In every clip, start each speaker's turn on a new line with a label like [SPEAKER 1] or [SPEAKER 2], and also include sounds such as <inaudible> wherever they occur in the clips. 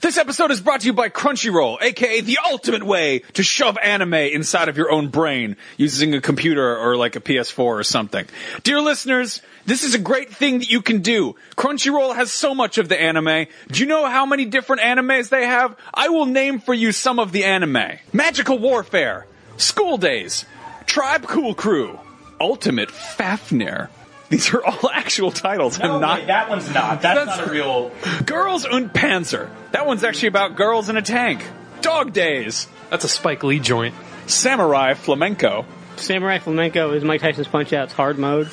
[SPEAKER 1] This episode is brought to you by Crunchyroll, aka the ultimate way to shove anime inside of your own brain using a computer or like a PS4 or something. Dear listeners, this is a great thing that you can do. Crunchyroll has so much of the anime. Do you know how many different animes they have? I will name for you some of the anime. Magical Warfare, School Days, Tribe Cool Crew, Ultimate Fafnir. These are all <laughs> actual titles. I'm not
[SPEAKER 2] Wait, that one's
[SPEAKER 3] <laughs>
[SPEAKER 2] not. Uh, That's,
[SPEAKER 1] That's-
[SPEAKER 2] not a real.
[SPEAKER 1] Girls und Panzer. That one's actually about girls in a tank. Dog Days.
[SPEAKER 4] That's a Spike Lee joint.
[SPEAKER 1] Samurai Flamenco.
[SPEAKER 5] Samurai Flamenco is Mike Tyson's Punch Out's hard mode.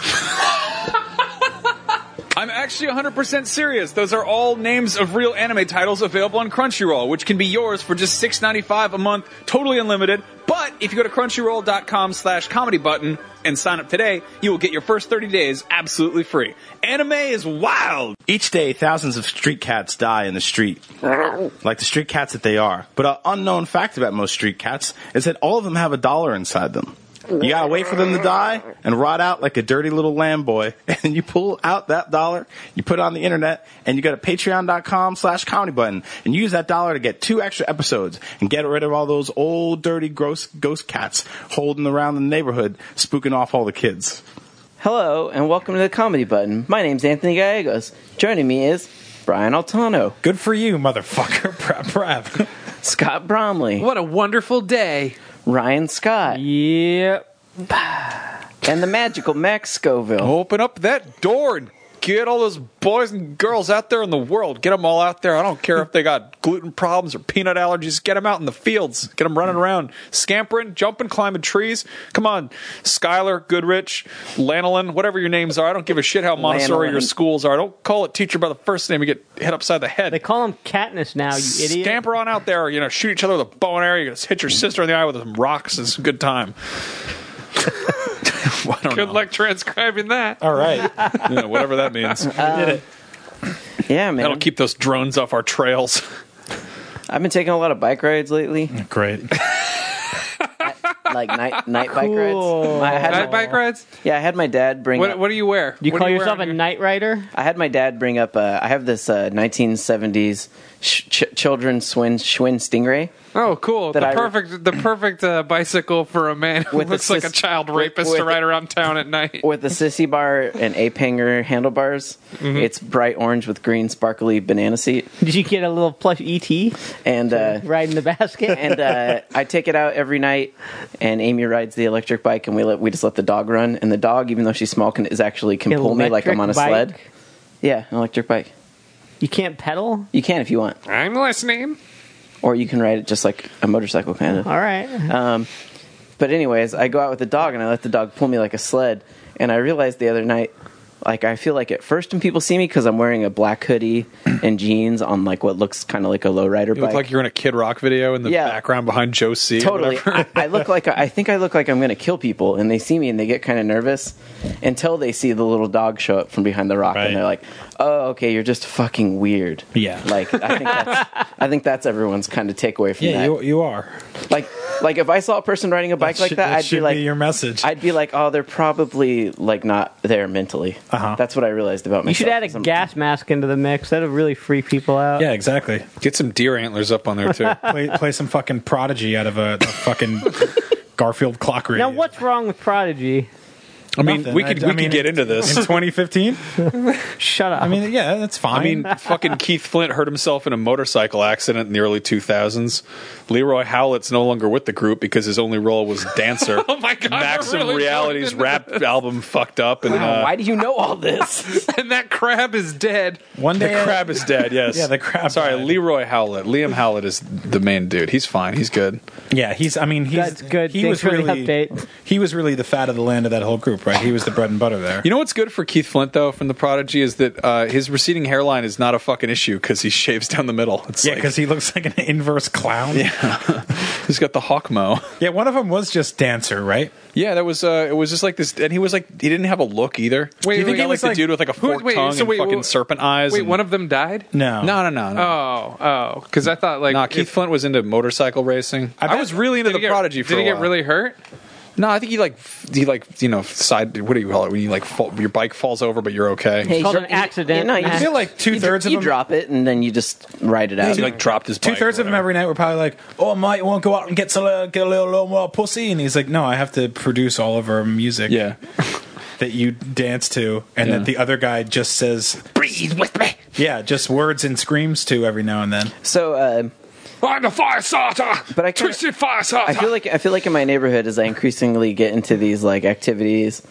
[SPEAKER 1] I'm actually 100% serious. Those are all names of real anime titles available on Crunchyroll, which can be yours for just $6.95 a month, totally unlimited. But if you go to crunchyroll.com slash comedy button and sign up today, you will get your first 30 days absolutely free. Anime is wild.
[SPEAKER 3] Each day, thousands of street cats die in the street, like the street cats that they are. But an unknown fact about most street cats is that all of them have a dollar inside them. You gotta wait for them to die and rot out like a dirty little lamb boy. <laughs> And you pull out that dollar, you put it on the internet, and you go to patreon.com slash comedy button and use that dollar to get two extra episodes and get rid of all those old, dirty, gross ghost cats holding around the neighborhood, spooking off all the kids.
[SPEAKER 6] Hello and welcome to the Comedy Button. My name's Anthony Gallegos. Joining me is Brian Altano,
[SPEAKER 7] Good for you, motherfucker. <laughs> Prep, prep.
[SPEAKER 6] Scott Bromley,
[SPEAKER 4] What a wonderful day.
[SPEAKER 6] Ryan Scott,
[SPEAKER 5] Yep.
[SPEAKER 6] and the magical Max Scoville.
[SPEAKER 1] Open up that door and get all those boys and girls out there in the world. Get them all out there. I don't care if they got gluten problems or peanut allergies. Get them out in the fields. Get them running around, scampering, jumping, climbing trees. Come on, Skylar, Goodrich, Lanolin, whatever your names are. I don't give a shit how Montessori
[SPEAKER 6] Lanolin.
[SPEAKER 1] your schools are. Don't call it teacher by the first name. You get hit upside the head.
[SPEAKER 5] They call him Katniss now, you idiot.
[SPEAKER 1] Scamper on out there, you know, shoot each other with a bow and arrow. You just hit your sister in the eye with some rocks. It's a good time. <laughs>
[SPEAKER 4] Good luck transcribing that.
[SPEAKER 7] All right.
[SPEAKER 1] <laughs>
[SPEAKER 7] Um,
[SPEAKER 1] You know, whatever that means.
[SPEAKER 7] did it.
[SPEAKER 6] Yeah,
[SPEAKER 1] Oh, That'll
[SPEAKER 6] man.
[SPEAKER 1] keep those drones off our trails. <laughs>
[SPEAKER 6] I've been taking a lot of bike rides lately,
[SPEAKER 7] Great.
[SPEAKER 6] <laughs> like night night bike rides.
[SPEAKER 5] Cool.
[SPEAKER 6] I had my-
[SPEAKER 4] Night bike rides?
[SPEAKER 6] yeah, I had my dad bring.
[SPEAKER 4] What,
[SPEAKER 6] up,
[SPEAKER 4] what do you wear?
[SPEAKER 5] Do you
[SPEAKER 4] What
[SPEAKER 5] call
[SPEAKER 4] do wear
[SPEAKER 5] yourself
[SPEAKER 4] on
[SPEAKER 5] a
[SPEAKER 4] your-
[SPEAKER 5] night rider?
[SPEAKER 6] I had my dad bring up. Uh, I have this uh, 1970s sh- ch- children's Schwinn Schwinn Stingray.
[SPEAKER 4] Oh, cool!
[SPEAKER 6] that
[SPEAKER 4] The
[SPEAKER 6] I-
[SPEAKER 4] perfect, the perfect uh, bicycle for a man who
[SPEAKER 6] With a
[SPEAKER 4] looks like a
[SPEAKER 6] sis-
[SPEAKER 4] child
[SPEAKER 6] with-
[SPEAKER 4] rapist
[SPEAKER 6] with-
[SPEAKER 4] to ride around town at night.
[SPEAKER 6] with the sissy bar and ape hanger handlebars.
[SPEAKER 5] Mm-hmm.
[SPEAKER 6] It's bright orange with green sparkly banana seat,
[SPEAKER 5] Did you get a little plush ET
[SPEAKER 6] and uh,
[SPEAKER 5] <laughs> right in the basket?
[SPEAKER 6] and uh, I take it out every night. And Amy rides the electric bike, and we let we just let the dog run. And the dog, even though she's small, can is actually can pull me like I'm on a
[SPEAKER 5] Electric
[SPEAKER 6] sled.
[SPEAKER 5] bike?
[SPEAKER 6] Yeah, an electric bike.
[SPEAKER 5] You can't pedal.
[SPEAKER 6] You can if you want,
[SPEAKER 4] I'm listening.
[SPEAKER 6] or you can ride it just like a motorcycle, kind of.
[SPEAKER 5] All right.
[SPEAKER 6] Uh,
[SPEAKER 1] Mm-hmm.
[SPEAKER 6] Um, But anyways, I go out with the dog and I let the dog pull me like a sled. And I realized the other night, like I feel like at first when people see me because I'm wearing a black hoodie and jeans on like what looks kind of like a lowrider
[SPEAKER 1] You look
[SPEAKER 6] bike.
[SPEAKER 1] like you're in a Kid Rock video in the
[SPEAKER 6] Yeah.
[SPEAKER 1] background behind Joe C. or
[SPEAKER 6] totally.
[SPEAKER 1] whatever.
[SPEAKER 6] I, I look like I think I look like I'm going to kill people, and they see me and they get kind of nervous until they see the little dog show up from behind the rock,
[SPEAKER 7] Right.
[SPEAKER 6] and they're like, "Oh, okay, you're just fucking weird."
[SPEAKER 7] Yeah.
[SPEAKER 6] Like I think that's I think that's everyone's kind of takeaway from
[SPEAKER 7] Yeah,
[SPEAKER 6] that.
[SPEAKER 7] you, you are.
[SPEAKER 6] like like if I saw a person riding a bike like
[SPEAKER 7] should-
[SPEAKER 6] that,
[SPEAKER 7] that
[SPEAKER 6] I'd
[SPEAKER 7] should
[SPEAKER 6] be like
[SPEAKER 7] be your message.
[SPEAKER 6] I'd be like, oh, they're probably like not there mentally.
[SPEAKER 7] Uh-huh.
[SPEAKER 6] That's what I realized about
[SPEAKER 5] you
[SPEAKER 6] myself.
[SPEAKER 5] should add a
[SPEAKER 6] Some-
[SPEAKER 5] gas mask into the mix. That'll really freak people out.
[SPEAKER 7] Yeah, exactly.
[SPEAKER 1] Get some deer antlers up on there
[SPEAKER 7] <laughs>
[SPEAKER 1] too.
[SPEAKER 7] Play, play some fucking Prodigy out of a, a fucking Garfield clock radio.
[SPEAKER 5] Now, what's wrong with Prodigy?
[SPEAKER 1] I mean,
[SPEAKER 7] Nothing.
[SPEAKER 1] we could
[SPEAKER 7] I- I
[SPEAKER 1] we
[SPEAKER 7] mean,
[SPEAKER 1] could get into
[SPEAKER 7] In
[SPEAKER 1] this.
[SPEAKER 7] 2015?
[SPEAKER 5] Shut up.
[SPEAKER 7] I mean, yeah, that's fine. <laughs>
[SPEAKER 1] I mean, fucking Keith Flint hurt himself in a motorcycle accident in the early 2000s. Leroy Howlett's no longer with the group because his only role was
[SPEAKER 7] <laughs>
[SPEAKER 1] dancer.
[SPEAKER 4] Oh my god!
[SPEAKER 1] Maxim
[SPEAKER 4] we're really
[SPEAKER 1] Reality's
[SPEAKER 4] going into
[SPEAKER 1] rap album fucked up, and uh,
[SPEAKER 6] Why do you know all this?
[SPEAKER 4] this. and that crab is dead.
[SPEAKER 7] one
[SPEAKER 1] the
[SPEAKER 7] day. uh,
[SPEAKER 1] crab is dead. Yes,
[SPEAKER 7] Yeah, the crab
[SPEAKER 1] Sorry,
[SPEAKER 7] died.
[SPEAKER 1] Leroy Howlett. Liam Howlett is the main dude. He's fine. He's good.
[SPEAKER 7] yeah, he's. I mean, he's.
[SPEAKER 5] That's good.
[SPEAKER 7] He
[SPEAKER 5] Thanks
[SPEAKER 7] was
[SPEAKER 5] for the
[SPEAKER 7] really.
[SPEAKER 5] update.
[SPEAKER 7] He was really the fat of the land of that whole group, right? He was the bread and butter there.
[SPEAKER 1] You know what's good for Keith Flint though from the Prodigy is that uh, his receding hairline is not a fucking issue because he shaves down the middle. It's
[SPEAKER 7] yeah,
[SPEAKER 1] like-
[SPEAKER 7] because he looks like an inverse clown. Yeah.
[SPEAKER 1] he's got the hawk mo.
[SPEAKER 7] one of them was just dancer, right?
[SPEAKER 1] Yeah, that was uh, it was just like this, and he was like he didn't have a look either.
[SPEAKER 4] Wait,
[SPEAKER 1] Do you
[SPEAKER 4] wait,
[SPEAKER 1] think he
[SPEAKER 4] wait,
[SPEAKER 1] was
[SPEAKER 4] like-
[SPEAKER 1] the dude with like a
[SPEAKER 4] who-
[SPEAKER 1] forked
[SPEAKER 4] wait,
[SPEAKER 1] tongue
[SPEAKER 4] so
[SPEAKER 1] and
[SPEAKER 4] wait,
[SPEAKER 1] fucking
[SPEAKER 4] wh-
[SPEAKER 1] serpent eyes?
[SPEAKER 4] Wait,
[SPEAKER 1] and-
[SPEAKER 4] one of them died.
[SPEAKER 7] No,
[SPEAKER 1] no, no, no, no.
[SPEAKER 4] Oh, oh, because I thought like
[SPEAKER 1] Nah, Keith
[SPEAKER 4] if-
[SPEAKER 1] Flint was into motorcycle racing. I,
[SPEAKER 7] bet-
[SPEAKER 1] was really into
[SPEAKER 4] did
[SPEAKER 1] the
[SPEAKER 4] he get-
[SPEAKER 1] Prodigy for
[SPEAKER 4] Did
[SPEAKER 1] a
[SPEAKER 4] he get
[SPEAKER 1] while.
[SPEAKER 4] really hurt?
[SPEAKER 1] No, I think you like f- you like you know side. What do you call it when you like fall, your bike falls over, but you're okay.
[SPEAKER 6] <laughs> Hey,
[SPEAKER 5] called
[SPEAKER 6] you-
[SPEAKER 5] an
[SPEAKER 6] you-
[SPEAKER 5] accident.
[SPEAKER 6] you know, you
[SPEAKER 5] I
[SPEAKER 6] just-
[SPEAKER 7] feel like
[SPEAKER 6] you-
[SPEAKER 7] two-thirds of
[SPEAKER 6] you
[SPEAKER 7] them-
[SPEAKER 6] drop it and then you just ride it out.
[SPEAKER 1] he like dropped his bike
[SPEAKER 7] Two thirds
[SPEAKER 1] or
[SPEAKER 7] of them
[SPEAKER 1] whatever.
[SPEAKER 7] every night were probably like, "Oh, might want to go out and get some, uh, get a little, little more pussy," and he's like, "No, I have to produce all of our music
[SPEAKER 1] Yeah,
[SPEAKER 7] <laughs> that you dance to, and
[SPEAKER 1] Yeah.
[SPEAKER 7] that the other guy just says,
[SPEAKER 1] breathe with me.
[SPEAKER 7] yeah, just words and screams to every now and then."
[SPEAKER 6] so uh,
[SPEAKER 1] I'm the fire starter.
[SPEAKER 6] But I kinda-
[SPEAKER 1] twisted fire starter.
[SPEAKER 6] I feel like I feel like in my neighborhood as I increasingly get into these like activities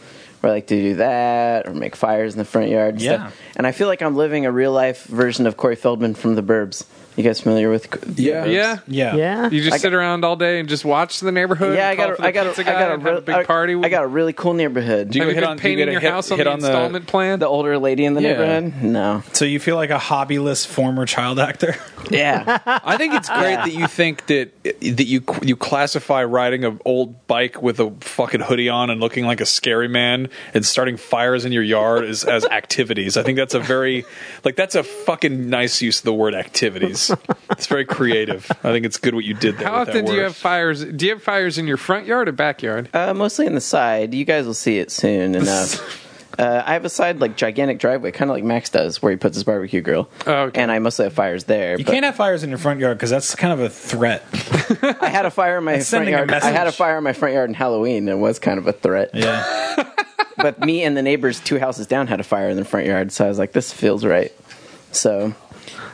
[SPEAKER 6] where I like to do that or make fires in the front yard and
[SPEAKER 7] Yeah.
[SPEAKER 6] stuff. And I feel like I'm living a real life version of Corey Feldman from The Burbs. You guys familiar with Co- The
[SPEAKER 1] Yeah.
[SPEAKER 6] Burbs?
[SPEAKER 4] Yeah.
[SPEAKER 7] Yeah,
[SPEAKER 5] Yeah.
[SPEAKER 4] You just
[SPEAKER 6] I
[SPEAKER 4] sit around all day and just watch the neighborhood.
[SPEAKER 6] Yeah, I
[SPEAKER 4] and call
[SPEAKER 6] got
[SPEAKER 4] for
[SPEAKER 6] a,
[SPEAKER 4] the
[SPEAKER 6] I got a,
[SPEAKER 4] pizza
[SPEAKER 6] I
[SPEAKER 4] guy
[SPEAKER 6] got a,
[SPEAKER 4] and have
[SPEAKER 6] real-
[SPEAKER 4] a big party.
[SPEAKER 6] I, I got a really cool neighborhood.
[SPEAKER 1] Do you
[SPEAKER 4] Have
[SPEAKER 1] go
[SPEAKER 4] you
[SPEAKER 1] hit
[SPEAKER 4] been
[SPEAKER 1] on do you
[SPEAKER 4] painting
[SPEAKER 1] get a
[SPEAKER 4] your
[SPEAKER 1] hit,
[SPEAKER 4] house on
[SPEAKER 1] hit
[SPEAKER 4] the
[SPEAKER 1] on the
[SPEAKER 4] installment plan?
[SPEAKER 6] the older lady in the
[SPEAKER 1] Yeah.
[SPEAKER 4] <laughs>
[SPEAKER 6] neighborhood? No.
[SPEAKER 7] So you feel like a hobbyless former child actor. <laughs>
[SPEAKER 6] Yeah.
[SPEAKER 1] I think it's great that you think that that you you classify riding an old bike with a fucking hoodie on and looking like a scary man and starting fires in your yard as, as activities. I think that's a very like that's a fucking nice use of the word activities. It's very creative. I think it's good what you did there.
[SPEAKER 4] How
[SPEAKER 1] with that
[SPEAKER 4] often do you
[SPEAKER 1] word.
[SPEAKER 4] have fires? Do you have fires in your front yard <laughs> or backyard?
[SPEAKER 6] uh, mostly in the side. You guys will see it soon enough. Uh, I have a side like gigantic driveway, kind of like Max does, where he puts his barbecue grill.
[SPEAKER 4] Oh, okay.
[SPEAKER 6] And I mostly have fires there.
[SPEAKER 7] You
[SPEAKER 6] but-
[SPEAKER 7] can't have fires in your front yard because that's kind of a threat.
[SPEAKER 6] I had a fire in my front
[SPEAKER 7] sending a
[SPEAKER 6] yard. I had a
[SPEAKER 7] message.
[SPEAKER 6] fire in my front yard in Halloween. It was kind of a threat.
[SPEAKER 1] <laughs>
[SPEAKER 7] Yeah,
[SPEAKER 6] But me and the neighbors two houses down had a fire in the front yard, so I was like, this feels right. So,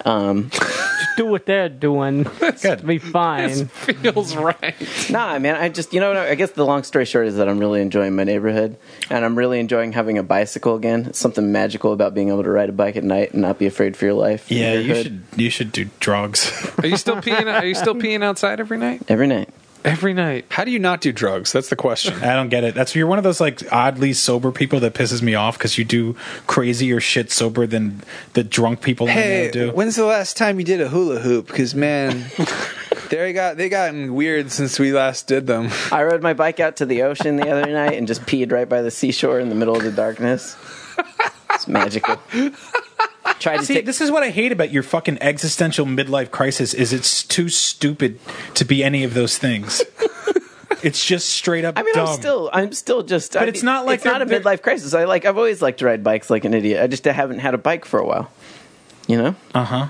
[SPEAKER 6] um,
[SPEAKER 5] Just do what they're doing.
[SPEAKER 7] good.
[SPEAKER 5] Be fine.
[SPEAKER 4] Feels right.
[SPEAKER 6] nah, man, I just, you know, what, I guess the long story short is that I'm really enjoying my neighborhood and I'm really enjoying having a bicycle again. It's something magical about being able to ride a bike at night and not be afraid for your life.
[SPEAKER 7] Yeah,
[SPEAKER 6] Your
[SPEAKER 7] you
[SPEAKER 6] hood.
[SPEAKER 7] should you should do drugs.
[SPEAKER 4] Are you still peeing? Are you still peeing outside every night?
[SPEAKER 6] Every night.
[SPEAKER 4] Every night.
[SPEAKER 1] How do you not do drugs? That's the question.
[SPEAKER 7] I don't get it. That's you're one of those like oddly sober people that pisses me off because you do crazier shit sober than the drunk people I know do.
[SPEAKER 1] when's the last time you did a hula hoop? Because <laughs> man, they got they gotten weird since we last did them.
[SPEAKER 6] I rode my bike out to the ocean the other night and just peed right by the seashore in the middle of the darkness. It's magical. Tried to
[SPEAKER 7] See,
[SPEAKER 6] take
[SPEAKER 7] this is what I hate about your fucking existential midlife crisis is it's too stupid to be any of those <laughs> things. it's just straight up
[SPEAKER 6] I mean,
[SPEAKER 7] dumb.
[SPEAKER 6] I'm still, I'm still just. But
[SPEAKER 7] it's not like
[SPEAKER 6] it's not a
[SPEAKER 7] they're- they're-
[SPEAKER 6] midlife crisis. I like, I've always liked to ride bikes like an idiot. I just haven't had a bike for a while. You know?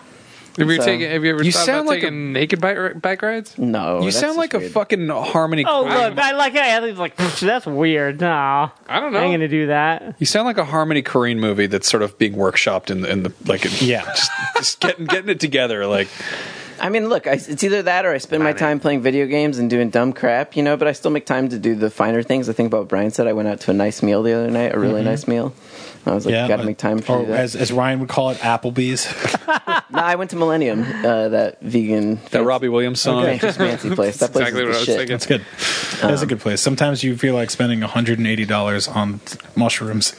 [SPEAKER 4] Have you,
[SPEAKER 6] So-
[SPEAKER 4] taken, have you ever
[SPEAKER 1] You
[SPEAKER 4] thought
[SPEAKER 1] sound
[SPEAKER 4] about
[SPEAKER 1] like a-
[SPEAKER 4] taking naked bike, ri- bike rides?
[SPEAKER 6] No.
[SPEAKER 1] You
[SPEAKER 6] that's
[SPEAKER 1] sound
[SPEAKER 6] just
[SPEAKER 1] like a
[SPEAKER 6] weird.
[SPEAKER 1] fucking harmony.
[SPEAKER 5] Oh
[SPEAKER 1] Crime.
[SPEAKER 5] look, I like I was like <laughs> "Pfft, that's weird. No, I
[SPEAKER 4] don't know.
[SPEAKER 5] I'm gonna do that.
[SPEAKER 1] You sound like a Harmony Korine movie that's sort of being workshopped in the, in the like in-
[SPEAKER 7] Yeah.
[SPEAKER 1] just, just getting getting it together like
[SPEAKER 6] I mean, look, I, it's either that or I spend my time playing video games and doing dumb crap, you know. But I still make time to do the finer things. I think about what Brian said. I went out to a nice meal the other night, a really nice meal. I was like,
[SPEAKER 7] Mm-hmm. Yeah,
[SPEAKER 6] gotta
[SPEAKER 7] but-
[SPEAKER 6] make time for
[SPEAKER 7] or
[SPEAKER 6] that.
[SPEAKER 7] as as Ryan would call it, Applebee's. <laughs>
[SPEAKER 6] no, I went to Millennium, uh, that vegan,
[SPEAKER 1] that Robbie Williams song.
[SPEAKER 6] fancy, fancy place. That
[SPEAKER 4] Exactly
[SPEAKER 6] place is
[SPEAKER 4] what
[SPEAKER 6] the
[SPEAKER 4] I was
[SPEAKER 6] shit.
[SPEAKER 4] thinking.
[SPEAKER 7] That's good. That's
[SPEAKER 6] Um,
[SPEAKER 7] a good place. Sometimes you feel like spending hundred and eighty dollars on mushrooms.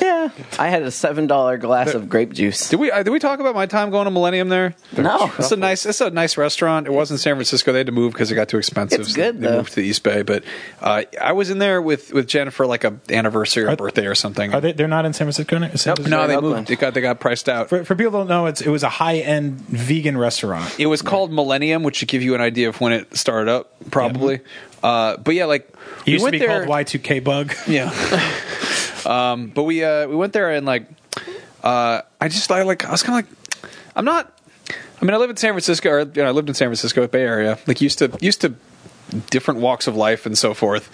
[SPEAKER 6] Yeah, I had a seven dollar glass of grape juice.
[SPEAKER 1] Did we uh, did we talk about my time going to Millennium there?
[SPEAKER 6] No.
[SPEAKER 1] It's a nice it's a nice restaurant. It was in San Francisco. They had to move because it got too expensive.
[SPEAKER 6] It's
[SPEAKER 1] so
[SPEAKER 6] good,
[SPEAKER 1] they
[SPEAKER 6] though.
[SPEAKER 1] moved to the East Bay, but uh, I was in there with with Jen for like a anniversary or
[SPEAKER 7] Are-
[SPEAKER 1] birthday or something.
[SPEAKER 7] Are they? They're not in San Francisco. Now? San Francisco?
[SPEAKER 1] no,
[SPEAKER 6] in
[SPEAKER 1] they
[SPEAKER 6] Oakland.
[SPEAKER 1] moved. They got they got priced out.
[SPEAKER 7] For, for people who don't know, it's it was a high end vegan restaurant.
[SPEAKER 1] It was called Millennium, which should give you an idea of when it started up, probably. Uh, but yeah, like
[SPEAKER 7] It used
[SPEAKER 1] we
[SPEAKER 7] to
[SPEAKER 1] went
[SPEAKER 7] be
[SPEAKER 1] there.
[SPEAKER 7] called Y two K Bug.
[SPEAKER 1] Yeah. <laughs> um, but we uh, we went there and like uh, I just I like I was kind of like I'm not. I mean, I live in San Francisco. Or, you know, I lived in San Francisco, Bay Area. Like used to used to different walks of life and so forth.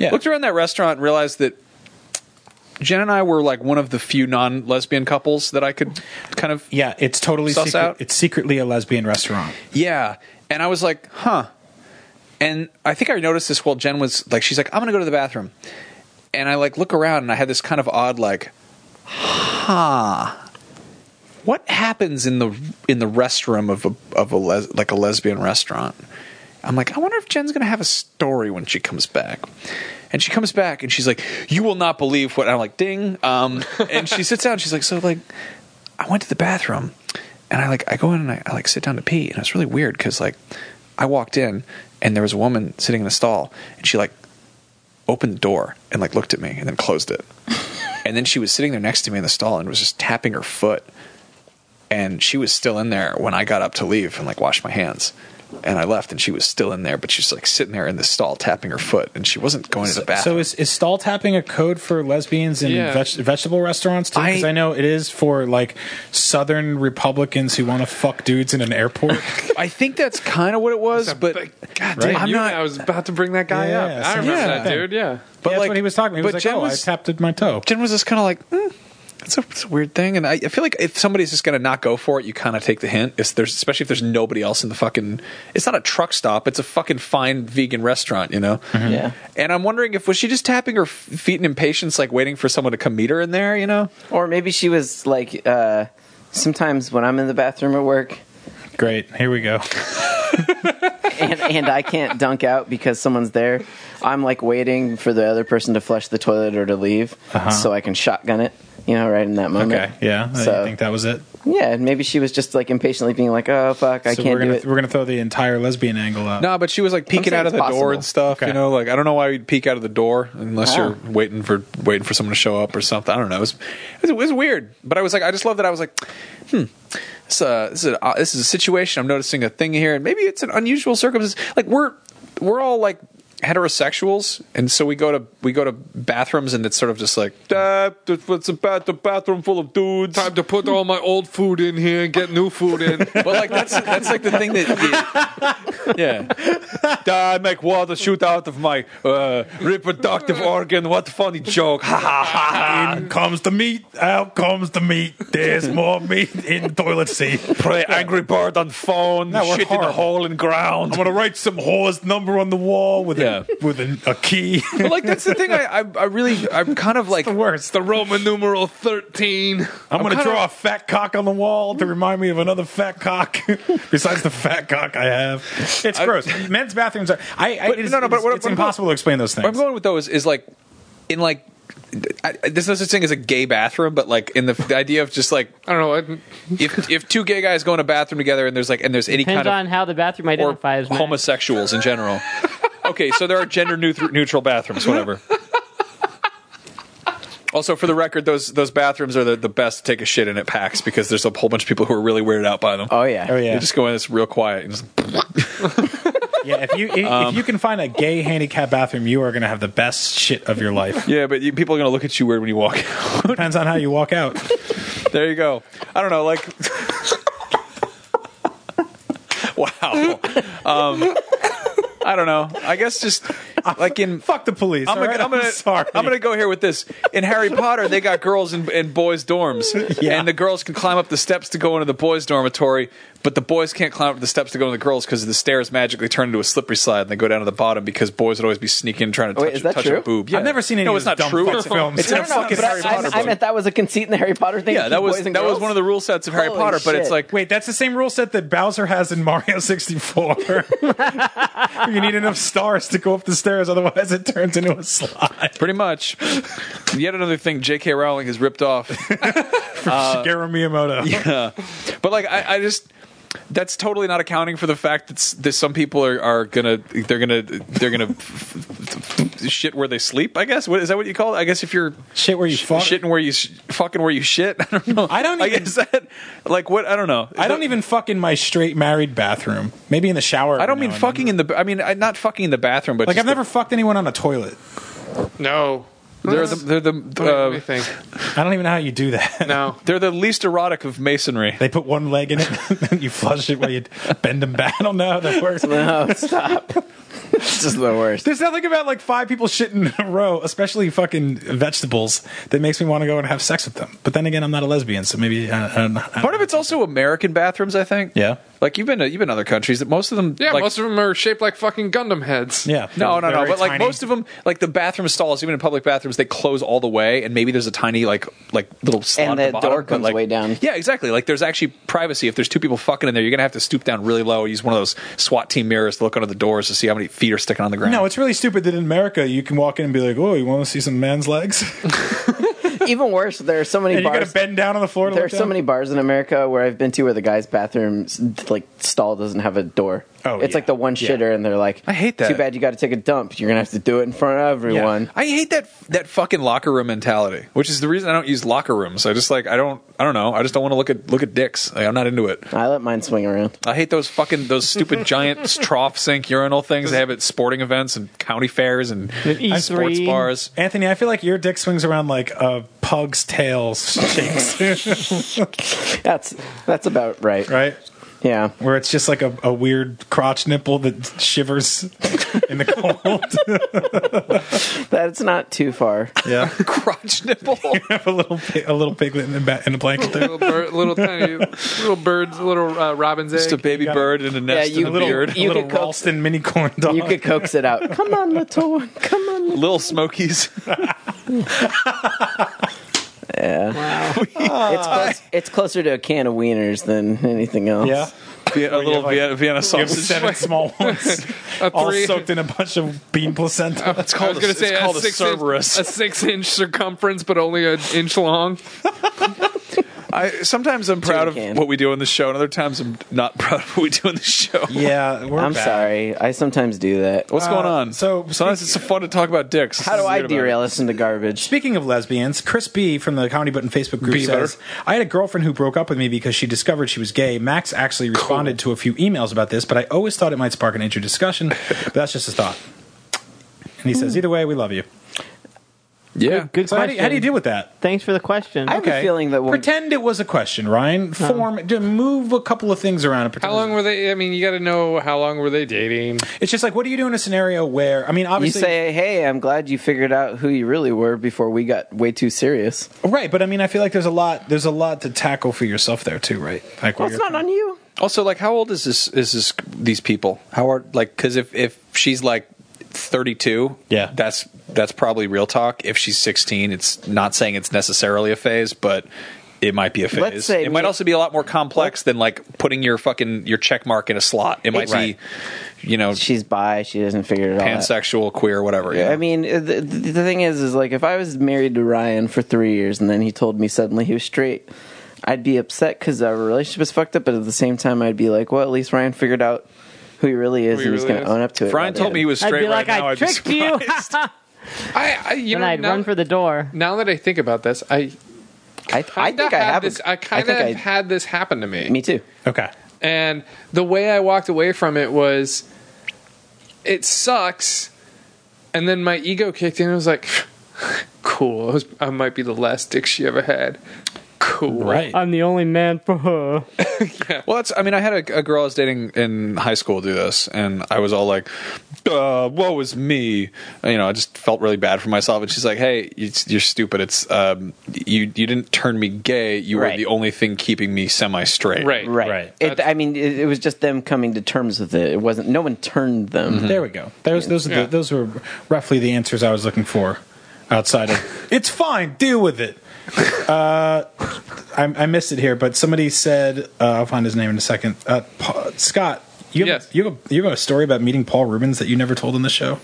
[SPEAKER 7] Yeah.
[SPEAKER 1] Looked around that restaurant and realized that. Jen and I were like one of the few non-lesbian couples that I could kind of
[SPEAKER 7] Yeah, it's totally
[SPEAKER 1] Suss
[SPEAKER 7] secret.
[SPEAKER 1] out?
[SPEAKER 7] It's secretly a lesbian restaurant.
[SPEAKER 1] Yeah. And I was like, huh. And I think I noticed this while Jen was like, she's like, I'm going to go to the bathroom. And I like look around and I had this kind of odd, like, huh. What happens in the in the restroom of a of a les- like a lesbian restaurant? I'm like, I wonder if Jen's gonna have a story when she comes back. And she comes back and she's like, "You will not believe what." I'm like, "Ding!" Um, and she sits down. She's like, "So like, I went to the bathroom and I like I go in and I, I like sit down to pee and it's really weird because like I walked in and there was a woman sitting in a stall and she like opened the door and like looked at me and then closed it and then she was sitting there next to me in the stall and was just tapping her foot and she was still in there when I got up to leave and like washed my hands And I left, and she was still in there, but she's like sitting there in the stall tapping her foot, and she wasn't going to the bathroom.
[SPEAKER 7] So is, is stall tapping a code for lesbians in
[SPEAKER 4] Yeah.
[SPEAKER 7] veg- vegetable restaurants too? Because I,
[SPEAKER 1] I-
[SPEAKER 7] know it is for like Southern Republicans who want to fuck dudes in an airport.
[SPEAKER 1] I think that's kind of what it was, but God damn,
[SPEAKER 7] Right?
[SPEAKER 1] I'm
[SPEAKER 4] You-
[SPEAKER 1] not.
[SPEAKER 4] I was about to bring that guy
[SPEAKER 7] Yeah,
[SPEAKER 4] up. I
[SPEAKER 7] same
[SPEAKER 1] thing.
[SPEAKER 4] remember that dude. Yeah.
[SPEAKER 7] but
[SPEAKER 1] but
[SPEAKER 7] that's
[SPEAKER 1] like
[SPEAKER 7] what he was talking. He was
[SPEAKER 1] but
[SPEAKER 7] like,
[SPEAKER 1] Jen
[SPEAKER 7] "Oh,
[SPEAKER 1] was-
[SPEAKER 7] I tapped my toe."
[SPEAKER 1] Jen was just kind of like, "Hmm, it's a, it's a weird thing. And I, I feel like if somebody's just going to not go for it, you kind of take the hint. If there's, especially if there's nobody else in the fucking, it's not a truck stop. It's a fucking fine vegan restaurant, you know?
[SPEAKER 6] Yeah.
[SPEAKER 1] And I'm wondering if was she just tapping her f- feet in impatience, like waiting for someone to come meet her in there, you know?
[SPEAKER 6] Or maybe she was like, uh, sometimes when I'm in the bathroom at work
[SPEAKER 7] Great. Here we go.
[SPEAKER 6] and, and I can't dunk out because someone's there, I'm like waiting for the other person to flush the toilet or to leave so I can shotgun it, you know, right in that moment.
[SPEAKER 7] Okay. <laughs> Yeah. I
[SPEAKER 6] So-
[SPEAKER 7] think that was it.
[SPEAKER 6] Yeah, and maybe she was just like impatiently being like, oh, fuck, I
[SPEAKER 7] so
[SPEAKER 6] can't
[SPEAKER 7] we're gonna
[SPEAKER 6] do it.
[SPEAKER 7] we're gonna throw the entire lesbian angle out.
[SPEAKER 1] No, but she was like peeking
[SPEAKER 6] saying
[SPEAKER 1] out of the
[SPEAKER 6] it's
[SPEAKER 1] door
[SPEAKER 6] possible.
[SPEAKER 1] and stuff.
[SPEAKER 7] Okay.
[SPEAKER 1] You know, like I don't know why you'd peek out of the door unless
[SPEAKER 6] Ah.
[SPEAKER 1] you're waiting for waiting for someone to show up or something. I don't know. It was, it was, it was weird, but I was like, I just love that. I was like, hmm. This, uh, this, is a, this is a situation. I'm noticing a thing here, and maybe it's an unusual circumstance. Like we're we're all like heterosexuals, and so we go to we go to bathrooms, and it's sort of just like "Ah, it's about the bathroom full of dudes.
[SPEAKER 4] Time to put all my old food in here and get new food in.
[SPEAKER 1] <laughs> But like that's that's like the thing that yeah. I make water shoot out of my uh, reproductive organ. What funny joke! Ha ha ha!
[SPEAKER 7] In comes the meat. Out comes the meat. There's more meat in the toilet seat.
[SPEAKER 1] Pray angry bird on phone.
[SPEAKER 7] No, we're
[SPEAKER 1] shit in a
[SPEAKER 7] horrible.
[SPEAKER 1] hole in ground.
[SPEAKER 7] I'm gonna write some whore's number on the wall with
[SPEAKER 1] Yeah.
[SPEAKER 7] a, with a,
[SPEAKER 1] <laughs>
[SPEAKER 7] a key.
[SPEAKER 1] <laughs> But like that's the thing. I I, I really I'm kind of like
[SPEAKER 7] Worst.
[SPEAKER 4] the Roman numeral 13.
[SPEAKER 7] I'm, gonna
[SPEAKER 1] kinda-
[SPEAKER 7] draw a fat cock on the wall to remind me of another fat cock. <laughs> Besides the fat cock I have, it's gross. Men's bathrooms are. I, I
[SPEAKER 1] But
[SPEAKER 7] it's,
[SPEAKER 1] no, no, but
[SPEAKER 7] it's,
[SPEAKER 1] what-
[SPEAKER 7] it's
[SPEAKER 1] what I'm
[SPEAKER 7] impossible to explain those things.
[SPEAKER 1] Where I'm going with those is like in like I, I- there's no such thing as a gay bathroom, but like in the, the idea of just like
[SPEAKER 4] I don't know. I,
[SPEAKER 1] if if two gay guys go in a bathroom together and there's like and there's any
[SPEAKER 5] Depends
[SPEAKER 1] kind of
[SPEAKER 5] on how the bathroom
[SPEAKER 1] or
[SPEAKER 5] identifies. Matt.
[SPEAKER 1] homosexuals in general. okay, so there are gender neut- neutral bathrooms, whatever. Also, for the record, those those bathrooms are the, the best to take a shit in at PAX because there's a whole bunch of people who are really weirded out by them.
[SPEAKER 6] Oh, yeah.
[SPEAKER 7] Oh yeah,
[SPEAKER 1] They just go in this real quiet. And just,
[SPEAKER 7] yeah. If you if,
[SPEAKER 1] Um,
[SPEAKER 7] if you can find a gay handicap bathroom, you are gonna have the best shit of your
[SPEAKER 1] <laughs>
[SPEAKER 7] life.
[SPEAKER 1] yeah, but you, people are gonna look at you weird when you walk.
[SPEAKER 7] Depends on how you walk out.
[SPEAKER 1] there you go. I don't know, like. <laughs> wow. Um, I don't know. I guess just like in
[SPEAKER 7] Fuck the police.
[SPEAKER 1] I'm,
[SPEAKER 7] all
[SPEAKER 1] gonna,
[SPEAKER 7] right?
[SPEAKER 1] I'm, gonna,
[SPEAKER 7] I'm sorry.
[SPEAKER 1] I'm gonna go here with this. In Harry Potter, they got girls in, in boys' dorms,
[SPEAKER 6] <laughs>
[SPEAKER 7] Yeah.
[SPEAKER 1] and the girls can climb up the steps to go into the boys' dormitory, but the boys can't climb up the steps to go into the girls because the stairs magically turn into a slippery slide and they go down to the bottom because boys would always be sneaking trying to
[SPEAKER 6] Wait,
[SPEAKER 1] touch,
[SPEAKER 6] is that
[SPEAKER 1] touch a
[SPEAKER 6] true?
[SPEAKER 1] boob. Yeah.
[SPEAKER 7] I've never seen any
[SPEAKER 1] No,
[SPEAKER 7] of
[SPEAKER 1] it's not
[SPEAKER 7] those dumb
[SPEAKER 1] true.
[SPEAKER 7] fucking films.
[SPEAKER 1] It's in a
[SPEAKER 7] I don't know,
[SPEAKER 1] fucking
[SPEAKER 6] But I,
[SPEAKER 1] Harry Potter
[SPEAKER 6] I, I
[SPEAKER 1] book.
[SPEAKER 6] meant that was a conceit in the Harry Potter thing.
[SPEAKER 1] Yeah,
[SPEAKER 6] to
[SPEAKER 1] that
[SPEAKER 6] keep
[SPEAKER 1] was
[SPEAKER 6] boys
[SPEAKER 1] that
[SPEAKER 6] and
[SPEAKER 1] was
[SPEAKER 6] girls?
[SPEAKER 1] one of the rule sets of Harry
[SPEAKER 6] Holy
[SPEAKER 1] Potter, but it's
[SPEAKER 6] <laughs> shit.
[SPEAKER 1] like
[SPEAKER 7] Wait, that's the same rule set that Bowser has in Mario <laughs> 64. you need enough stars to go up the stairs, otherwise it turns into a slide.
[SPEAKER 1] pretty much. <laughs> Yet another thing J.K. Rowling has ripped
[SPEAKER 6] <laughs>
[SPEAKER 1] off.
[SPEAKER 7] Shigeru Miyamoto.
[SPEAKER 1] But like, I, I just that's totally not accounting for the fact that, s- that some people are, are gonna they're gonna they're gonna f- f- shit where they sleep. I guess what is that what you call it? I guess if you're
[SPEAKER 7] <laughs> Shit where you fuck.
[SPEAKER 1] shitting where you sh- fucking where you shit. <laughs> I don't know.
[SPEAKER 7] I don't
[SPEAKER 1] Like,
[SPEAKER 7] even-
[SPEAKER 1] is that like what? I don't know.
[SPEAKER 7] I don't even fuck in my straight married bathroom. Maybe in the shower.
[SPEAKER 1] I don't
[SPEAKER 7] every
[SPEAKER 1] mean
[SPEAKER 7] now and
[SPEAKER 1] fucking
[SPEAKER 7] then.
[SPEAKER 1] in the. I mean, I- not fucking in the bathroom, but
[SPEAKER 7] Like
[SPEAKER 1] just
[SPEAKER 7] I've never fucked anyone on a toilet.
[SPEAKER 4] no.
[SPEAKER 1] The, they're the they're the
[SPEAKER 4] Wait, let me
[SPEAKER 1] uh,
[SPEAKER 4] think.
[SPEAKER 7] I don't even know how you do that. <laughs>
[SPEAKER 4] No.
[SPEAKER 1] they're the least erotic of masonry.
[SPEAKER 7] They put one leg in it, <laughs> and you flush it while you bend them back. I don't know how that works.
[SPEAKER 6] No,
[SPEAKER 1] <laughs>
[SPEAKER 6] stop. it's just the worst.
[SPEAKER 7] There's nothing about like five people shitting in a row, especially fucking vegetables, that makes me want to go and have sex with them. But then again, I'm not a lesbian, so maybe uh, I, I don't know.
[SPEAKER 1] Part of it's also American bathrooms, I think.
[SPEAKER 7] Yeah.
[SPEAKER 1] like you've been to, you've been to other countries that most of them.
[SPEAKER 4] Yeah,
[SPEAKER 1] like,
[SPEAKER 4] most of them are shaped like fucking Gundam heads. <laughs>
[SPEAKER 7] Yeah.
[SPEAKER 1] No, no,
[SPEAKER 7] They're
[SPEAKER 1] no.
[SPEAKER 7] very
[SPEAKER 1] But like
[SPEAKER 7] tiny.
[SPEAKER 1] most of them, like the bathroom stalls, even in public bathrooms, they close all the way, and maybe there's a tiny like like little slot
[SPEAKER 6] And
[SPEAKER 1] at
[SPEAKER 6] the
[SPEAKER 1] bottom,
[SPEAKER 6] door
[SPEAKER 1] but,
[SPEAKER 6] comes
[SPEAKER 1] like-
[SPEAKER 6] way down.
[SPEAKER 1] Yeah, exactly. Like there's actually privacy. If there's two people fucking in there, you're gonna have to stoop down really low, use one of those SWAT team mirrors to look under the doors to see how many feet are sticking on the ground.
[SPEAKER 7] No, it's really stupid that in America you can walk in and be like, "Oh, you want to see some man's legs?"
[SPEAKER 6] Even worse, there are so many
[SPEAKER 7] and <laughs> you got
[SPEAKER 6] bars.
[SPEAKER 7] to bend down on the floor. To
[SPEAKER 6] There are
[SPEAKER 7] look
[SPEAKER 6] so
[SPEAKER 7] down.
[SPEAKER 6] many bars in America where I've been to where the guy's bathroom like stall doesn't have a door.
[SPEAKER 7] Oh,
[SPEAKER 6] it's
[SPEAKER 7] yeah.
[SPEAKER 6] like the one
[SPEAKER 7] Yeah.
[SPEAKER 6] shitter, and they're like,
[SPEAKER 1] I hate that.
[SPEAKER 6] Too bad you got to take a dump. You're gonna have to do it in front of everyone.
[SPEAKER 1] I hate that that fucking locker room mentality, which is the reason I don't use locker rooms. I just like I don't I don't know. I just don't want to look at look at dicks. Like, I'm not into it.
[SPEAKER 6] I let mine swing around.
[SPEAKER 1] I hate those fucking those stupid giant trough sink urinal things they have at sporting events and county fairs and
[SPEAKER 7] E
[SPEAKER 5] E3.
[SPEAKER 1] sports bars.
[SPEAKER 7] Anthony, I feel like your dick swings around like a pug's tail <laughs> shakes,
[SPEAKER 6] That's that's about right.
[SPEAKER 7] right?
[SPEAKER 6] Yeah.
[SPEAKER 7] Where it's just like a, a weird crotch nipple that shivers in the cold.
[SPEAKER 6] That's not too far.
[SPEAKER 7] <laughs> yeah,
[SPEAKER 1] Crotch nipple.
[SPEAKER 7] <laughs> have a little pi- a little piglet in the ba- in a blanket
[SPEAKER 4] <laughs>
[SPEAKER 7] there.
[SPEAKER 4] Little bird, little tiny, little birds, little uh, robin's egg.
[SPEAKER 1] just a baby
[SPEAKER 7] You got-
[SPEAKER 1] bird in a nest
[SPEAKER 6] you-
[SPEAKER 1] and a
[SPEAKER 7] little,
[SPEAKER 1] beard.
[SPEAKER 6] You
[SPEAKER 7] a little
[SPEAKER 6] could coax-
[SPEAKER 7] Ralston mini corn dog.
[SPEAKER 6] You could coax
[SPEAKER 1] <laughs>
[SPEAKER 6] it out. Come on, little one. Come on. Little.
[SPEAKER 1] Little
[SPEAKER 7] <laughs>
[SPEAKER 1] Smokies.
[SPEAKER 6] It's
[SPEAKER 1] Oh.
[SPEAKER 6] close, it's closer to a can of wieners than anything else.
[SPEAKER 7] yeah,
[SPEAKER 1] a little
[SPEAKER 7] like-
[SPEAKER 1] Vienna, Vienna
[SPEAKER 7] you have
[SPEAKER 1] sausage.
[SPEAKER 7] seven small ones,
[SPEAKER 4] a
[SPEAKER 7] all
[SPEAKER 4] three-
[SPEAKER 7] soaked in <laughs> a bunch of bean placenta.
[SPEAKER 1] It's
[SPEAKER 4] I
[SPEAKER 1] called
[SPEAKER 4] was
[SPEAKER 1] a,
[SPEAKER 4] gonna
[SPEAKER 1] it's
[SPEAKER 4] say a
[SPEAKER 1] called a
[SPEAKER 4] six,
[SPEAKER 1] Cerberus.
[SPEAKER 4] inch, a six inch circumference, but only an inch long.
[SPEAKER 1] I sometimes I'm proud of
[SPEAKER 6] can.
[SPEAKER 1] what we do on the show, and other times I'm not proud of what we do on the show.
[SPEAKER 7] <laughs> Yeah, we're
[SPEAKER 6] I'm
[SPEAKER 7] bad.
[SPEAKER 6] sorry. I sometimes do that.
[SPEAKER 1] What's
[SPEAKER 7] Uh,
[SPEAKER 1] going on?
[SPEAKER 7] so-
[SPEAKER 1] sometimes it's fun to talk about dicks.
[SPEAKER 6] How do I
[SPEAKER 1] This is weird
[SPEAKER 6] derail us into garbage?
[SPEAKER 7] Speaking of lesbians, Chris B from the Comedy Button Facebook group
[SPEAKER 1] Beaver.
[SPEAKER 7] says, "I had a girlfriend who broke up with me because she discovered she was gay. Max actually responded to a few emails about this, but I always thought it might spark an intro <laughs> discussion. but that's just a thought." And he says, "Either way, we love you."
[SPEAKER 1] about it. Yeah.
[SPEAKER 5] Good
[SPEAKER 7] So how do, you, how do you
[SPEAKER 5] question.
[SPEAKER 7] deal with that?
[SPEAKER 5] Thanks for the question.
[SPEAKER 6] I have a feeling that when,
[SPEAKER 7] pretend it was a question, Ryan. Form, do- move a couple of things around. and pretend
[SPEAKER 4] How long
[SPEAKER 7] it was-
[SPEAKER 4] were they? I mean, you got to know how long were they dating?
[SPEAKER 7] It's just like, what do you do in a scenario where? I mean,
[SPEAKER 6] you
[SPEAKER 7] obviously,
[SPEAKER 6] say, "Hey, I'm glad you figured out who you really were before we got way too serious."
[SPEAKER 7] right, but I mean, I feel like there's a lot, there's a lot to tackle for yourself there too, right? Like, where
[SPEAKER 6] That's
[SPEAKER 7] you're-
[SPEAKER 6] not on you.
[SPEAKER 1] Also, like, how old is this? Is this these people? How are like? Because if if she's like thirty two,
[SPEAKER 7] Yeah.
[SPEAKER 1] that's that's probably real talk. If she's sixteen, it's not saying it's necessarily a phase, but it might be a phase.
[SPEAKER 6] Let's say
[SPEAKER 1] it might
[SPEAKER 6] me-
[SPEAKER 1] also be a lot more complex than like putting your fucking your check mark in a slot. It might
[SPEAKER 6] Right.
[SPEAKER 1] be, you know,
[SPEAKER 6] She's bi. She doesn't figure it all out.
[SPEAKER 1] pansexual, queer, whatever. you know?
[SPEAKER 6] I mean, the, the the thing is, is like if I was married to Ryan for three years and then he told me suddenly he was straight, I'd be upset because our relationship is fucked up. But at the same time, I'd be like, well, at least Ryan figured out who he really is
[SPEAKER 4] Who he
[SPEAKER 6] and he's
[SPEAKER 4] really
[SPEAKER 6] going to
[SPEAKER 4] is.
[SPEAKER 6] own up to it.
[SPEAKER 1] if Ryan
[SPEAKER 6] rather
[SPEAKER 1] told me he
[SPEAKER 6] than-
[SPEAKER 1] was
[SPEAKER 5] I'd
[SPEAKER 1] straight
[SPEAKER 5] be like,
[SPEAKER 1] right now.
[SPEAKER 5] I
[SPEAKER 1] I'd be
[SPEAKER 5] tricked you,
[SPEAKER 1] surprised.
[SPEAKER 4] I, I you
[SPEAKER 5] <laughs> and
[SPEAKER 4] know,
[SPEAKER 5] I'd
[SPEAKER 4] now,
[SPEAKER 5] run for the door.
[SPEAKER 4] now that I think about this, I
[SPEAKER 6] I, I
[SPEAKER 4] kinda
[SPEAKER 6] think I
[SPEAKER 4] had
[SPEAKER 6] have.
[SPEAKER 4] this.
[SPEAKER 6] a-
[SPEAKER 4] I kind of
[SPEAKER 6] think I-
[SPEAKER 4] had this happen to me.
[SPEAKER 6] Me too.
[SPEAKER 7] Okay,
[SPEAKER 4] and the way I walked away from it was, it sucks. And then my ego kicked in. and I was like, <laughs> cool. I, was, I might be the last dick she ever had. Cool.
[SPEAKER 7] right.
[SPEAKER 5] I'm the only man for her.
[SPEAKER 1] Well, that's, I mean, I had a, a girl I was dating in high school do this, and I was all like, uh, woe is me. You know, I just felt really bad for myself. And she's like, hey, you, you're stupid. It's, um, you, you didn't turn me gay. You were
[SPEAKER 6] Right.
[SPEAKER 1] the only thing keeping me semi straight.
[SPEAKER 4] Right.
[SPEAKER 6] Right.
[SPEAKER 7] Right.
[SPEAKER 6] It, I mean, it, it was just them coming to terms with it. It wasn't. No one turned them.
[SPEAKER 7] There we go. Those those are
[SPEAKER 4] Yeah.
[SPEAKER 7] the, those were roughly the answers I was looking for. Outside of it's fine, deal with it. Uh, I, I missed it here, but somebody said uh, I'll find his name in a second. Uh, Pa Scott, you have,
[SPEAKER 4] Yes.
[SPEAKER 7] you have a, you have a story about meeting Paul Rubens that you never told on the show.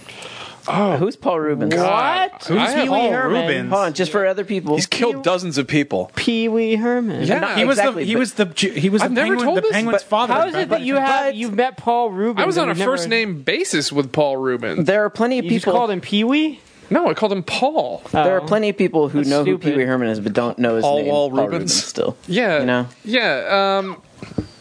[SPEAKER 6] Oh. Who's Paul Rubens?
[SPEAKER 5] What?
[SPEAKER 4] I
[SPEAKER 5] Pee
[SPEAKER 4] have
[SPEAKER 5] Wee
[SPEAKER 7] Paul
[SPEAKER 5] Herman.
[SPEAKER 7] Rubens.
[SPEAKER 6] Hold on, just for other people.
[SPEAKER 1] He's <laughs> killed dozens of people.
[SPEAKER 5] Pee Wee Herman.
[SPEAKER 4] Yeah.
[SPEAKER 7] he was
[SPEAKER 6] exactly,
[SPEAKER 7] the he
[SPEAKER 6] but-
[SPEAKER 7] was the Ju- he was
[SPEAKER 4] I've
[SPEAKER 7] the
[SPEAKER 4] never
[SPEAKER 7] penguin,
[SPEAKER 4] told
[SPEAKER 7] the
[SPEAKER 4] this,
[SPEAKER 7] penguin's
[SPEAKER 6] but
[SPEAKER 7] father.
[SPEAKER 5] How is it
[SPEAKER 7] But-
[SPEAKER 5] that you have
[SPEAKER 6] But-
[SPEAKER 5] you met Paul Rubens?
[SPEAKER 4] I was on a
[SPEAKER 5] and you never-
[SPEAKER 4] first name basis with Paul Rubin.
[SPEAKER 6] There are plenty of
[SPEAKER 5] You just
[SPEAKER 6] people.
[SPEAKER 5] called him Pee Wee.
[SPEAKER 4] No, I called him Paul.
[SPEAKER 6] There are plenty of people who
[SPEAKER 5] That's
[SPEAKER 6] know who
[SPEAKER 5] stupid.
[SPEAKER 6] Pee Wee Herman is, but don't know his
[SPEAKER 1] Paul
[SPEAKER 6] name.
[SPEAKER 1] Wall
[SPEAKER 6] Paul
[SPEAKER 1] Rubens?
[SPEAKER 6] still.
[SPEAKER 4] Yeah.
[SPEAKER 6] You know?
[SPEAKER 4] Yeah. Um, <sighs>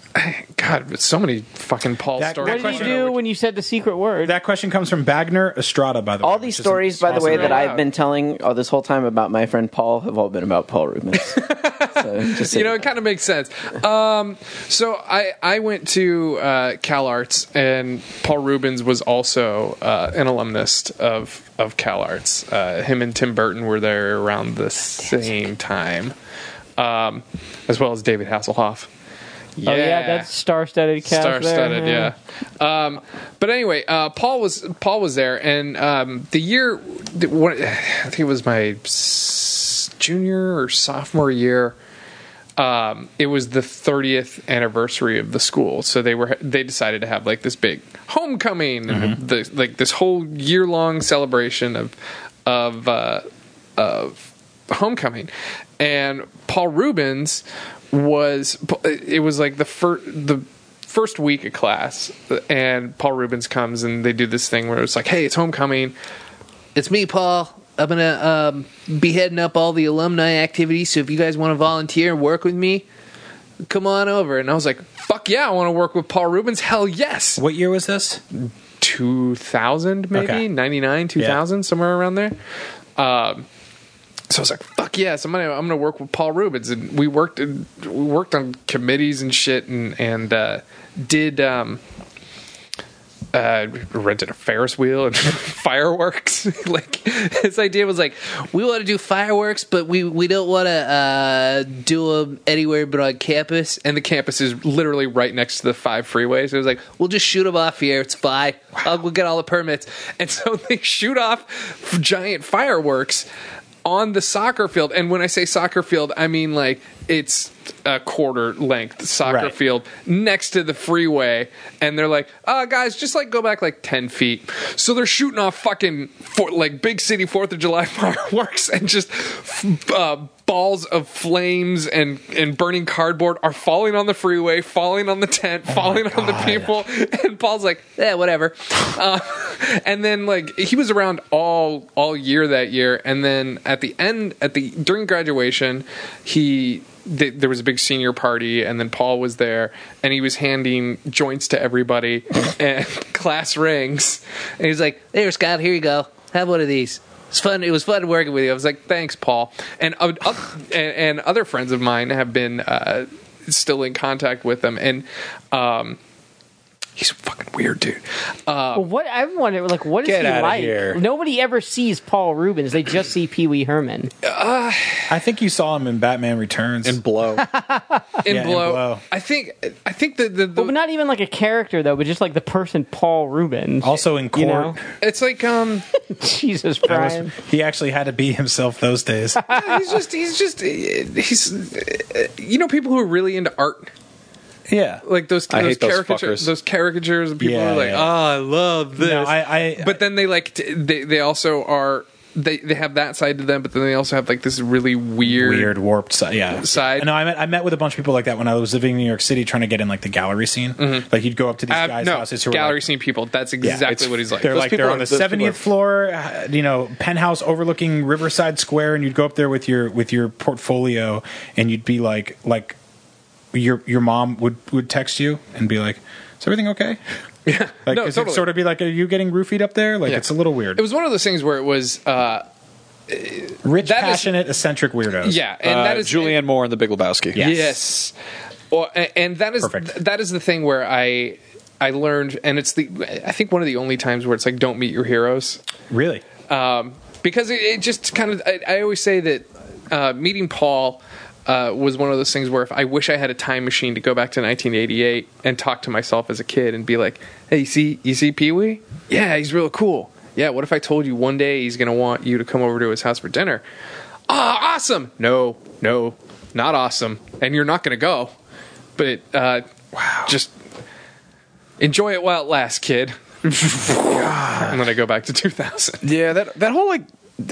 [SPEAKER 4] God, but so many fucking Paul
[SPEAKER 7] That-
[SPEAKER 4] stories.
[SPEAKER 7] that
[SPEAKER 5] What did you
[SPEAKER 7] question-
[SPEAKER 5] do when you said the secret word?
[SPEAKER 7] that question comes from Bagner Estrada, by the way.
[SPEAKER 6] All these
[SPEAKER 7] which is
[SPEAKER 6] stories, by the
[SPEAKER 7] awesome.
[SPEAKER 6] way, that
[SPEAKER 4] really
[SPEAKER 6] I've
[SPEAKER 4] loud.
[SPEAKER 6] been telling oh, this whole time about my friend Paul have all been about Paul Rubens. so, just so
[SPEAKER 4] you know, it kind of makes sense. Um, so I I went to uh, Cal Arts, and Paul Rubens was also uh, an alumnus of of Cal Arts. Uh, him and Tim Burton were there around the same time, um, as well as David Hasselhoff. Yeah,
[SPEAKER 5] Oh yeah, that's star-studded cast. there,
[SPEAKER 4] star-studded. Yeah. Um, but anyway, uh, Paul was Paul was there, and um, the year the, what, I think it was my s- junior or sophomore year. Um, it was the 30th anniversary of the school, so they were they decided to have like this big homecoming, and the, like this whole year long celebration of of uh, of homecoming, and Paul Rubens was it was like the first the first week of class, and Paul Rubens comes and they do this thing where it's like, "Hey, it's homecoming. It's me, Paul. I'm gonna um, be heading up all the alumni activities. So if you guys want to volunteer and work with me, come on over." And I was like, "Fuck yeah, I want to work with Paul Rubens. Hell yes."
[SPEAKER 7] What year was this?
[SPEAKER 4] 2000 maybe
[SPEAKER 7] Okay.
[SPEAKER 4] 99 2000 somewhere around there um, so i was like fuck yes i'm gonna i'm gonna work with paul rubens and we worked in, we worked on committees and shit and and uh did um uh, rented a Ferris wheel and <laughs> fireworks. <laughs> like his idea was like, we want to do fireworks, but we we don't want to uh, do them anywhere but on campus. And the campus is literally right next to the five freeways. So it was like, we'll just shoot them off here. It's fine. I'll, we'll get all the permits. And so <laughs> they shoot off giant fireworks on the soccer field. And when I say soccer field, I mean like it's a quarter length soccer
[SPEAKER 7] Right.
[SPEAKER 4] field next to the freeway. And they're like, uh, guys, just like go back like 10 feet. So they're shooting off fucking for, like big city 4th of July <laughs> fireworks and just uh, balls of flames and, and burning cardboard are falling on the freeway, falling on the tent, falling on the people. <laughs> And Paul's like, yeah, whatever. Uh, <laughs> and then like he was around all all year that year. And then at the end, at the during graduation, he th- there was a big senior party, and then Paul was there, and he was handing joints to everybody <laughs> and class rings. And he's like, "There, Scott, here you go. Have one of these." It's fun. It was fun working with you. I was like, "Thanks, Paul." And uh, up, and, and other friends of mine have been uh, still in contact with them, and um, he's a fucking weird
[SPEAKER 7] <laughs>
[SPEAKER 4] dude.
[SPEAKER 5] Well, Oh, what I wonder, like, what is
[SPEAKER 7] Get
[SPEAKER 5] he
[SPEAKER 7] outta
[SPEAKER 5] like?
[SPEAKER 7] here.
[SPEAKER 5] Nobody ever sees Paul Rubens; they just see Pee Wee Herman.
[SPEAKER 7] I think you saw him in Batman
[SPEAKER 1] <laughs>
[SPEAKER 7] Returns.
[SPEAKER 1] and blow.
[SPEAKER 4] And
[SPEAKER 7] Yeah, and
[SPEAKER 4] blow,
[SPEAKER 7] Blow.
[SPEAKER 4] I think, I think that the, the
[SPEAKER 5] But not even like a character though, but just like the person Paul Rubens.
[SPEAKER 7] also in court.
[SPEAKER 5] you know,
[SPEAKER 4] it's like um.
[SPEAKER 5] <laughs> Jesus
[SPEAKER 7] That was-
[SPEAKER 5] Brian.
[SPEAKER 7] he actually had to be <laughs> himself
[SPEAKER 5] <laughs>
[SPEAKER 7] those days.
[SPEAKER 4] he's just he's just he's you know people who are really into art
[SPEAKER 7] yeah.
[SPEAKER 4] like those
[SPEAKER 1] I
[SPEAKER 4] those
[SPEAKER 1] hate those
[SPEAKER 4] caricatures
[SPEAKER 1] fuckers.
[SPEAKER 4] those, caricatures and people
[SPEAKER 7] Yeah,
[SPEAKER 4] are like
[SPEAKER 7] yeah.
[SPEAKER 4] oh I love this
[SPEAKER 7] No, I- I-
[SPEAKER 4] but then they like t- they they also are they they have that side to them but then they also have like this really weird,
[SPEAKER 7] Weird, warped side. Yeah.
[SPEAKER 4] Side.
[SPEAKER 7] No, I met, I met with a bunch of people like that when I was living in New York City trying to get in like the gallery scene. Like you'd go up to these
[SPEAKER 4] Uh,
[SPEAKER 7] guys'
[SPEAKER 4] no
[SPEAKER 7] houses who were
[SPEAKER 4] gallery
[SPEAKER 7] like,
[SPEAKER 4] scene people that's
[SPEAKER 7] Yeah,
[SPEAKER 4] exactly
[SPEAKER 7] it's-
[SPEAKER 4] what he's like
[SPEAKER 7] They're
[SPEAKER 1] Those
[SPEAKER 7] like
[SPEAKER 1] people
[SPEAKER 7] they're
[SPEAKER 1] are-
[SPEAKER 7] on the
[SPEAKER 1] those people are-
[SPEAKER 7] seventieth floor, uh, you know, penthouse overlooking Riverside Square, and you'd go up there with your with your portfolio, and you'd be like like your your mom would would text you and be like, "Is everything okay?" Yeah, like
[SPEAKER 4] No,
[SPEAKER 7] is
[SPEAKER 4] totally.
[SPEAKER 7] it sort of be like, "Are you getting roofied up there?" Like
[SPEAKER 4] Yeah.
[SPEAKER 7] it's a little weird.
[SPEAKER 4] it was one of those things where it was uh
[SPEAKER 7] Rich,
[SPEAKER 4] that is-
[SPEAKER 7] passionate, eccentric weirdos.
[SPEAKER 4] yeah and that is
[SPEAKER 1] Uh, Julianne Moore and the Big Lebowski.
[SPEAKER 7] Yeah.
[SPEAKER 4] Yes. Or, a- and that is
[SPEAKER 7] Perfect.
[SPEAKER 4] th- that is the thing where I I learned, and it's the I think one of the only times where it's like don't meet your heroes
[SPEAKER 7] really.
[SPEAKER 4] um, because it, it just kind of I, I always say that uh, meeting Paul. Uh, was one of those things where if I wish I had a time machine to go back to 1988 and talk to myself as a kid and be like, "Hey, you see, you see Pee Wee? Yeah, he's real cool. Yeah, what if I told you one day he's gonna want you to come over to his house for dinner? Ah, awesome! No, no, not awesome, and you're not gonna go. But uh, wow, just enjoy it while it lasts, kid. <laughs> I'm gonna go back to 2000.
[SPEAKER 1] Yeah, that that whole like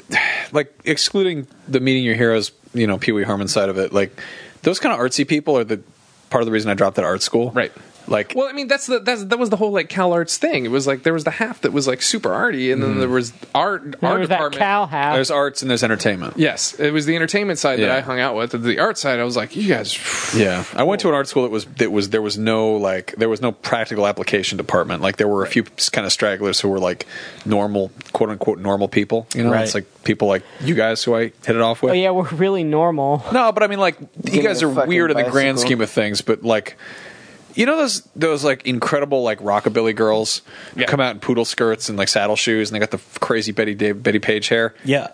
[SPEAKER 1] <sighs> like excluding the meeting your heroes, you know, Pee Wee Herman side of it, like those kind of artsy people are the part of the reason I dropped that art school.
[SPEAKER 4] Right.
[SPEAKER 1] Like
[SPEAKER 4] Well, I mean, that's the that's that was the whole like Cal Arts thing. It was like there was the half that was like super arty, and then there was art
[SPEAKER 5] There
[SPEAKER 4] art
[SPEAKER 5] was that
[SPEAKER 4] department.
[SPEAKER 5] cow half.
[SPEAKER 1] there's arts and there's entertainment.
[SPEAKER 4] yes, it was the entertainment side that
[SPEAKER 1] Yeah.
[SPEAKER 4] I hung out with. The art side, I was like, you guys.
[SPEAKER 1] Yeah, I went to an art school that was that was there was no like there was no practical application department. Like there were a few kind of stragglers who were like normal quote unquote normal people. You know,
[SPEAKER 7] Right.
[SPEAKER 1] it's like people like you guys who I hit it off with.
[SPEAKER 5] oh yeah, we're really normal. <laughs>
[SPEAKER 1] No, but I mean, like you
[SPEAKER 6] Getting
[SPEAKER 1] guys
[SPEAKER 6] a
[SPEAKER 1] are
[SPEAKER 6] fucking
[SPEAKER 1] weird in the grand
[SPEAKER 6] bicycle.
[SPEAKER 1] scheme of things, but like. You know those those like incredible like rockabilly girls who
[SPEAKER 4] Yeah.
[SPEAKER 1] come out in poodle skirts and like saddle shoes and they got the f- crazy Betty Dave, Betty Page hair.
[SPEAKER 7] Yeah,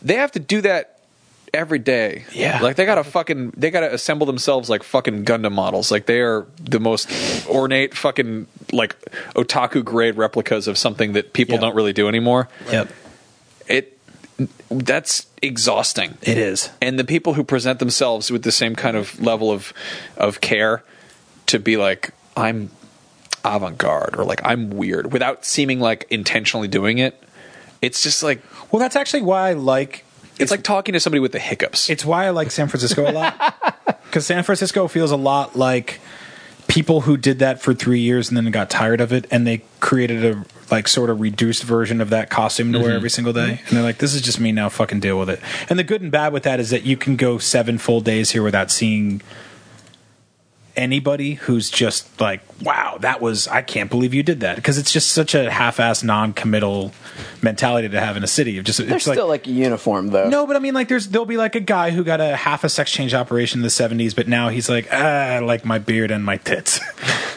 [SPEAKER 1] They have to do that every day.
[SPEAKER 7] Yeah.
[SPEAKER 1] like they gotta fucking they gotta assemble themselves like fucking Gundam models. Like they are the most ornate fucking like otaku grade replicas of something that people
[SPEAKER 7] Yeah.
[SPEAKER 1] don't really do anymore.
[SPEAKER 7] yep,
[SPEAKER 1] It that's exhausting
[SPEAKER 7] it is.
[SPEAKER 1] and the people who present themselves with the same kind of level of of care to be like I'm avant-garde or like I'm weird without seeming like intentionally doing it it's just like
[SPEAKER 7] Well, that's actually why I like
[SPEAKER 1] it's, like talking to somebody with the hiccups
[SPEAKER 7] It's why I like San Francisco a lot because San Francisco feels a lot like people who did that for three years and then got tired of it, and they created a like sort of reduced version of that costume to wear every single day. And they're like, "This is just me now. Fucking deal with it." And the good and bad with that is that you can go seven full days here without seeing anybody who's just like, wow, that was, I can't believe you did that. Because it's just such a half ass, non committal mentality to have in a city. Of just,
[SPEAKER 6] They're
[SPEAKER 7] it's
[SPEAKER 6] still
[SPEAKER 7] like,
[SPEAKER 6] like a uniform though.
[SPEAKER 7] no, but I mean, like, there's, there'll be like a guy who got a half a sex change operation in the 70s, but now he's like, ah, I like my beard and my tits,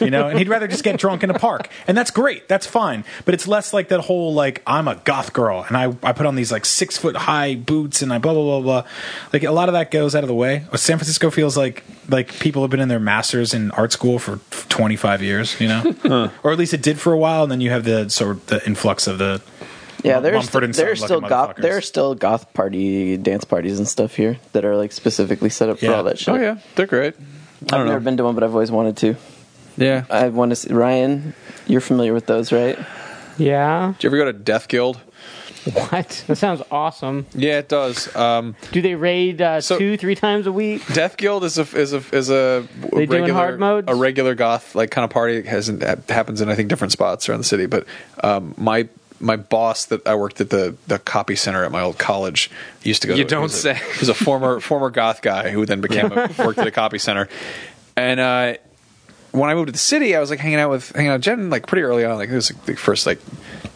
[SPEAKER 7] <laughs> you know, and he'd rather just get drunk in a park. And that's great. That's fine. But it's less like that whole, like, I'm a goth girl and I, I put on these like six foot high boots and I blah, blah, blah, blah. Like, a lot of that goes out of the way. San Francisco feels like, like people have been in their masters in art school for 25 years, you know, or at least it did for a while. And then you have the sort of the influx of the,
[SPEAKER 6] Yeah, there's
[SPEAKER 7] Mumford
[SPEAKER 6] st-
[SPEAKER 7] and
[SPEAKER 6] there's
[SPEAKER 7] Son
[SPEAKER 6] still
[SPEAKER 7] looking
[SPEAKER 6] goth
[SPEAKER 7] motherfuckers.
[SPEAKER 6] there are still goth party dance parties and stuff here that are like specifically set up
[SPEAKER 7] Yeah.
[SPEAKER 6] for all that shit.
[SPEAKER 1] Oh yeah, they're great.
[SPEAKER 6] I've never been to one, but I've always wanted to.
[SPEAKER 1] Yeah. Did
[SPEAKER 6] I want to see Ryan. You're familiar with those, right?
[SPEAKER 5] Yeah.
[SPEAKER 1] you ever go to Death Guild?
[SPEAKER 5] What? That sounds awesome.
[SPEAKER 1] Yeah, it does. Um,
[SPEAKER 5] Do they raid uh,
[SPEAKER 1] So-
[SPEAKER 5] two, three times a week?
[SPEAKER 1] Death Guild is a is a is a
[SPEAKER 5] They doing hard modes?
[SPEAKER 1] a regular goth like kind of party that hasn't that happens in I think different spots around the city. But um, my my boss that I worked at the the copy center at my old college used to go.
[SPEAKER 4] You
[SPEAKER 1] to,
[SPEAKER 4] don't
[SPEAKER 1] he was
[SPEAKER 4] say.
[SPEAKER 1] A, he was a former former goth guy who then became a, worked at a copy center, and. uh when I moved to the city, I was like hanging out with hanging out with Jen like pretty early on. Like it was like, the first like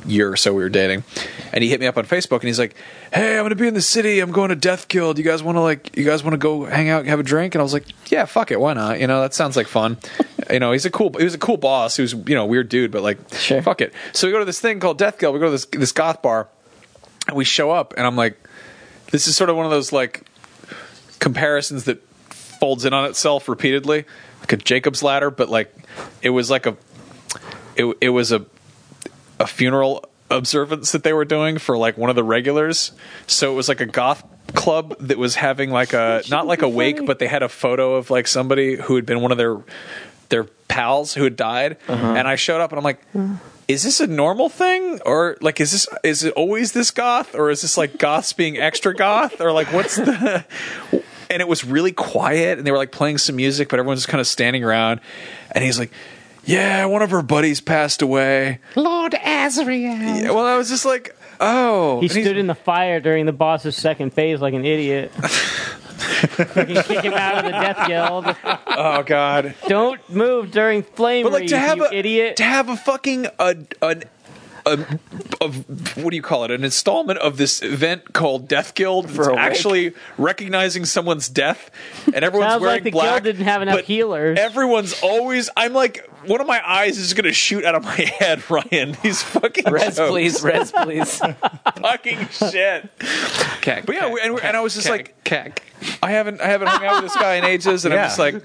[SPEAKER 1] year or so we were dating, and he hit me up on Facebook and he's like, "Hey, I'm gonna be in the city. I'm going to Death Guild. You guys want to like you guys want to go hang out, and have a drink?" And I was like, "Yeah, fuck it, why not? You know that sounds like fun." you know he's a cool he was a cool boss who's you know a weird dude, but like
[SPEAKER 6] Sure.
[SPEAKER 1] fuck it. So we go to this thing called Death Guild. We go to this this goth bar, and we show up, and I'm like, this is sort of one of those like comparisons that folds in on itself repeatedly, like a Jacob's ladder, but like it was like a it it was a a funeral observance that they were doing for like one of the regulars. So it was like a goth club that was having like a not like a wake, but they had a photo of like somebody who had been one of their their pals who had died. And I showed up and I'm like is this a normal thing or like is this is it always this goth or is this like goths being extra goth or like what's the and it was really quiet and they were like playing some music but everyone's just kind of standing around and he's like yeah one of our buddies passed away
[SPEAKER 5] Lord Azrael.
[SPEAKER 1] Yeah, well i was just like oh
[SPEAKER 5] He
[SPEAKER 1] And he's-
[SPEAKER 5] stood in the fire during the boss's second phase like an
[SPEAKER 1] <laughs>
[SPEAKER 5] idiot. Fucking kick him out of the
[SPEAKER 1] <laughs>
[SPEAKER 5] death guild.
[SPEAKER 1] oh god
[SPEAKER 5] Don't move during flame
[SPEAKER 1] but like
[SPEAKER 5] rage,
[SPEAKER 1] to have
[SPEAKER 5] you
[SPEAKER 1] a
[SPEAKER 5] idiot.
[SPEAKER 1] to have a fucking a, an a, of what do you call it an installment of this event called Death Guild that's
[SPEAKER 6] a wake.
[SPEAKER 1] actually recognizing someone's death and everyone's
[SPEAKER 5] Sounds
[SPEAKER 1] wearing
[SPEAKER 5] like the
[SPEAKER 1] black
[SPEAKER 5] guild didn't have enough
[SPEAKER 1] but
[SPEAKER 5] healers.
[SPEAKER 1] everyone's always I'm like one of my eyes is gonna shoot out of my <laughs> head Ryan these fucking
[SPEAKER 6] Res,
[SPEAKER 1] jokes.
[SPEAKER 6] please, res, please.
[SPEAKER 1] <laughs> fucking shit
[SPEAKER 4] Cack,
[SPEAKER 1] but yeah
[SPEAKER 4] cack,
[SPEAKER 1] we- and, we- and I was just
[SPEAKER 4] cack,
[SPEAKER 1] like
[SPEAKER 4] cack.
[SPEAKER 1] I haven't I haven't hung out with this guy in ages, and I'm
[SPEAKER 7] Yeah.
[SPEAKER 1] just like,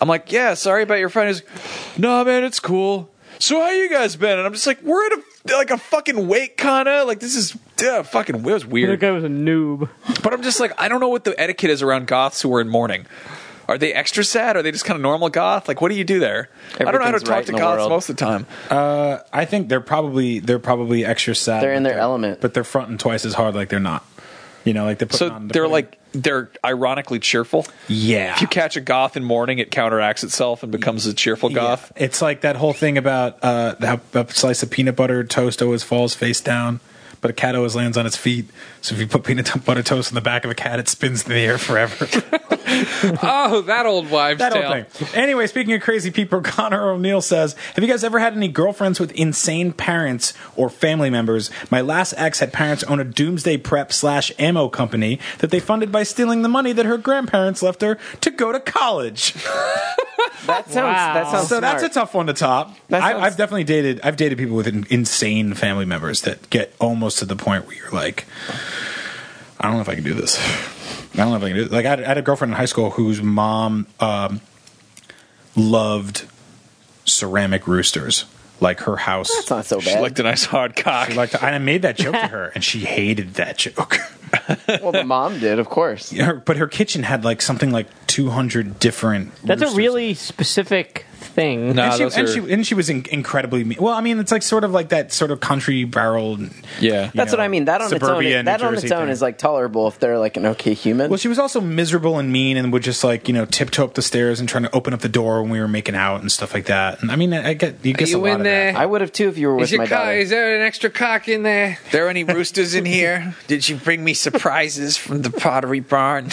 [SPEAKER 1] I'm like, yeah, sorry about your friend. He's, like, no man, it's cool. So how you guys been? And I'm just like, we're at a like a fucking wake kinda. Like this is yeah, fucking it was
[SPEAKER 5] The
[SPEAKER 1] weird.
[SPEAKER 5] guy was a noob.
[SPEAKER 1] But I'm just like, I don't know what the etiquette is around goths who are in mourning. Are they extra sad? Are they just kind of normal goth? Like, what do you do there? I don't know how to
[SPEAKER 6] Everything's
[SPEAKER 1] talk
[SPEAKER 6] right
[SPEAKER 1] to
[SPEAKER 6] in the
[SPEAKER 1] goths
[SPEAKER 6] world.
[SPEAKER 1] most of the time.
[SPEAKER 7] I think they're probably they're probably extra sad.
[SPEAKER 6] They're in
[SPEAKER 7] but
[SPEAKER 6] their element.
[SPEAKER 7] but they're fronting twice as hard like they're not. You know, like they're putting
[SPEAKER 1] So
[SPEAKER 7] on-
[SPEAKER 1] they're like they're ironically cheerful.
[SPEAKER 7] yeah.
[SPEAKER 1] If you catch a goth in mourning, it counteracts itself and becomes a cheerful
[SPEAKER 7] Yeah.
[SPEAKER 1] goth.
[SPEAKER 7] It's like that whole thing about uh, how a slice of peanut butter toast always falls face down, but a cat always lands on its feet. So if you put peanut butter toast on the back of a cat, it spins in the air forever.
[SPEAKER 4] Oh, that old wives'
[SPEAKER 7] that
[SPEAKER 4] tale.
[SPEAKER 7] whole thing. Anyway, speaking of crazy people, <laughs> Connor O'Neill says, "Have you guys ever had any girlfriends with insane parents or family members? My last ex had parents own a doomsday prep slash ammo company that they funded by stealing the money that her grandparents left her to go to college.
[SPEAKER 6] That sounds.
[SPEAKER 5] Wow.
[SPEAKER 6] That sounds.
[SPEAKER 7] so that's a
[SPEAKER 6] smart.
[SPEAKER 7] tough one to top.
[SPEAKER 6] That
[SPEAKER 7] I,
[SPEAKER 6] sounds-
[SPEAKER 7] I've definitely dated. I've dated people with in, insane family members that get almost to the point where you're like, I don't know if I can do this. I don't know if I can do this. Like I had, I had a girlfriend in high school whose mom um, loved ceramic roosters. Like her house,
[SPEAKER 6] That's not so
[SPEAKER 1] She
[SPEAKER 6] bad.
[SPEAKER 1] liked a nice hard cock.
[SPEAKER 7] like the, and I made that
[SPEAKER 6] <laughs>
[SPEAKER 7] joke to her, and she hated that joke. <laughs>
[SPEAKER 6] well, the mom did, of course.
[SPEAKER 7] her, but her kitchen had like something like 200 different.
[SPEAKER 5] That's a
[SPEAKER 7] roosters.
[SPEAKER 5] really specific thing.
[SPEAKER 1] No. Ah,
[SPEAKER 7] and, she,
[SPEAKER 1] those
[SPEAKER 7] and,
[SPEAKER 1] are-
[SPEAKER 7] she, and she was in, incredibly mean. Well, I mean, it's like sort of like that sort of country barrel.
[SPEAKER 1] Yeah.
[SPEAKER 6] That's
[SPEAKER 7] know,
[SPEAKER 6] what I mean. That on its own,
[SPEAKER 7] suburbia,
[SPEAKER 6] is, that
[SPEAKER 7] New
[SPEAKER 6] on
[SPEAKER 7] Jersey
[SPEAKER 6] its own
[SPEAKER 7] thing.
[SPEAKER 6] is like tolerable if they're like an okay human.
[SPEAKER 7] Well, she was also miserable and mean, and would just like you know tiptoe up the stairs and trying to open up the door when we were making out and stuff like that. And I mean, I, I get you guess
[SPEAKER 4] you
[SPEAKER 7] a lot
[SPEAKER 4] in there?
[SPEAKER 7] of that.
[SPEAKER 6] I would have too if you were with
[SPEAKER 4] Is, your
[SPEAKER 6] my
[SPEAKER 4] cock,
[SPEAKER 6] daughter.
[SPEAKER 4] is there an extra cock in there?
[SPEAKER 1] there any roosters in here? Did you bring me surprises from the pottery barn?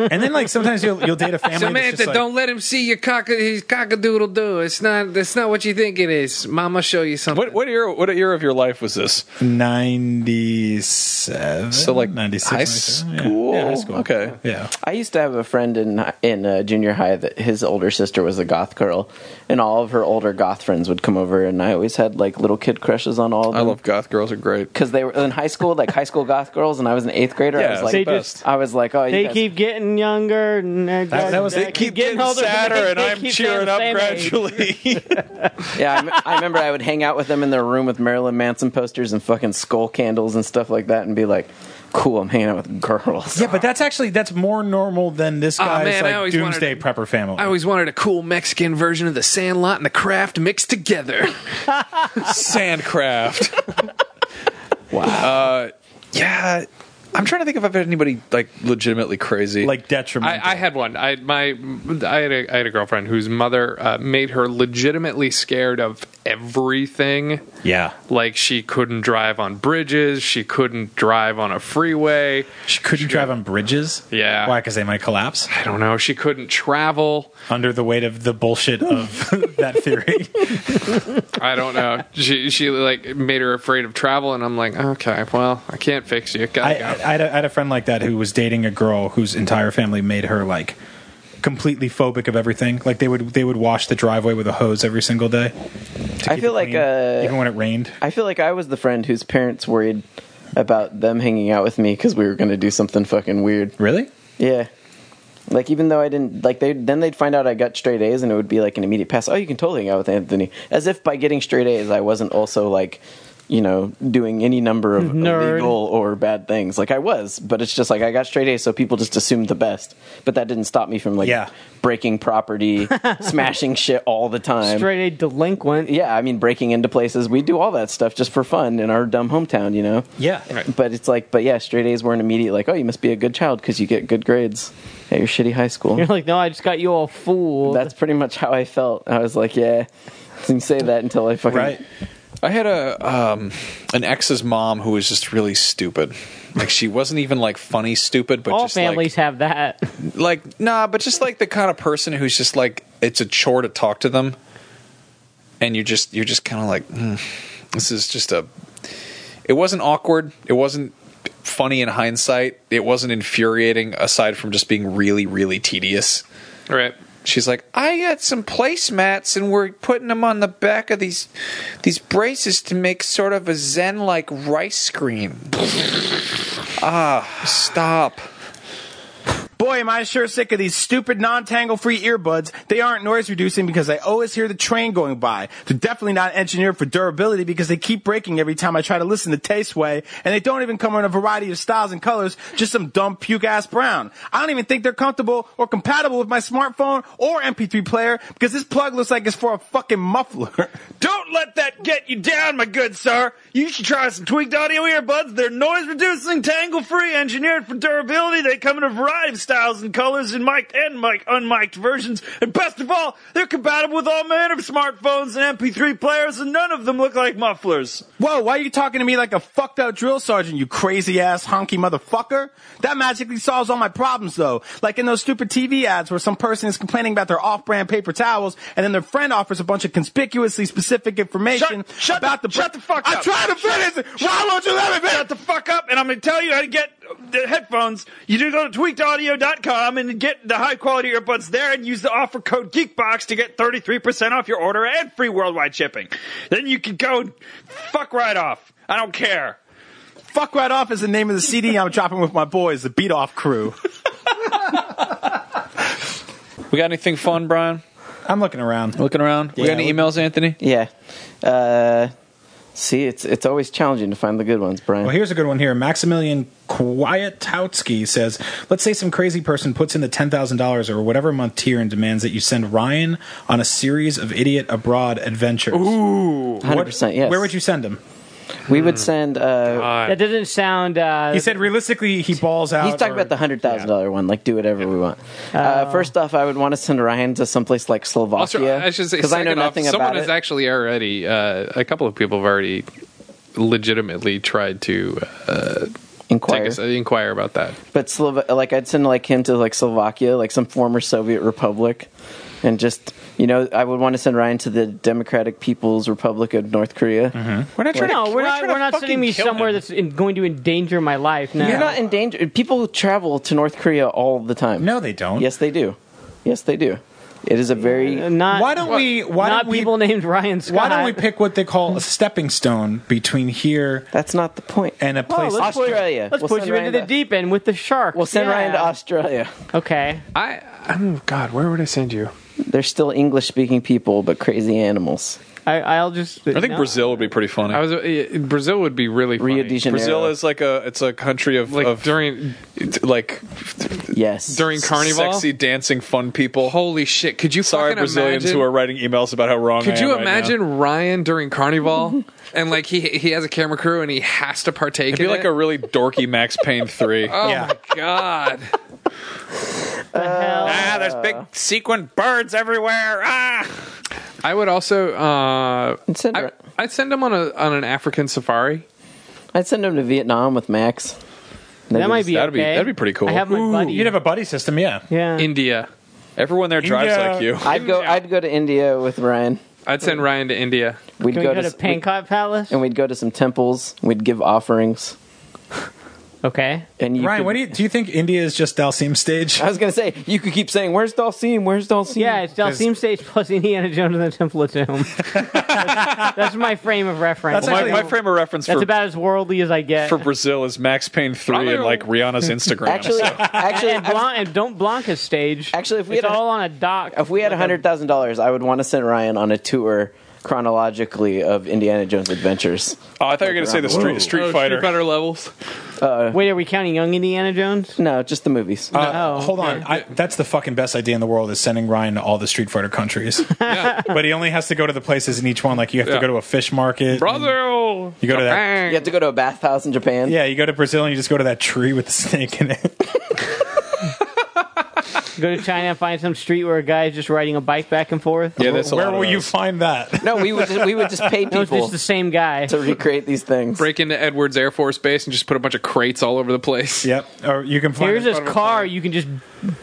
[SPEAKER 7] And then like sometimes you'll
[SPEAKER 4] <laughs>
[SPEAKER 7] you'll date a family. that's
[SPEAKER 4] Samantha,
[SPEAKER 7] just, like,
[SPEAKER 4] don't let him see your cock. His cockadoodle do. It's not. That's not what you think it is. Mama, show you something.
[SPEAKER 1] what what year what year of your life was this?
[SPEAKER 7] 97
[SPEAKER 1] So like
[SPEAKER 7] 96
[SPEAKER 1] high
[SPEAKER 7] 97, yeah.
[SPEAKER 1] school.
[SPEAKER 7] yeah, high school
[SPEAKER 1] Okay.
[SPEAKER 7] yeah
[SPEAKER 6] I used to have a friend in in uh, junior high that his older sister was a goth girl, and all of her older goth friends would come over, and I always had like little kid crushes on all of
[SPEAKER 1] I
[SPEAKER 6] them.
[SPEAKER 1] love goth girls are great.
[SPEAKER 6] because they were in high school, like high school goth girls, and I was an eighth grader.
[SPEAKER 1] Yeah,
[SPEAKER 6] I
[SPEAKER 1] it's
[SPEAKER 6] was
[SPEAKER 5] they
[SPEAKER 6] like,
[SPEAKER 1] the
[SPEAKER 5] just-
[SPEAKER 1] best.
[SPEAKER 6] I was like, oh, you
[SPEAKER 5] They
[SPEAKER 6] guys-
[SPEAKER 5] keep getting younger, and uh, they're-
[SPEAKER 7] That- that was-
[SPEAKER 5] they're-
[SPEAKER 7] They
[SPEAKER 1] keep getting sadder,
[SPEAKER 5] they-
[SPEAKER 1] and
[SPEAKER 5] they
[SPEAKER 1] I'm
[SPEAKER 5] keep
[SPEAKER 1] cheering
[SPEAKER 5] staying
[SPEAKER 1] up
[SPEAKER 5] the same age.
[SPEAKER 1] <laughs> gradually.
[SPEAKER 6] <laughs> Yeah, I, m- I remember I would hang out with them in their room with Marilyn Manson posters and fucking skull candles and stuff like that, and be like, cool, I'm hanging out with girls.
[SPEAKER 7] yeah but that's actually that's more normal than this
[SPEAKER 4] Aw,
[SPEAKER 7] guy's
[SPEAKER 4] Oh, man, I
[SPEAKER 7] like
[SPEAKER 4] always
[SPEAKER 7] doomsday
[SPEAKER 4] wanted-
[SPEAKER 7] prepper family
[SPEAKER 4] I always wanted a cool Mexican version of the Sandlot and the Craft mixed together. <laughs>
[SPEAKER 1] Sandcraft.
[SPEAKER 5] <laughs>
[SPEAKER 1] wow. Uh, yeah. I'm trying to think if I've had anybody like legitimately crazy.
[SPEAKER 7] like detrimental
[SPEAKER 4] I, I had one. I my I had a, I had a girlfriend whose mother uh, made her legitimately scared of everything.
[SPEAKER 7] yeah
[SPEAKER 4] Like she couldn't drive on bridges. She couldn't drive on a freeway.
[SPEAKER 7] she couldn't drive on bridges
[SPEAKER 4] Yeah.
[SPEAKER 7] why because they might collapse
[SPEAKER 4] I don't know. She couldn't travel.
[SPEAKER 7] under the weight of the bullshit of <laughs> that theory
[SPEAKER 4] I don't
[SPEAKER 6] <laughs>
[SPEAKER 4] know. she she like made her afraid of travel, and I'm like, okay, well, I can't fix you. Gotta
[SPEAKER 7] I,
[SPEAKER 4] go.
[SPEAKER 7] I, I, had a, I had a friend like that who was dating a girl whose entire family made her like completely phobic of everything like they would they would wash the driveway with a hose every single day to
[SPEAKER 6] I
[SPEAKER 7] keep
[SPEAKER 6] feel
[SPEAKER 7] it
[SPEAKER 6] like,
[SPEAKER 7] clean,
[SPEAKER 6] uh,
[SPEAKER 7] even when it rained
[SPEAKER 6] I feel like I was the friend whose parents worried about them hanging out with me because we were going to do something fucking weird.
[SPEAKER 7] really
[SPEAKER 6] Yeah. Like even though I didn't like they then they'd find out I got straight A's and it would be like an immediate pass. Oh, you can totally hang out with Anthony, as if by getting straight A's I wasn't also like, you know, doing any number of
[SPEAKER 5] <laughs> Nerd.
[SPEAKER 6] illegal or bad things. Like I was, but it's just like I got straight A's, so people just assumed the best. But that didn't stop me from like
[SPEAKER 7] Yeah.
[SPEAKER 6] breaking property, <laughs> smashing shit all the time.
[SPEAKER 5] Straight A delinquent. <laughs>
[SPEAKER 6] yeah, I mean breaking into places. We do all that stuff just for fun in our dumb hometown, you know.
[SPEAKER 7] yeah
[SPEAKER 6] But it's like, but yeah, straight A's weren't immediate. Like, oh, you must be a good child because you get good grades at your shitty high
[SPEAKER 5] You're
[SPEAKER 6] school.
[SPEAKER 5] like, no, I just got you all fooled.
[SPEAKER 6] <laughs> That's pretty much how I felt. I was like, yeah, <laughs> didn't say that until I fucking
[SPEAKER 7] right
[SPEAKER 1] I had a um, an ex's mom who was just really stupid. Like she wasn't even like funny stupid, but
[SPEAKER 5] all
[SPEAKER 1] just like-
[SPEAKER 5] families
[SPEAKER 1] <laughs>
[SPEAKER 5] have that.
[SPEAKER 1] like, nah, but just like the kind of person who's just like it's a chore to talk to them, and you're just you're just kind of like "Hmm, this is just a. It wasn't awkward. It wasn't funny in hindsight. It wasn't infuriating aside from just being really really tedious.
[SPEAKER 4] right.
[SPEAKER 1] She's like, I got some placemats and we're putting them on the back of these these braces to make sort of a zen like rice cream. <laughs> ah, stop.
[SPEAKER 3] Boy, am I sure sick of these stupid non-tangle free earbuds. They aren't noise reducing because I always hear the train going by. They're definitely not engineered for durability because they keep breaking every time I try to listen to Tasteway, and they don't even come in a variety of styles and colors, just some dumb puke ass brown. I don't even think they're comfortable or compatible with my smartphone or MP3 player because this plug looks like it's for a fucking muffler. <laughs>
[SPEAKER 8] Don't let that get you down, my good sir. You should try some tweaked audio earbuds. They're noise reducing, tangle free, engineered for durability. They come in a variety of styles and colors in mic'd and mic unmic'd versions. And best of all, they're compatible with all manner of smartphones and MP3 players, and none of them look like mufflers.
[SPEAKER 3] Whoa, why are you talking to me like a fucked up drill sergeant, you crazy ass honky motherfucker? That magically solves all my problems though. Like in those stupid TV ads where some person is complaining about their off-brand paper towels and then their friend offers a bunch of conspicuously specific information
[SPEAKER 8] Shut- shut
[SPEAKER 3] about
[SPEAKER 8] the-
[SPEAKER 3] the,
[SPEAKER 8] shut the fuck
[SPEAKER 3] I'm
[SPEAKER 8] up.
[SPEAKER 3] trying to finish! it. Why won't you let me finish?
[SPEAKER 8] Shut the fuck up, and I'm going to tell you how to get the headphones. You do go to tweakedaudio.com and get the high quality earbuds there and use the offer code GeekBox to get 33% off your order and free worldwide shipping. Then you can go and fuck right off. I don't care.
[SPEAKER 3] Fuck right off is the name of the CD I'm dropping with my boys, the Beat Off Crew.
[SPEAKER 1] We got anything fun, Brian?
[SPEAKER 7] i'm looking around
[SPEAKER 1] Looking around. we got
[SPEAKER 6] Yeah,
[SPEAKER 1] any
[SPEAKER 6] we-
[SPEAKER 1] emails, Anthony?
[SPEAKER 6] yeah. Uh, See, it's it's always challenging to find the good ones, Brian.
[SPEAKER 7] Well, here's a good one here. Maximilian Kwiatowski says, "Let's say some crazy person puts in the ten thousand dollars or whatever a month tier and demands that you send Ryan on a series of idiot abroad adventures. Ooh,
[SPEAKER 6] 100%, yes.
[SPEAKER 7] Where would you send him?
[SPEAKER 6] we would send. Uh,
[SPEAKER 5] That doesn't sound. Uh,
[SPEAKER 7] He said realistically, he balls out.
[SPEAKER 6] he's talking
[SPEAKER 7] or-
[SPEAKER 6] about the hundred thousand thousand dollar one. Like, do whatever we want. Uh, first off, I would want to send Ryan to someplace like
[SPEAKER 4] Also,
[SPEAKER 6] Slovakia
[SPEAKER 4] I should say,
[SPEAKER 6] because I know
[SPEAKER 4] second off,
[SPEAKER 6] nothing
[SPEAKER 4] someone
[SPEAKER 6] about
[SPEAKER 4] has
[SPEAKER 6] it.
[SPEAKER 4] actually already. Uh, a couple of people have already legitimately tried to uh, take
[SPEAKER 6] Inquire,
[SPEAKER 4] us, inquire about that.
[SPEAKER 6] but Slova- like I'd send like him to like Slovakia, like some former Soviet republic, and just you know, I would want to send Ryan to the Democratic People's Republic of North Korea.
[SPEAKER 1] We're not trying
[SPEAKER 5] no,
[SPEAKER 1] to.
[SPEAKER 5] we're not.
[SPEAKER 1] trying
[SPEAKER 5] We're
[SPEAKER 1] to
[SPEAKER 5] not
[SPEAKER 1] fucking
[SPEAKER 5] sending me
[SPEAKER 1] kill
[SPEAKER 5] somewhere
[SPEAKER 1] him.
[SPEAKER 5] that's in, going to endanger my life. Now
[SPEAKER 6] You're not in danger. People travel to North Korea all the time.
[SPEAKER 7] No, they don't.
[SPEAKER 6] Yes, they do. Yes, they do. It is a very.
[SPEAKER 5] Uh, Not.
[SPEAKER 7] Why don't we? Why
[SPEAKER 5] not
[SPEAKER 7] don't we?
[SPEAKER 5] people named Ryan Scott.
[SPEAKER 7] why don't we pick what they call a stepping stone between here
[SPEAKER 6] That's not the point.
[SPEAKER 7] and a place?
[SPEAKER 5] Oh, let's put-
[SPEAKER 6] Australia.
[SPEAKER 5] Let's
[SPEAKER 6] We'll
[SPEAKER 5] push
[SPEAKER 6] send
[SPEAKER 5] you into
[SPEAKER 6] Ryan
[SPEAKER 5] the
[SPEAKER 6] to-
[SPEAKER 5] deep end with the shark.
[SPEAKER 6] We'll send
[SPEAKER 5] yeah.
[SPEAKER 6] Ryan to Australia.
[SPEAKER 5] Okay.
[SPEAKER 4] I, oh God, where would I send you?
[SPEAKER 6] They're still English speaking people, but crazy animals.
[SPEAKER 5] I, I'll just.
[SPEAKER 1] I think Brazil would be pretty funny.
[SPEAKER 4] I was uh, Brazil would be really funny.
[SPEAKER 6] Rio de Janeiro.
[SPEAKER 1] Brazil is like a it's a country of
[SPEAKER 4] like
[SPEAKER 1] of
[SPEAKER 4] during
[SPEAKER 1] it's like
[SPEAKER 6] Yes.
[SPEAKER 4] during Carnival.
[SPEAKER 1] sexy dancing fun people.
[SPEAKER 4] Holy shit! Could you
[SPEAKER 1] Sorry,
[SPEAKER 4] fucking
[SPEAKER 1] Brazilians
[SPEAKER 4] imagine,
[SPEAKER 1] who are writing emails about how wrong. I
[SPEAKER 4] Could
[SPEAKER 1] am
[SPEAKER 4] you
[SPEAKER 1] right now.
[SPEAKER 4] imagine Ryan during
[SPEAKER 6] <laughs>
[SPEAKER 4] Carnival and like he he has a camera crew and he has to partake?
[SPEAKER 1] It'd be
[SPEAKER 4] in
[SPEAKER 1] like a
[SPEAKER 4] it?
[SPEAKER 1] really dorky Max Payne three.
[SPEAKER 4] <laughs> oh
[SPEAKER 7] Yeah.
[SPEAKER 4] my god.
[SPEAKER 1] ah, there's big sequin birds everywhere. Ah,
[SPEAKER 4] I would also uh,
[SPEAKER 6] I'd send,
[SPEAKER 4] I,
[SPEAKER 6] <laughs> Ri-
[SPEAKER 4] I'd send him on a on an African safari.
[SPEAKER 6] I'd send him to Vietnam with Max.
[SPEAKER 5] that might be.
[SPEAKER 1] That'd be-
[SPEAKER 5] okay.
[SPEAKER 1] that'd be pretty cool.
[SPEAKER 5] I have my
[SPEAKER 7] Ooh,
[SPEAKER 5] buddy.
[SPEAKER 7] you'd have a buddy system, yeah.
[SPEAKER 5] yeah.
[SPEAKER 4] India.
[SPEAKER 1] everyone there drives
[SPEAKER 7] India.
[SPEAKER 1] like you.
[SPEAKER 6] I'd go. I'd go to India with Ryan.
[SPEAKER 4] I'd send Ryan to India.
[SPEAKER 6] We'd
[SPEAKER 5] Can we go,
[SPEAKER 6] go,
[SPEAKER 5] to,
[SPEAKER 6] s- we'd-
[SPEAKER 5] Pancot Palace?
[SPEAKER 6] and we'd go to some temples. We'd give offerings.
[SPEAKER 5] Okay.
[SPEAKER 6] And you
[SPEAKER 7] Ryan,
[SPEAKER 6] could-
[SPEAKER 7] what do you do? You think India is just Dalsim
[SPEAKER 5] <laughs>
[SPEAKER 7] stage? Uh,
[SPEAKER 6] I was gonna say you could keep saying, "Where's Dalsim? Where's Dalsim?"
[SPEAKER 5] Yeah, it's Dalsim Stage plus Indiana Jones and the Temple of
[SPEAKER 6] <laughs>
[SPEAKER 5] Doom. that's, that's my frame of reference.
[SPEAKER 7] That's
[SPEAKER 5] That's,
[SPEAKER 1] My,
[SPEAKER 7] actually-
[SPEAKER 1] my frame of reference for
[SPEAKER 5] about as worldly as I get.
[SPEAKER 1] for Brazil is Max Payne three
[SPEAKER 4] Probably-
[SPEAKER 1] and like
[SPEAKER 4] <laughs>
[SPEAKER 1] Rihanna's Instagram.
[SPEAKER 6] Actually,
[SPEAKER 1] so.
[SPEAKER 5] <laughs>
[SPEAKER 6] actually,
[SPEAKER 5] and, Blanc, and don't Blanca stage.
[SPEAKER 6] Actually, if we
[SPEAKER 5] it's
[SPEAKER 6] had a-
[SPEAKER 5] all on a dock.
[SPEAKER 6] if we had
[SPEAKER 5] like
[SPEAKER 6] hundred thousand dollars, I would want to send Ryan on a tour chronologically of Indiana Jones adventures.
[SPEAKER 1] oh, I thought you were gonna say the Street,
[SPEAKER 4] Oh,
[SPEAKER 1] street Fighter.
[SPEAKER 4] Fighter levels.
[SPEAKER 5] Wait, are we counting Young Indiana Jones?
[SPEAKER 6] No, just the movies.
[SPEAKER 7] Uh,
[SPEAKER 5] Oh,
[SPEAKER 7] hold on. I, that's the fucking best idea in the world is sending Ryan to all the Street
[SPEAKER 5] <laughs>
[SPEAKER 7] Fighter countries. But he only has to go to the places in each one. Like you have
[SPEAKER 4] Yeah.
[SPEAKER 7] to go to a fish market.
[SPEAKER 4] Brazil.
[SPEAKER 7] You go to that-
[SPEAKER 6] you have to go to a bathhouse in Japan.
[SPEAKER 7] Yeah, you go to Brazil and you just go to that tree with the snake in it.
[SPEAKER 5] Go to China and find some street where a guy's just riding a bike back and forth.
[SPEAKER 1] yeah, that's a
[SPEAKER 7] Where
[SPEAKER 1] lot of
[SPEAKER 7] will you
[SPEAKER 1] those.
[SPEAKER 5] <laughs>
[SPEAKER 7] find that?
[SPEAKER 6] No, we would just, we would just pay
[SPEAKER 5] No, it's
[SPEAKER 6] people
[SPEAKER 5] just the same guy.
[SPEAKER 6] to recreate these things.
[SPEAKER 4] break into Edwards Air Force Base and just put a bunch of crates all over the place.
[SPEAKER 7] yep. Or you can find
[SPEAKER 5] Here's this
[SPEAKER 4] of a
[SPEAKER 5] car.
[SPEAKER 4] car.
[SPEAKER 5] You can just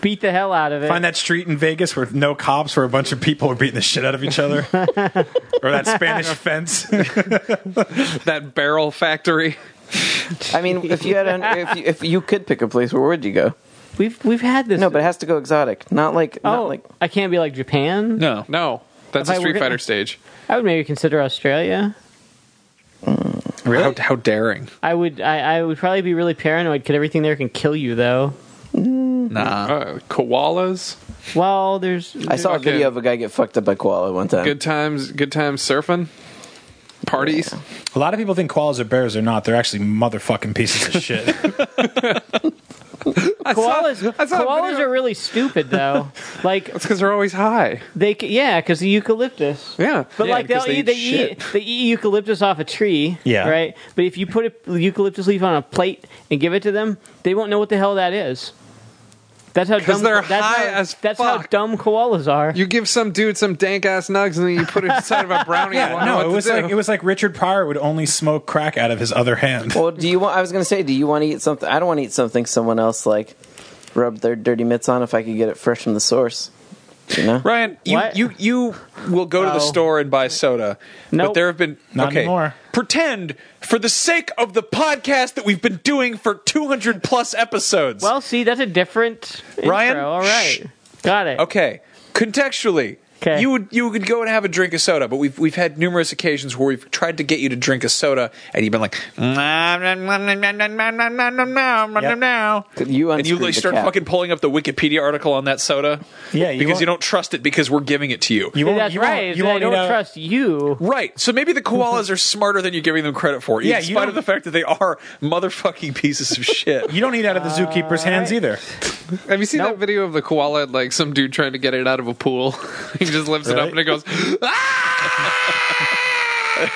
[SPEAKER 5] beat the hell out of it.
[SPEAKER 7] Find that street in Vegas where no cops, where a bunch of people are beating the shit out of each <laughs> other, or that Spanish <laughs> fence.
[SPEAKER 4] That barrel factory.
[SPEAKER 6] I mean, if you had, a, if you, if you could pick a place, where would you go?
[SPEAKER 5] We've we've had this.
[SPEAKER 6] No, but it has to go exotic, not like
[SPEAKER 5] oh,
[SPEAKER 6] not like
[SPEAKER 5] I can't be like Japan.
[SPEAKER 1] No,
[SPEAKER 4] No, that's
[SPEAKER 5] If
[SPEAKER 4] a
[SPEAKER 5] I were
[SPEAKER 4] Street
[SPEAKER 5] gonna-
[SPEAKER 4] Fighter stage.
[SPEAKER 5] I would maybe consider Australia.
[SPEAKER 1] really? How, how daring?
[SPEAKER 5] I would I, I would probably be really paranoid because everything there can kill you though.
[SPEAKER 1] Nah.
[SPEAKER 4] Uh, koalas.
[SPEAKER 5] Well, there's
[SPEAKER 6] I saw a
[SPEAKER 4] Okay.
[SPEAKER 6] video of a guy get fucked up by koala one time.
[SPEAKER 4] Good times. Good times surfing. Parties.
[SPEAKER 7] A lot of people think koalas are bears. They're not. They're actually motherfucking pieces of <laughs> shit.
[SPEAKER 5] koalas.
[SPEAKER 4] I saw a
[SPEAKER 5] koalas
[SPEAKER 4] video-
[SPEAKER 5] are really
[SPEAKER 4] <laughs>
[SPEAKER 5] stupid though. like
[SPEAKER 4] That's because they're always high.
[SPEAKER 5] they c- yeah, because the eucalyptus.
[SPEAKER 4] Yeah.
[SPEAKER 5] But
[SPEAKER 4] Yeah,
[SPEAKER 5] like they'll
[SPEAKER 4] because
[SPEAKER 5] eat, they eat they eat eucalyptus off a tree.
[SPEAKER 7] Yeah.
[SPEAKER 5] Right. But if you put a eucalyptus leaf on a plate and give it to them, they won't know what the hell that is. That's how
[SPEAKER 4] 'Cause
[SPEAKER 5] dumb.
[SPEAKER 4] they're
[SPEAKER 5] that's
[SPEAKER 4] high
[SPEAKER 5] how,
[SPEAKER 4] as
[SPEAKER 5] That's how
[SPEAKER 4] fuck.
[SPEAKER 5] dumb koalas are.
[SPEAKER 4] You give some dude some dank ass nugs and then you put it inside of a brownie. and
[SPEAKER 7] yeah,
[SPEAKER 4] wonder
[SPEAKER 7] no,
[SPEAKER 4] what
[SPEAKER 7] it
[SPEAKER 4] to
[SPEAKER 7] was
[SPEAKER 4] do.
[SPEAKER 7] like it was like Richard Pryor would only smoke crack out of his other hand.
[SPEAKER 6] Well, do you want? I was gonna say, do you want to eat something? I don't want to eat something someone else like rubbed their dirty mitts on if I could get it fresh from the source. You know,
[SPEAKER 1] Ryan, you,
[SPEAKER 5] What?
[SPEAKER 1] you you will go to the store and buy soda. But
[SPEAKER 5] Nope.
[SPEAKER 1] there have been
[SPEAKER 7] Not
[SPEAKER 1] okay.
[SPEAKER 7] anymore.
[SPEAKER 1] Pretend for the sake of the podcast that we've been doing for 200 plus episodes.
[SPEAKER 5] well, see, that's a different
[SPEAKER 1] Ryan,
[SPEAKER 5] Intro. All right.
[SPEAKER 1] shh.
[SPEAKER 5] Got it.
[SPEAKER 1] okay. Contextually,
[SPEAKER 5] Okay.
[SPEAKER 1] You would you would go and have a drink of soda, but we've we've had numerous occasions where we've tried to get you to drink a soda, and you've been like,
[SPEAKER 6] You
[SPEAKER 1] and you
[SPEAKER 6] unscrewed the
[SPEAKER 1] start
[SPEAKER 6] cap.
[SPEAKER 1] fucking pulling up the Wikipedia article on that soda,
[SPEAKER 7] Yeah, you
[SPEAKER 1] because
[SPEAKER 7] want-
[SPEAKER 1] you don't trust it because we're giving it to you.
[SPEAKER 7] You
[SPEAKER 5] See,
[SPEAKER 7] won't-
[SPEAKER 5] that's
[SPEAKER 7] you won't-
[SPEAKER 5] right.
[SPEAKER 7] you
[SPEAKER 5] they
[SPEAKER 7] won't
[SPEAKER 5] don't
[SPEAKER 7] need a-
[SPEAKER 5] trust you.
[SPEAKER 1] Right, so maybe the koalas are smarter than you're giving them credit for,
[SPEAKER 7] Yeah,
[SPEAKER 1] in
[SPEAKER 7] you
[SPEAKER 1] spite
[SPEAKER 7] don't-
[SPEAKER 1] of the fact that they are motherfucking pieces of
[SPEAKER 7] <laughs>
[SPEAKER 1] shit.
[SPEAKER 7] You don't eat out of the zookeeper's hands either.
[SPEAKER 4] Have you seen that video of the koala, like some dude trying to get it out of a pool? <laughs> he just lifts it up
[SPEAKER 7] Right.
[SPEAKER 4] and it goes,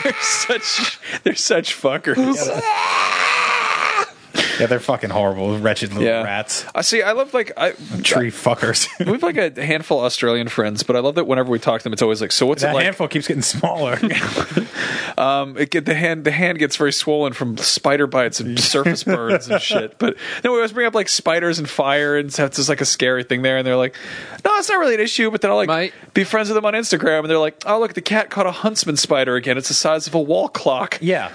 [SPEAKER 1] they're such they're such fuckers.
[SPEAKER 7] <laughs> Yeah, they're fucking horrible, wretched little rats,
[SPEAKER 1] I see. I love like I
[SPEAKER 7] tree <laughs> fuckers.
[SPEAKER 1] We have like a handful of Australian friends, but I love that whenever we talk to them, it's always like, "So what's
[SPEAKER 7] that
[SPEAKER 1] it like?"
[SPEAKER 7] handful keeps getting smaller.
[SPEAKER 1] Um, it get the hand the hand gets very swollen from spider bites
[SPEAKER 7] <laughs>
[SPEAKER 1] and surface burns and shit. But then we always bring up like spiders and fire, and so it's just like a scary thing there. And they're like, "No, it's not really an issue." But then I'll like
[SPEAKER 4] Might.
[SPEAKER 1] be friends with them on Instagram, and they're like, "Oh, look, the cat caught a huntsman spider again. It's the size of a wall clock."
[SPEAKER 7] <laughs> yeah.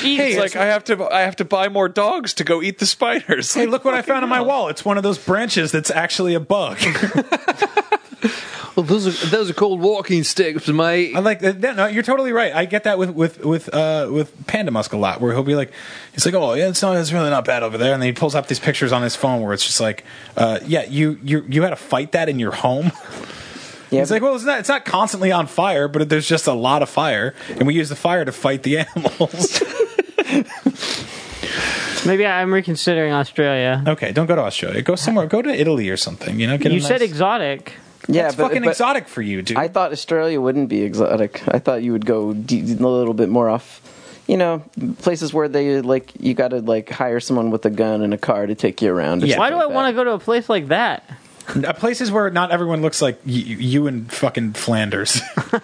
[SPEAKER 1] Hey, it's like I have to I have to buy more dogs to go eat the spiders.
[SPEAKER 7] Hey, look what I found
[SPEAKER 1] <laughs>
[SPEAKER 7] on my wall. It's one of those branches that's actually a bug.
[SPEAKER 4] <laughs>
[SPEAKER 7] <laughs>
[SPEAKER 4] well, those are, those are called walking sticks, mate.
[SPEAKER 7] I like that. No, you're totally right. I get that with with with uh, with Panda Musk a lot, where he'll be like, he's like, oh yeah, it's not, it's really not bad over there, and then he pulls up these pictures on his phone where it's just like, uh, yeah, you you you had to fight that in your home. <laughs>
[SPEAKER 6] Yeah,
[SPEAKER 7] It's like, well, it's not it's not constantly on fire, but there's just a lot of fire, and we use the fire to fight the <laughs> animals.
[SPEAKER 5] Maybe I'm reconsidering Australia.
[SPEAKER 7] okay, don't go to Australia. Go somewhere. Go to Italy or something. You know, get a
[SPEAKER 5] You said
[SPEAKER 7] nice-
[SPEAKER 5] exotic.
[SPEAKER 6] yeah,
[SPEAKER 7] That's
[SPEAKER 6] but,
[SPEAKER 7] fucking
[SPEAKER 6] but
[SPEAKER 7] exotic for you, dude.
[SPEAKER 6] I thought Australia wouldn't be exotic. I thought you would go de- a little bit more off. You know, places where they like you got to like hire someone with a gun and a car to take you around. or
[SPEAKER 7] Yeah.
[SPEAKER 6] something
[SPEAKER 5] Why do I
[SPEAKER 6] like
[SPEAKER 5] want to go to a place like that?
[SPEAKER 7] Uh, Places where not everyone looks like y- you and fucking Flanders. <laughs>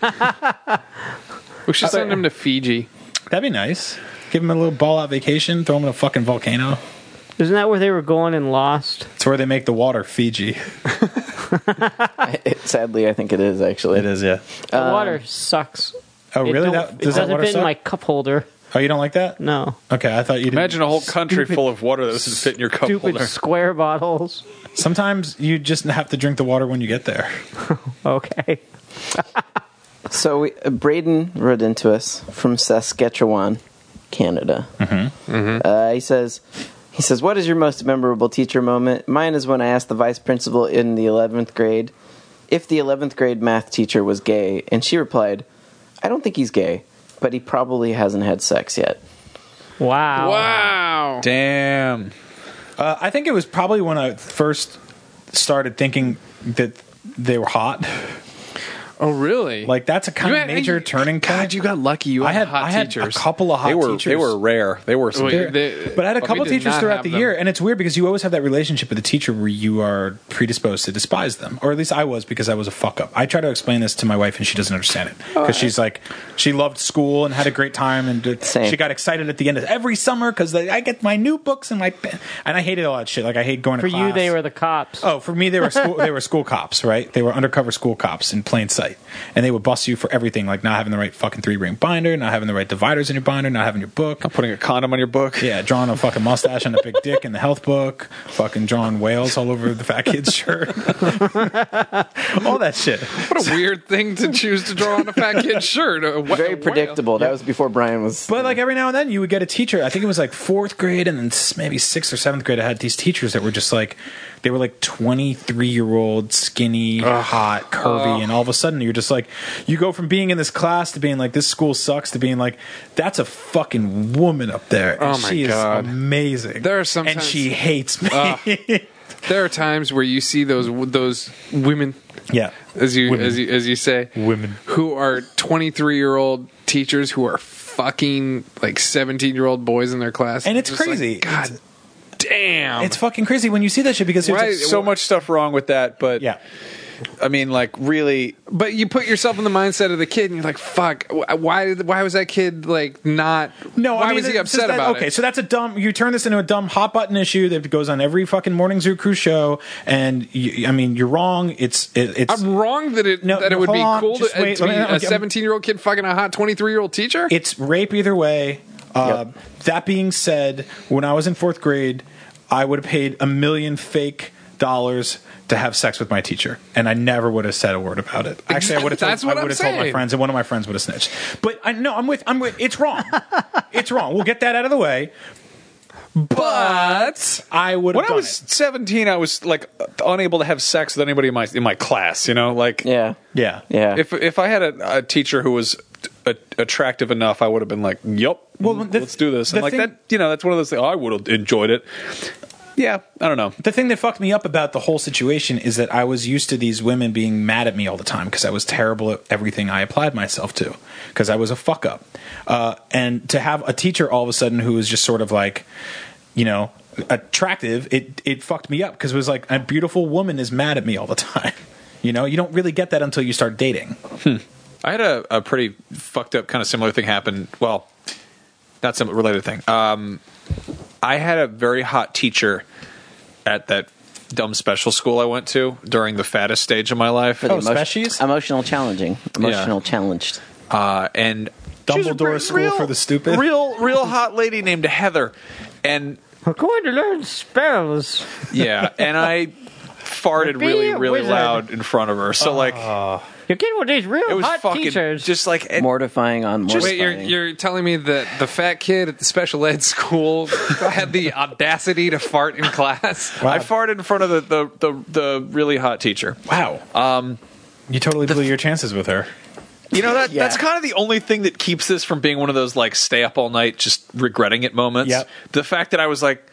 [SPEAKER 4] We should send him to Fiji.
[SPEAKER 7] That'd be nice. Give him a little ball out vacation. Throw him in a fucking volcano.
[SPEAKER 5] Isn't that where they were going and lost?
[SPEAKER 7] It's where they make the water Fiji.
[SPEAKER 6] that? <laughs> sadly, I think it is actually.
[SPEAKER 7] is, yeah.
[SPEAKER 5] The
[SPEAKER 1] Uh,
[SPEAKER 5] water sucks.
[SPEAKER 7] Oh,
[SPEAKER 5] It
[SPEAKER 7] really?
[SPEAKER 5] don't-
[SPEAKER 7] That,
[SPEAKER 5] it
[SPEAKER 7] does that
[SPEAKER 5] doesn't
[SPEAKER 7] water
[SPEAKER 5] fit in
[SPEAKER 7] suck?
[SPEAKER 5] my cup holder.
[SPEAKER 7] oh, you don't like that?
[SPEAKER 5] No.
[SPEAKER 7] Okay, I thought you did.
[SPEAKER 1] Imagine a whole country full of water that doesn't fit in your cup
[SPEAKER 5] Stupid
[SPEAKER 1] holder.
[SPEAKER 5] square bottles. <laughs>
[SPEAKER 7] Sometimes you just have to drink the water when you get there.
[SPEAKER 5] Okay.
[SPEAKER 6] So we, uh, Braden wrote into us from Saskatchewan, Canada. Mm-hmm. Uh, he says, he says, what is your most memorable teacher moment? Mine is when I asked the vice principal in the eleventh grade if the eleventh grade math teacher was gay, and she replied, I don't think he's gay, but he probably hasn't had sex yet.
[SPEAKER 5] Wow.
[SPEAKER 4] Wow.
[SPEAKER 1] Damn.
[SPEAKER 7] Uh, I think it was probably when I first started thinking that they were hot.
[SPEAKER 4] Oh, really?
[SPEAKER 7] Like that's a kind
[SPEAKER 4] You
[SPEAKER 7] of
[SPEAKER 4] had-
[SPEAKER 7] major
[SPEAKER 4] you-
[SPEAKER 7] turning point.
[SPEAKER 4] God, you got lucky. You
[SPEAKER 7] I
[SPEAKER 4] had,
[SPEAKER 7] had
[SPEAKER 4] hot
[SPEAKER 7] I had
[SPEAKER 4] teachers.
[SPEAKER 7] a couple of hot
[SPEAKER 1] They were
[SPEAKER 7] teachers.
[SPEAKER 1] they were rare. They were some
[SPEAKER 4] Wait,
[SPEAKER 7] They're-
[SPEAKER 4] they-
[SPEAKER 7] but I had a
[SPEAKER 4] but we
[SPEAKER 7] couple
[SPEAKER 4] did
[SPEAKER 7] teachers
[SPEAKER 4] not
[SPEAKER 7] throughout
[SPEAKER 4] have
[SPEAKER 7] the
[SPEAKER 4] them.
[SPEAKER 7] year, and it's weird because you always have that relationship with the teacher where you are predisposed to despise them, or at least I was because I was a fuck up. I try to explain this to my wife, and she doesn't understand it
[SPEAKER 5] Oh,
[SPEAKER 7] because she's like, she loved school and had a great time, and did-
[SPEAKER 6] Same.
[SPEAKER 7] she got excited at the end of every summer because I get my new books and my pen, and I hated all that shit. Like I hate going
[SPEAKER 5] For
[SPEAKER 7] to class.
[SPEAKER 5] you, they were the cops.
[SPEAKER 7] Oh, for me, they were school, they were school cops, right? They were undercover school cops in plain sight, and they would bust you for everything, like not having the right fucking three ring binder, not having the right dividers in your binder, not having your book.
[SPEAKER 1] putting a condom on your book.
[SPEAKER 7] Yeah, drawing a fucking mustache and a big dick in the health book, fucking drawing whales all over the fat kid's shirt. <laughs> all that shit.
[SPEAKER 4] What a weird thing to choose to draw on a fat kid's shirt. Uh, A wh- a
[SPEAKER 6] Very
[SPEAKER 4] whale.
[SPEAKER 6] predictable. That was before Brian was.
[SPEAKER 7] But like every now and then you would get a teacher, I think it was like fourth grade and then s- maybe sixth or seventh grade, I had these teachers that were just like, they were like 23 year old, skinny, hot, curvy, and all of a sudden you're just like, you go from being in this class to being like, this school sucks to being like, that's a fucking woman up there. And
[SPEAKER 4] Oh my
[SPEAKER 7] she
[SPEAKER 4] God.
[SPEAKER 7] is amazing.
[SPEAKER 4] There are
[SPEAKER 7] And
[SPEAKER 4] sometimes-
[SPEAKER 7] she hates me.
[SPEAKER 4] There are times where you see those those women,
[SPEAKER 7] <laughs> yeah.
[SPEAKER 4] as you
[SPEAKER 7] Women.
[SPEAKER 4] as you as you say,
[SPEAKER 7] Women.
[SPEAKER 4] who are twenty three year old teachers who are fucking like seventeen year old boys in their class,
[SPEAKER 7] And it's
[SPEAKER 4] Just like,
[SPEAKER 7] crazy.
[SPEAKER 4] God damn,
[SPEAKER 7] It's fucking crazy when you see that shit because there's
[SPEAKER 4] Um, Right.
[SPEAKER 7] like,
[SPEAKER 1] So much stuff wrong with that, but
[SPEAKER 7] yeah.
[SPEAKER 1] I mean, like, really,
[SPEAKER 4] But you put yourself in the mindset of the kid, and you're like, "Fuck! wh- Why? did- Why was that kid like not?
[SPEAKER 7] No,
[SPEAKER 4] why
[SPEAKER 7] I mean,
[SPEAKER 4] was he
[SPEAKER 7] th-
[SPEAKER 4] upset
[SPEAKER 7] that,
[SPEAKER 4] about
[SPEAKER 7] okay,
[SPEAKER 4] it?
[SPEAKER 7] so that's a dumb. You turn this into a dumb hot button issue that goes on every fucking morning zoo crew show, and you, I mean, you're wrong. It's it, it's
[SPEAKER 4] I'm wrong that it
[SPEAKER 7] No,
[SPEAKER 4] that it
[SPEAKER 7] no,
[SPEAKER 4] would
[SPEAKER 7] hold
[SPEAKER 4] be
[SPEAKER 7] on,
[SPEAKER 4] cool to, uh,
[SPEAKER 7] just
[SPEAKER 4] to
[SPEAKER 7] wait,
[SPEAKER 4] be
[SPEAKER 7] let me-
[SPEAKER 4] a
[SPEAKER 7] okay, I'm-
[SPEAKER 4] 17 year old kid fucking a hot 23 year old teacher.
[SPEAKER 7] it's rape either way. Uh, That being said, when I was in fourth grade, I would have paid a million fake dollars to have sex with my teacher, and I never would have said a word about it. Actually, I would have.
[SPEAKER 4] That's
[SPEAKER 7] told,
[SPEAKER 4] what
[SPEAKER 7] I would
[SPEAKER 4] I'm
[SPEAKER 7] have told my
[SPEAKER 4] saying.
[SPEAKER 7] friends, and one of my friends would have snitched. But I no, I'm with. I'm with. It's wrong. it's wrong. We'll get that out of the way.
[SPEAKER 4] But
[SPEAKER 7] I would. have
[SPEAKER 1] When I
[SPEAKER 7] done
[SPEAKER 1] was
[SPEAKER 7] it.
[SPEAKER 1] 17, I was like unable to have sex with anybody in my in my class. You know, like
[SPEAKER 6] Yeah.
[SPEAKER 7] Yeah.
[SPEAKER 6] Yeah.
[SPEAKER 1] If if I had a, a teacher who was a, attractive enough, I would have been like, "Yep,
[SPEAKER 7] Well,
[SPEAKER 1] mm,
[SPEAKER 7] the-
[SPEAKER 1] let's do this."
[SPEAKER 7] the
[SPEAKER 1] And like
[SPEAKER 7] thing-
[SPEAKER 1] that, you know, that's one of those things. Oh, I would have enjoyed it. Yeah, I don't know.
[SPEAKER 7] The thing that fucked me up about the whole situation is that I was used to these women being mad at me all the time because I was terrible at everything I applied myself to because I was a fuck up. Uh, and to have a teacher all of a sudden who was just sort of like, you know, attractive, it it fucked me up because it was like a beautiful woman is mad at me all the time. <laughs> You know, you don't really get that until you start dating.
[SPEAKER 1] I had a, a pretty fucked up kind of similar thing happen. Well, not some related thing. Um, I had a very hot teacher at that dumb special school I went to during the fattest stage of my life.
[SPEAKER 6] For the
[SPEAKER 7] Oh, specials?
[SPEAKER 6] Emotional challenging. Emotional challenged.
[SPEAKER 1] uh, and she was a
[SPEAKER 7] Dumbledore
[SPEAKER 1] re-
[SPEAKER 7] School for the Stupid.
[SPEAKER 1] Real, real hot lady named Heather, and
[SPEAKER 5] We're going to learn spells.
[SPEAKER 7] <laughs>
[SPEAKER 1] yeah, and I farted
[SPEAKER 5] Be
[SPEAKER 1] really,
[SPEAKER 5] a
[SPEAKER 1] really
[SPEAKER 5] wizard.
[SPEAKER 1] loud in front of her. So like,
[SPEAKER 5] You're getting with these real
[SPEAKER 1] it was
[SPEAKER 5] hot
[SPEAKER 1] fucking
[SPEAKER 5] teachers.
[SPEAKER 1] just like it-
[SPEAKER 6] Mortifying on mortifying.
[SPEAKER 4] wait, you're you're telling me that the fat kid at the special ed school <laughs> had the audacity to fart in class?
[SPEAKER 1] I farted in front of the the, the the really hot teacher.
[SPEAKER 7] Wow. Um, you totally blew your chances with her.
[SPEAKER 1] You know that
[SPEAKER 6] Yeah.
[SPEAKER 1] that's kind of the only thing that keeps this from being one of those like stay up all night just regretting it moments.
[SPEAKER 7] Yep.
[SPEAKER 1] The fact that I was like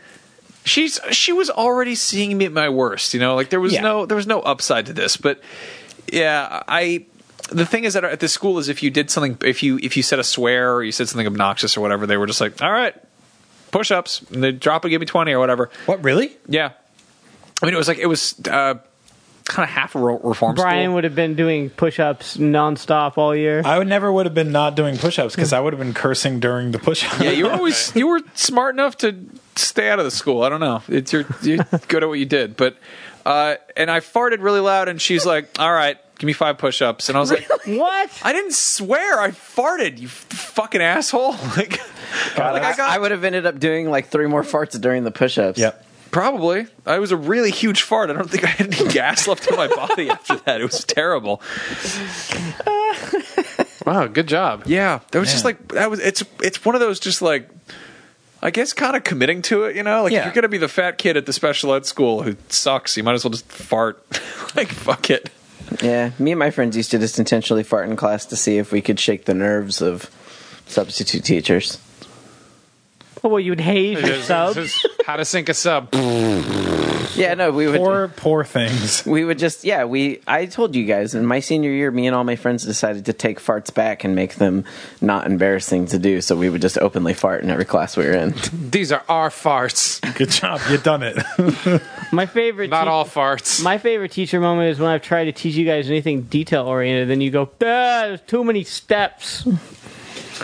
[SPEAKER 1] she's she was already seeing me at my worst, you know? Like there was
[SPEAKER 7] Yeah.
[SPEAKER 1] no there was no upside to this, but yeah, I the thing is that at this school is if you did something if you if you said a swear or you said something obnoxious or whatever, they were just like, "All right, push-ups." And they drop and give me 20 or whatever.
[SPEAKER 7] What, really?
[SPEAKER 1] Yeah. I mean, it was like it was uh kind of half a re- reform
[SPEAKER 5] Brian
[SPEAKER 1] school.
[SPEAKER 5] would have been doing push-ups nonstop all year.
[SPEAKER 7] I would never would have been not doing push-ups because I would have been cursing during the push-ups.
[SPEAKER 1] Yeah, you were always you were smart enough to stay out of the school. I don't know. It's you're, you're good at what you <laughs> did, but uh, and I farted really loud, and she's like, "All right, give me five push-ups," and I was like.
[SPEAKER 5] <laughs> what?
[SPEAKER 1] I didn't swear. I farted. You fucking asshole! <laughs> Like, like I got
[SPEAKER 6] I would have ended up doing like three more farts during the push-ups.
[SPEAKER 7] Yep.
[SPEAKER 1] probably. I was a really huge fart. I don't think I had any gas left in my body <laughs> after that. It was terrible.
[SPEAKER 4] Wow, good job.
[SPEAKER 1] Yeah, that was just
[SPEAKER 7] Man.
[SPEAKER 1] like that was. It's it's one of those just like. I guess kind of committing to it, you know. Like if
[SPEAKER 7] Yeah.
[SPEAKER 1] you're gonna be the fat kid at the special ed school who sucks. You might as well just fart. <laughs> like fuck it.
[SPEAKER 6] Yeah. Me and my friends used to just intentionally fart in class to see if we could shake the nerves of substitute teachers.
[SPEAKER 5] Oh, well, you'd haze your subs.
[SPEAKER 4] How to sink a sub.
[SPEAKER 6] Yeah, no, we would.
[SPEAKER 7] <laughs> Poor, poor things.
[SPEAKER 6] we would just yeah we i told you guys in my senior year me and all my friends decided to take farts back and make them not embarrassing to do so we would just openly fart in every class we were in
[SPEAKER 4] These are our farts,
[SPEAKER 7] Good job. you
[SPEAKER 1] <laughs>
[SPEAKER 7] done it.
[SPEAKER 5] My favorite.
[SPEAKER 4] not
[SPEAKER 5] teacher-
[SPEAKER 4] all farts.
[SPEAKER 5] My favorite teacher moment is when I've tried to teach you guys anything detail oriented, then you go, "Ah, "There's too many steps."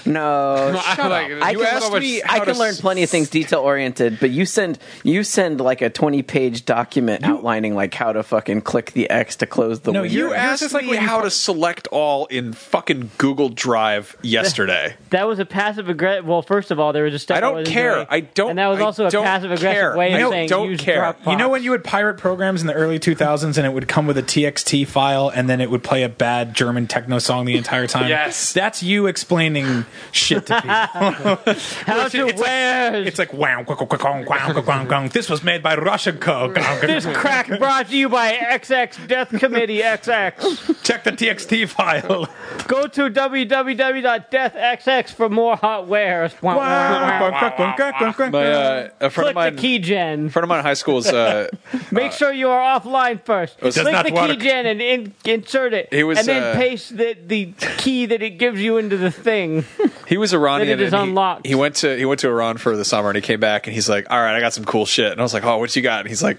[SPEAKER 6] no
[SPEAKER 4] I, like,
[SPEAKER 6] <laughs> I
[SPEAKER 4] you
[SPEAKER 6] can,
[SPEAKER 4] asked me
[SPEAKER 6] I
[SPEAKER 4] how
[SPEAKER 6] can
[SPEAKER 4] to
[SPEAKER 6] learn
[SPEAKER 4] s-
[SPEAKER 6] plenty of things detail oriented, but you send you send like a twenty page document outlining like how to fucking click the X to close the
[SPEAKER 7] No,
[SPEAKER 6] window.
[SPEAKER 1] You
[SPEAKER 7] Yours
[SPEAKER 1] asked
[SPEAKER 7] is
[SPEAKER 1] like
[SPEAKER 7] like
[SPEAKER 1] me
[SPEAKER 7] when you
[SPEAKER 1] how
[SPEAKER 7] fart-
[SPEAKER 1] to select all in fucking Google Drive yesterday.
[SPEAKER 5] That was a passive aggressive. Well, first of all, there was a step.
[SPEAKER 1] I don't
[SPEAKER 5] wasn't
[SPEAKER 1] care.
[SPEAKER 5] doing.
[SPEAKER 1] I don't-
[SPEAKER 5] And that was
[SPEAKER 1] I
[SPEAKER 5] also a
[SPEAKER 1] don't
[SPEAKER 5] passive aggressive
[SPEAKER 1] care.
[SPEAKER 5] way
[SPEAKER 1] I
[SPEAKER 5] of saying
[SPEAKER 1] don't
[SPEAKER 5] use
[SPEAKER 1] care.
[SPEAKER 5] Dropbox.
[SPEAKER 7] You know when you would pirate programs in the early 2000s and it would come with a TXT file and then it would play a bad German techno song the entire time?
[SPEAKER 4] Yes.
[SPEAKER 7] That's you explaining shit to people.
[SPEAKER 1] <laughs>
[SPEAKER 7] <laughs>
[SPEAKER 5] how to
[SPEAKER 7] it's like-
[SPEAKER 5] wear
[SPEAKER 7] it's like, wow, quack, quack, quack, quack, quack, quack, quack, quack. this was made by Russian Co.
[SPEAKER 5] this
[SPEAKER 1] <laughs>
[SPEAKER 5] crack brought to you by XX Death Committee XX.
[SPEAKER 7] Check the TXT
[SPEAKER 1] <laughs>
[SPEAKER 7] file.
[SPEAKER 5] Go to www.deathxx for more hot wares. Wah, wah, wah, wah.
[SPEAKER 1] My uh, a friend
[SPEAKER 5] Click
[SPEAKER 1] of mine,
[SPEAKER 5] the key gen.
[SPEAKER 1] friend of mine in high school was uh,
[SPEAKER 5] Make sure you are offline first.
[SPEAKER 1] It
[SPEAKER 5] Click
[SPEAKER 1] does
[SPEAKER 7] not
[SPEAKER 5] the key
[SPEAKER 7] work.
[SPEAKER 5] gen and in, insert it,
[SPEAKER 1] It was,
[SPEAKER 5] and then
[SPEAKER 1] uh,
[SPEAKER 5] paste the, the key that it gives you into the
[SPEAKER 6] <laughs>
[SPEAKER 5] thing.
[SPEAKER 1] He was Iranian.
[SPEAKER 5] That it is
[SPEAKER 1] and he-
[SPEAKER 5] unlocked.
[SPEAKER 1] He, went to he went to Iran for the summer and he came back and he's like, "All right, I got some cool shit." And I was like, "Oh, what you got?" And he's like,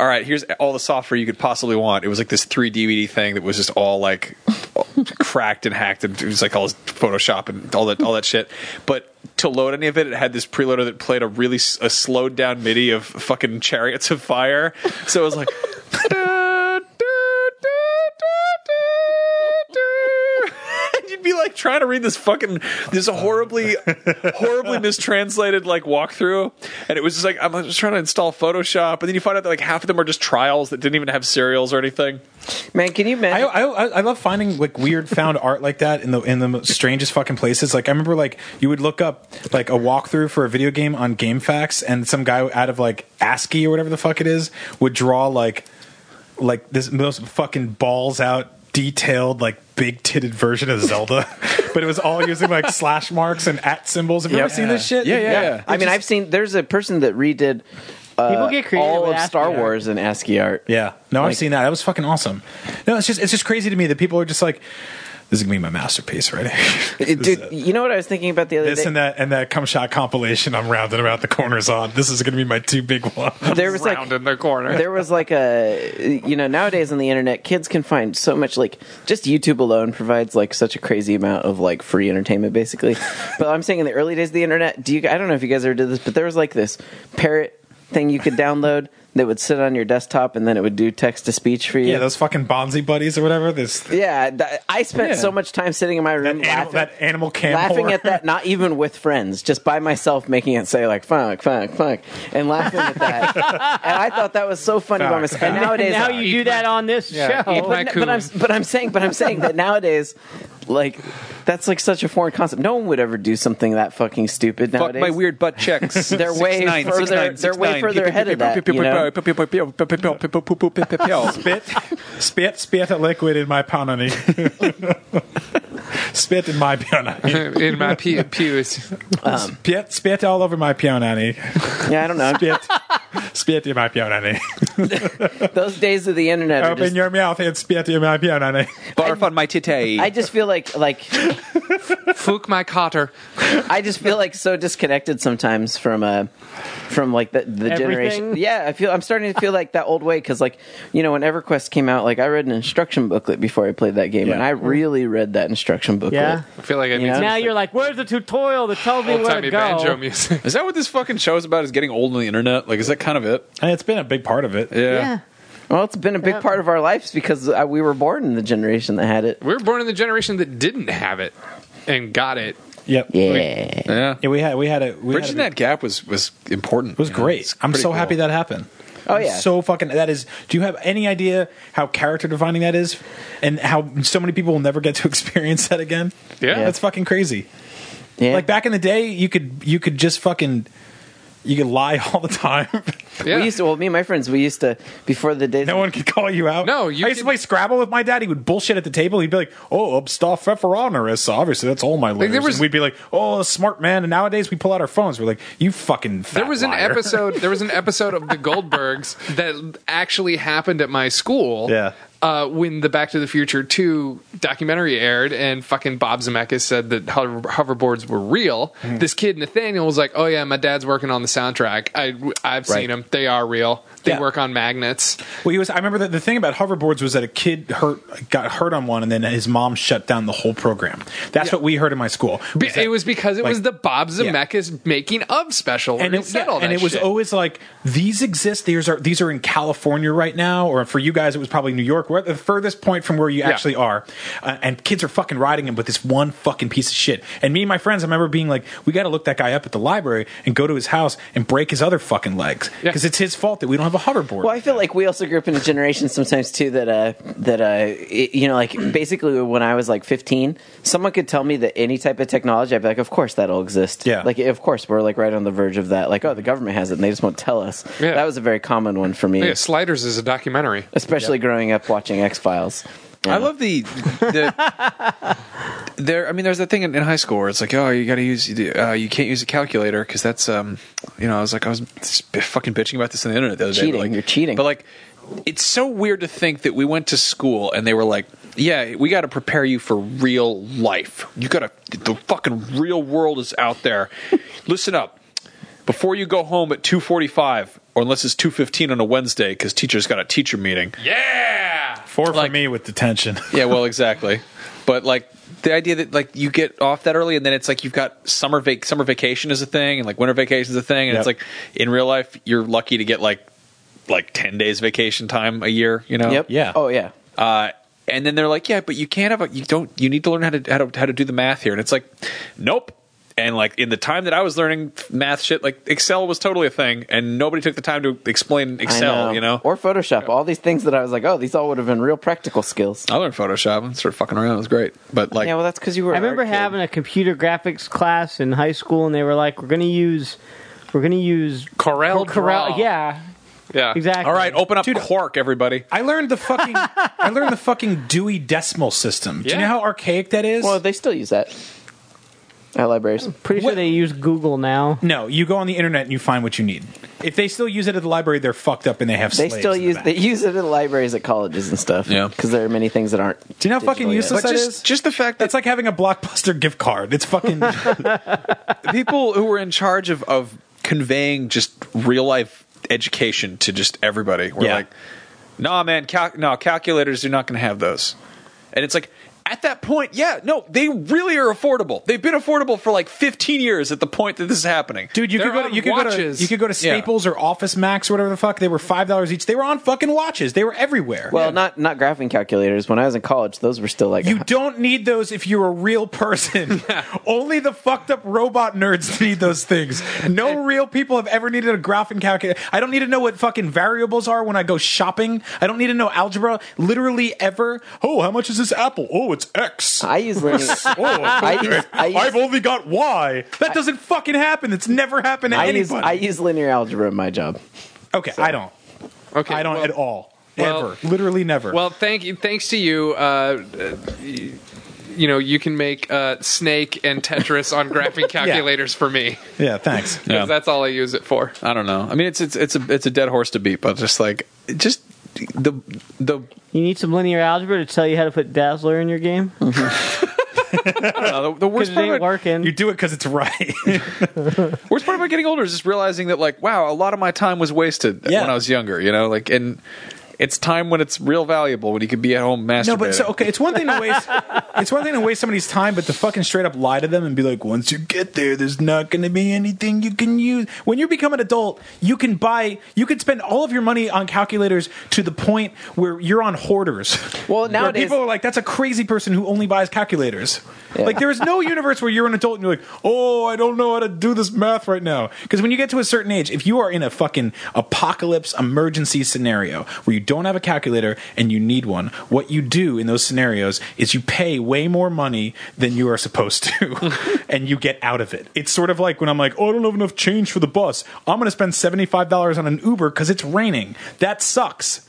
[SPEAKER 1] "All right, here's all the software you could possibly want." It was like this three DVD thing that was just all like <laughs> cracked and hacked, and it was like all this Photoshop and all that all that shit. But to load any of it, it had this preloader that played a really s- a slowed down MIDI of fucking Chariots of Fire. So it was like. <laughs> and <laughs> you'd be like, like trying to read this fucking this horribly
[SPEAKER 6] <laughs>
[SPEAKER 1] horribly mistranslated like walkthrough, and it was just like I'm just trying to install Photoshop, and then you find out that like half of them are just trials that didn't even have serials or anything.
[SPEAKER 6] Man, can you
[SPEAKER 7] I,
[SPEAKER 6] imagine?
[SPEAKER 7] I I I love finding like weird found <laughs> art like that in the in the most strangest fucking places. Like I remember like you would look up like a walkthrough for a video game on GameFAQs, and some guy out of like ASCII or whatever the fuck it is would draw like like this most fucking balls out detailed like big titted version of <laughs> Zelda, but it was all using like slash marks and at symbols. Have you ever seen this shit?
[SPEAKER 1] Yeah, yeah, yeah.
[SPEAKER 6] I mean, I've seen there's a person that redid uh,
[SPEAKER 5] People get creative
[SPEAKER 6] all
[SPEAKER 5] with
[SPEAKER 6] of Star
[SPEAKER 5] ASCII art.
[SPEAKER 6] Wars in ASCII art.
[SPEAKER 7] Yeah. No,
[SPEAKER 6] Like-
[SPEAKER 7] I've seen that. That was fucking awesome. No, it's just it's just crazy to me that people are just like, this is gonna be my masterpiece, right? <laughs>
[SPEAKER 6] It-
[SPEAKER 7] This is
[SPEAKER 6] Dude,
[SPEAKER 7] it.
[SPEAKER 6] you know what I was thinking about the other
[SPEAKER 7] this
[SPEAKER 6] day?
[SPEAKER 7] and that and that cum shot compilation I'm rounding around the corners on. This is gonna be my two big ones.
[SPEAKER 6] there was like
[SPEAKER 4] round in the
[SPEAKER 7] <laughs>
[SPEAKER 4] corner.
[SPEAKER 6] there was like a you know nowadays on the internet kids can find so much like just youtube alone provides like such a crazy amount of like free entertainment basically but i'm saying in the early days of the internet do you i don't know if you guys ever did this but there was like this parrot thing you could download that would sit on your desktop and then it would do text to speech for you
[SPEAKER 7] Yeah, those fucking Bonzi buddies or whatever. This
[SPEAKER 6] yeah that, i spent so much time sitting in my room
[SPEAKER 7] that
[SPEAKER 6] laughing,
[SPEAKER 7] animal, that animal camp
[SPEAKER 6] laughing
[SPEAKER 7] whore.
[SPEAKER 6] at that not even with friends just by myself making it say like fuck fuck fuck and laughing at
[SPEAKER 7] <laughs>
[SPEAKER 6] that and i thought that was so funny by
[SPEAKER 7] Fuck,
[SPEAKER 6] myself
[SPEAKER 7] fuck.
[SPEAKER 6] and nowadays
[SPEAKER 5] now you do that on this show.
[SPEAKER 4] eat my
[SPEAKER 6] but, but I'm but I'm saying but I'm saying that nowadays, like that's like such a foreign concept. No one would ever do something that fucking stupid
[SPEAKER 1] Fuck
[SPEAKER 6] nowadays.
[SPEAKER 1] my weird butt checks.
[SPEAKER 6] <laughs> They're way further- they're way further ahead of that, you
[SPEAKER 1] know?
[SPEAKER 7] <laughs> spit, spit, spit a liquid in my panani. <laughs> spit in my peonani.
[SPEAKER 4] in my pew, pews.
[SPEAKER 7] Spit, spit all over my peonani.
[SPEAKER 6] Yeah, I don't know.
[SPEAKER 7] Spit, spit in
[SPEAKER 6] <laughs>
[SPEAKER 7] my peonani.
[SPEAKER 6] Those days of the internet. Are
[SPEAKER 7] Open
[SPEAKER 6] just,
[SPEAKER 7] your mouth and spit in my peonani.
[SPEAKER 1] Barf on my titty.
[SPEAKER 6] I just feel like like
[SPEAKER 4] Fuck my cotter.
[SPEAKER 6] I just feel like so disconnected sometimes from uh from like the, the
[SPEAKER 5] Everything?
[SPEAKER 6] generation. Yeah, I feel I'm starting to feel like that old way because like you know when EverQuest came out, like I read an instruction booklet before I played that game, and I really read that instruction booklet.
[SPEAKER 5] Yeah.
[SPEAKER 4] I feel like I need
[SPEAKER 6] Yeah.
[SPEAKER 4] some
[SPEAKER 5] Now you're like, where's the tutorial that tells me
[SPEAKER 4] old
[SPEAKER 5] where
[SPEAKER 4] timey
[SPEAKER 5] to
[SPEAKER 4] banjo
[SPEAKER 5] go?
[SPEAKER 4] music. <laughs>
[SPEAKER 1] Is that what this fucking show is about? Is getting old on the internet? Like, is that kind of it?
[SPEAKER 7] And it's been a big part of it.
[SPEAKER 5] Yeah.
[SPEAKER 6] Well, it's been a big part of our lives because uh, we were born in the generation that had it.
[SPEAKER 4] We were born in the generation that didn't have it and got it.
[SPEAKER 7] Yep.
[SPEAKER 6] Yeah.
[SPEAKER 1] Yeah.
[SPEAKER 7] Yeah, we had we had a we
[SPEAKER 1] Bridging
[SPEAKER 7] had a,
[SPEAKER 1] that gap was was important.
[SPEAKER 7] it was
[SPEAKER 1] Yeah,
[SPEAKER 7] great.
[SPEAKER 1] it's
[SPEAKER 7] I'm
[SPEAKER 1] pretty
[SPEAKER 7] so
[SPEAKER 1] cool.
[SPEAKER 7] happy that happened.
[SPEAKER 6] Oh
[SPEAKER 7] I'm
[SPEAKER 6] yeah.
[SPEAKER 7] so fucking that is. Do you have any idea how character defining that is, and how so many people will never get to <laughs> experience that again?
[SPEAKER 4] Yeah.
[SPEAKER 7] that's fucking crazy.
[SPEAKER 6] yeah.
[SPEAKER 7] Like back in the day, you could you could just fucking you could lie <laughs> all the time.
[SPEAKER 4] Yeah.
[SPEAKER 6] We used to. Well, me and my friends, we used to before the days.
[SPEAKER 7] no one could call you out.
[SPEAKER 4] No, you
[SPEAKER 7] I used
[SPEAKER 4] could-
[SPEAKER 7] to play Scrabble with my dad. He would bullshit at the table. He'd be like, "Oh, upstaff feferonaris." So obviously, that's all my letters.
[SPEAKER 4] there was-
[SPEAKER 7] and we'd be like, "Oh, a smart man." And nowadays, we pull out our phones. We're like, "You fucking." Fat
[SPEAKER 4] there was an
[SPEAKER 7] liar." <laughs>
[SPEAKER 4] episode there was an episode of the goldbergs that actually happened at my school
[SPEAKER 7] Yeah.
[SPEAKER 4] uh, when the back to the future 2 documentary aired and fucking bob zemeckis said that hover- hoverboards were real
[SPEAKER 7] Mm-hmm.
[SPEAKER 4] this kid nathaniel was like oh yeah my dad's working on the soundtrack I, i've seen
[SPEAKER 1] Right.
[SPEAKER 4] them they are real they
[SPEAKER 7] Yeah.
[SPEAKER 4] work on magnets
[SPEAKER 7] Well, he was. I remember that the thing about hoverboards was that a kid hurt got hurt on one, and then his mom shut down the whole program. That's what we heard in my school.
[SPEAKER 4] Be-
[SPEAKER 7] that-
[SPEAKER 4] it was because it
[SPEAKER 7] like-
[SPEAKER 4] was the bob
[SPEAKER 7] Yeah.
[SPEAKER 4] zemeckis making of special
[SPEAKER 7] and
[SPEAKER 4] and
[SPEAKER 7] it,
[SPEAKER 4] said
[SPEAKER 7] yeah,
[SPEAKER 4] all that
[SPEAKER 7] and it was
[SPEAKER 4] shit.
[SPEAKER 7] always like these exist. These are these are in California right now, or for you guys, it was probably New York. We're at the furthest point from where you actually are, uh, and kids are fucking riding him with this one fucking piece of shit. And me and my friends, I remember being like, we got to look that guy up at the library and go to his house and break his other fucking legs
[SPEAKER 4] Yeah.
[SPEAKER 7] because it's his fault that we don't have a hoverboard.
[SPEAKER 6] Well, I feel like we also grew up in a generation sometimes too that uh that uh i you know like basically when I was like 15, someone could tell me that any type of technology, I'd be like, of course that'll exist.
[SPEAKER 7] Yeah.
[SPEAKER 6] Like of course we're like right on the verge of that. Like oh, the government has it, and they just won't tell us.
[SPEAKER 4] Yeah.
[SPEAKER 6] That was a very common one for me,
[SPEAKER 4] yeah, sliders is a documentary
[SPEAKER 6] especially growing up watching X Files.
[SPEAKER 4] Oh.
[SPEAKER 1] I love the, the
[SPEAKER 6] <laughs>
[SPEAKER 1] there. I mean, there's that thing in, in high school where it's like, oh, you got to use, uh, you can't use a calculator because that's, um, you know, I was like, I was just b- fucking bitching about this on the internet the other day.
[SPEAKER 6] Cheating,
[SPEAKER 1] but like-
[SPEAKER 6] you're cheating.
[SPEAKER 1] But like, it's so weird to think that we went to school and they were like, yeah, we got to prepare you for real life. You got to, the fucking real world is out
[SPEAKER 6] <laughs>
[SPEAKER 1] there. Listen up before you go home at 2.45 or unless it's 2.15 on a wednesday because teacher's got a teacher meeting
[SPEAKER 7] Four for
[SPEAKER 1] like-
[SPEAKER 7] me with detention.
[SPEAKER 1] yeah, well, exactly. But like the idea that like you get off that early and then it's like you've got summer vac summer vacation is a thing and like winter vacation is a thing and it's
[SPEAKER 7] Yep.
[SPEAKER 1] like in real life you're lucky to get like like 10 days vacation time a year, you know.
[SPEAKER 6] Yep.
[SPEAKER 7] Yeah.
[SPEAKER 6] Oh yeah.
[SPEAKER 1] Uh And then they're like, yeah, but you can't have a you don't you need to learn how to how to how to do the math here. And it's like, nope. And like in the time that I was learning math shit, like Excel was totally a thing, and nobody took the time to explain
[SPEAKER 6] I
[SPEAKER 1] Excel. You know,
[SPEAKER 6] or Photoshop, all these things that I was like, oh, these all would have been real practical skills.
[SPEAKER 1] I learned Photoshop and started fucking around. It was great, but like,
[SPEAKER 6] yeah, well, that's because you were.
[SPEAKER 5] I
[SPEAKER 6] an
[SPEAKER 5] remember
[SPEAKER 6] art kid.
[SPEAKER 5] having a computer graphics class in high school, and they were like, "We're going to use, we're going to use
[SPEAKER 4] Corel Draw.
[SPEAKER 5] Corel." Yeah,
[SPEAKER 4] Yeah.
[SPEAKER 5] exactly.
[SPEAKER 1] all right, open up Quark, everybody.
[SPEAKER 7] I learned the fucking I learned the fucking Dewey Decimal System. Do you
[SPEAKER 4] Yeah.
[SPEAKER 7] know how archaic that is?
[SPEAKER 6] Well, they still use that at libraries.
[SPEAKER 5] Pretty sure
[SPEAKER 7] What-
[SPEAKER 5] they use Google now.
[SPEAKER 7] no, you go on the internet and you find what you need. If they still use it at the library, they're fucked up and they have
[SPEAKER 6] They
[SPEAKER 7] slaves
[SPEAKER 6] still
[SPEAKER 7] in the
[SPEAKER 6] use
[SPEAKER 7] back.
[SPEAKER 6] they use it in libraries at colleges and stuff.
[SPEAKER 1] Yeah.
[SPEAKER 6] because there are many things that aren't.
[SPEAKER 7] Do you know how fucking
[SPEAKER 6] digitally yet.
[SPEAKER 7] useless
[SPEAKER 1] But
[SPEAKER 7] that is?
[SPEAKER 1] just just the fact that
[SPEAKER 7] <laughs> That's like having a blockbuster gift card. It's
[SPEAKER 6] <laughs>
[SPEAKER 7] fucking
[SPEAKER 1] people who were in charge of, of conveying just real life education to just everybody were
[SPEAKER 7] Yeah.
[SPEAKER 1] like, nah, man, cal- no, calculators, you're not going to have those. And it's like, at that point, yeah, no, they really are affordable. They've been affordable for like 15 years at the point that this is happening.
[SPEAKER 7] Dude, you
[SPEAKER 4] They're
[SPEAKER 7] could go
[SPEAKER 4] on
[SPEAKER 7] to you could go
[SPEAKER 4] watches.
[SPEAKER 7] to you could go to
[SPEAKER 1] Yeah.
[SPEAKER 7] Staples or Office Max or whatever the fuck. They were five dollars each. They were on fucking watches. They were everywhere.
[SPEAKER 6] Well, not not graphing calculators. When I was in college, those were still like
[SPEAKER 7] you don't need those if you're a
[SPEAKER 4] <laughs>
[SPEAKER 7] real person. Only the fucked up robot nerds need those things. No real people have ever needed a graphing calculator. I don't need to know what fucking variables are when I go shopping. I don't need to know algebra literally ever. Oh, how much is this apple? Oh, it's X.
[SPEAKER 6] I use linear.
[SPEAKER 7] Oh,
[SPEAKER 6] <laughs> I use, I use,
[SPEAKER 7] I've only got Y. That doesn't fucking happen. It's never happened to
[SPEAKER 6] I use,
[SPEAKER 7] <laughs> anybody.
[SPEAKER 6] I use linear algebra in my job.
[SPEAKER 7] okay, I don't.
[SPEAKER 4] Okay.
[SPEAKER 7] I don't
[SPEAKER 4] well-
[SPEAKER 7] at all.
[SPEAKER 4] well-
[SPEAKER 7] ever. Literally never.
[SPEAKER 4] Well, thank you. Thanks to you, uh, uh, you know, you can make uh, Snake and Tetris on graphing calculators for me. <laughs>
[SPEAKER 7] yeah, thanks.
[SPEAKER 4] 'Cause That's all I use it for.
[SPEAKER 1] I don't know. I mean, it's it's it's a it's a dead horse to beat, but just like just the the
[SPEAKER 5] You need some linear algebra to tell you how to put Dazzler in your game
[SPEAKER 1] uh, the, the worst
[SPEAKER 5] because it
[SPEAKER 1] part
[SPEAKER 5] ain't
[SPEAKER 1] about
[SPEAKER 5] working.
[SPEAKER 7] You do it because it's right.
[SPEAKER 1] worst part about getting older is just realizing that like wow a lot of my time was wasted
[SPEAKER 7] Yeah.
[SPEAKER 1] when i was younger you know like and it's time when it's real valuable when you could be at home masturbating
[SPEAKER 7] no, but so okay, it's one thing to waste. it's one thing to waste somebody's time, but to fucking straight up lie to them and be like, once you get there, there's not going to be anything you can use. When you become an adult, you can buy, you can spend all of your money on calculators to the point where you're on hoarders.
[SPEAKER 6] Well,
[SPEAKER 7] Where
[SPEAKER 6] nowadays-
[SPEAKER 7] people are like, that's a crazy person who only buys calculators.
[SPEAKER 6] Yeah.
[SPEAKER 7] Like there is no universe where you're an adult and you're like, oh, I don't know how to do this math right now. Because when you get to a certain age, if you are in a fucking apocalypse emergency scenario where you don't have a calculator and you need one, what you do in those scenarios is you pay way more money than you are supposed to, and you get out of it. It's sort of like when I'm like, oh, I don't have enough change for the bus. I'm going to spend seventy five dollars on an Uber because it's raining. That sucks.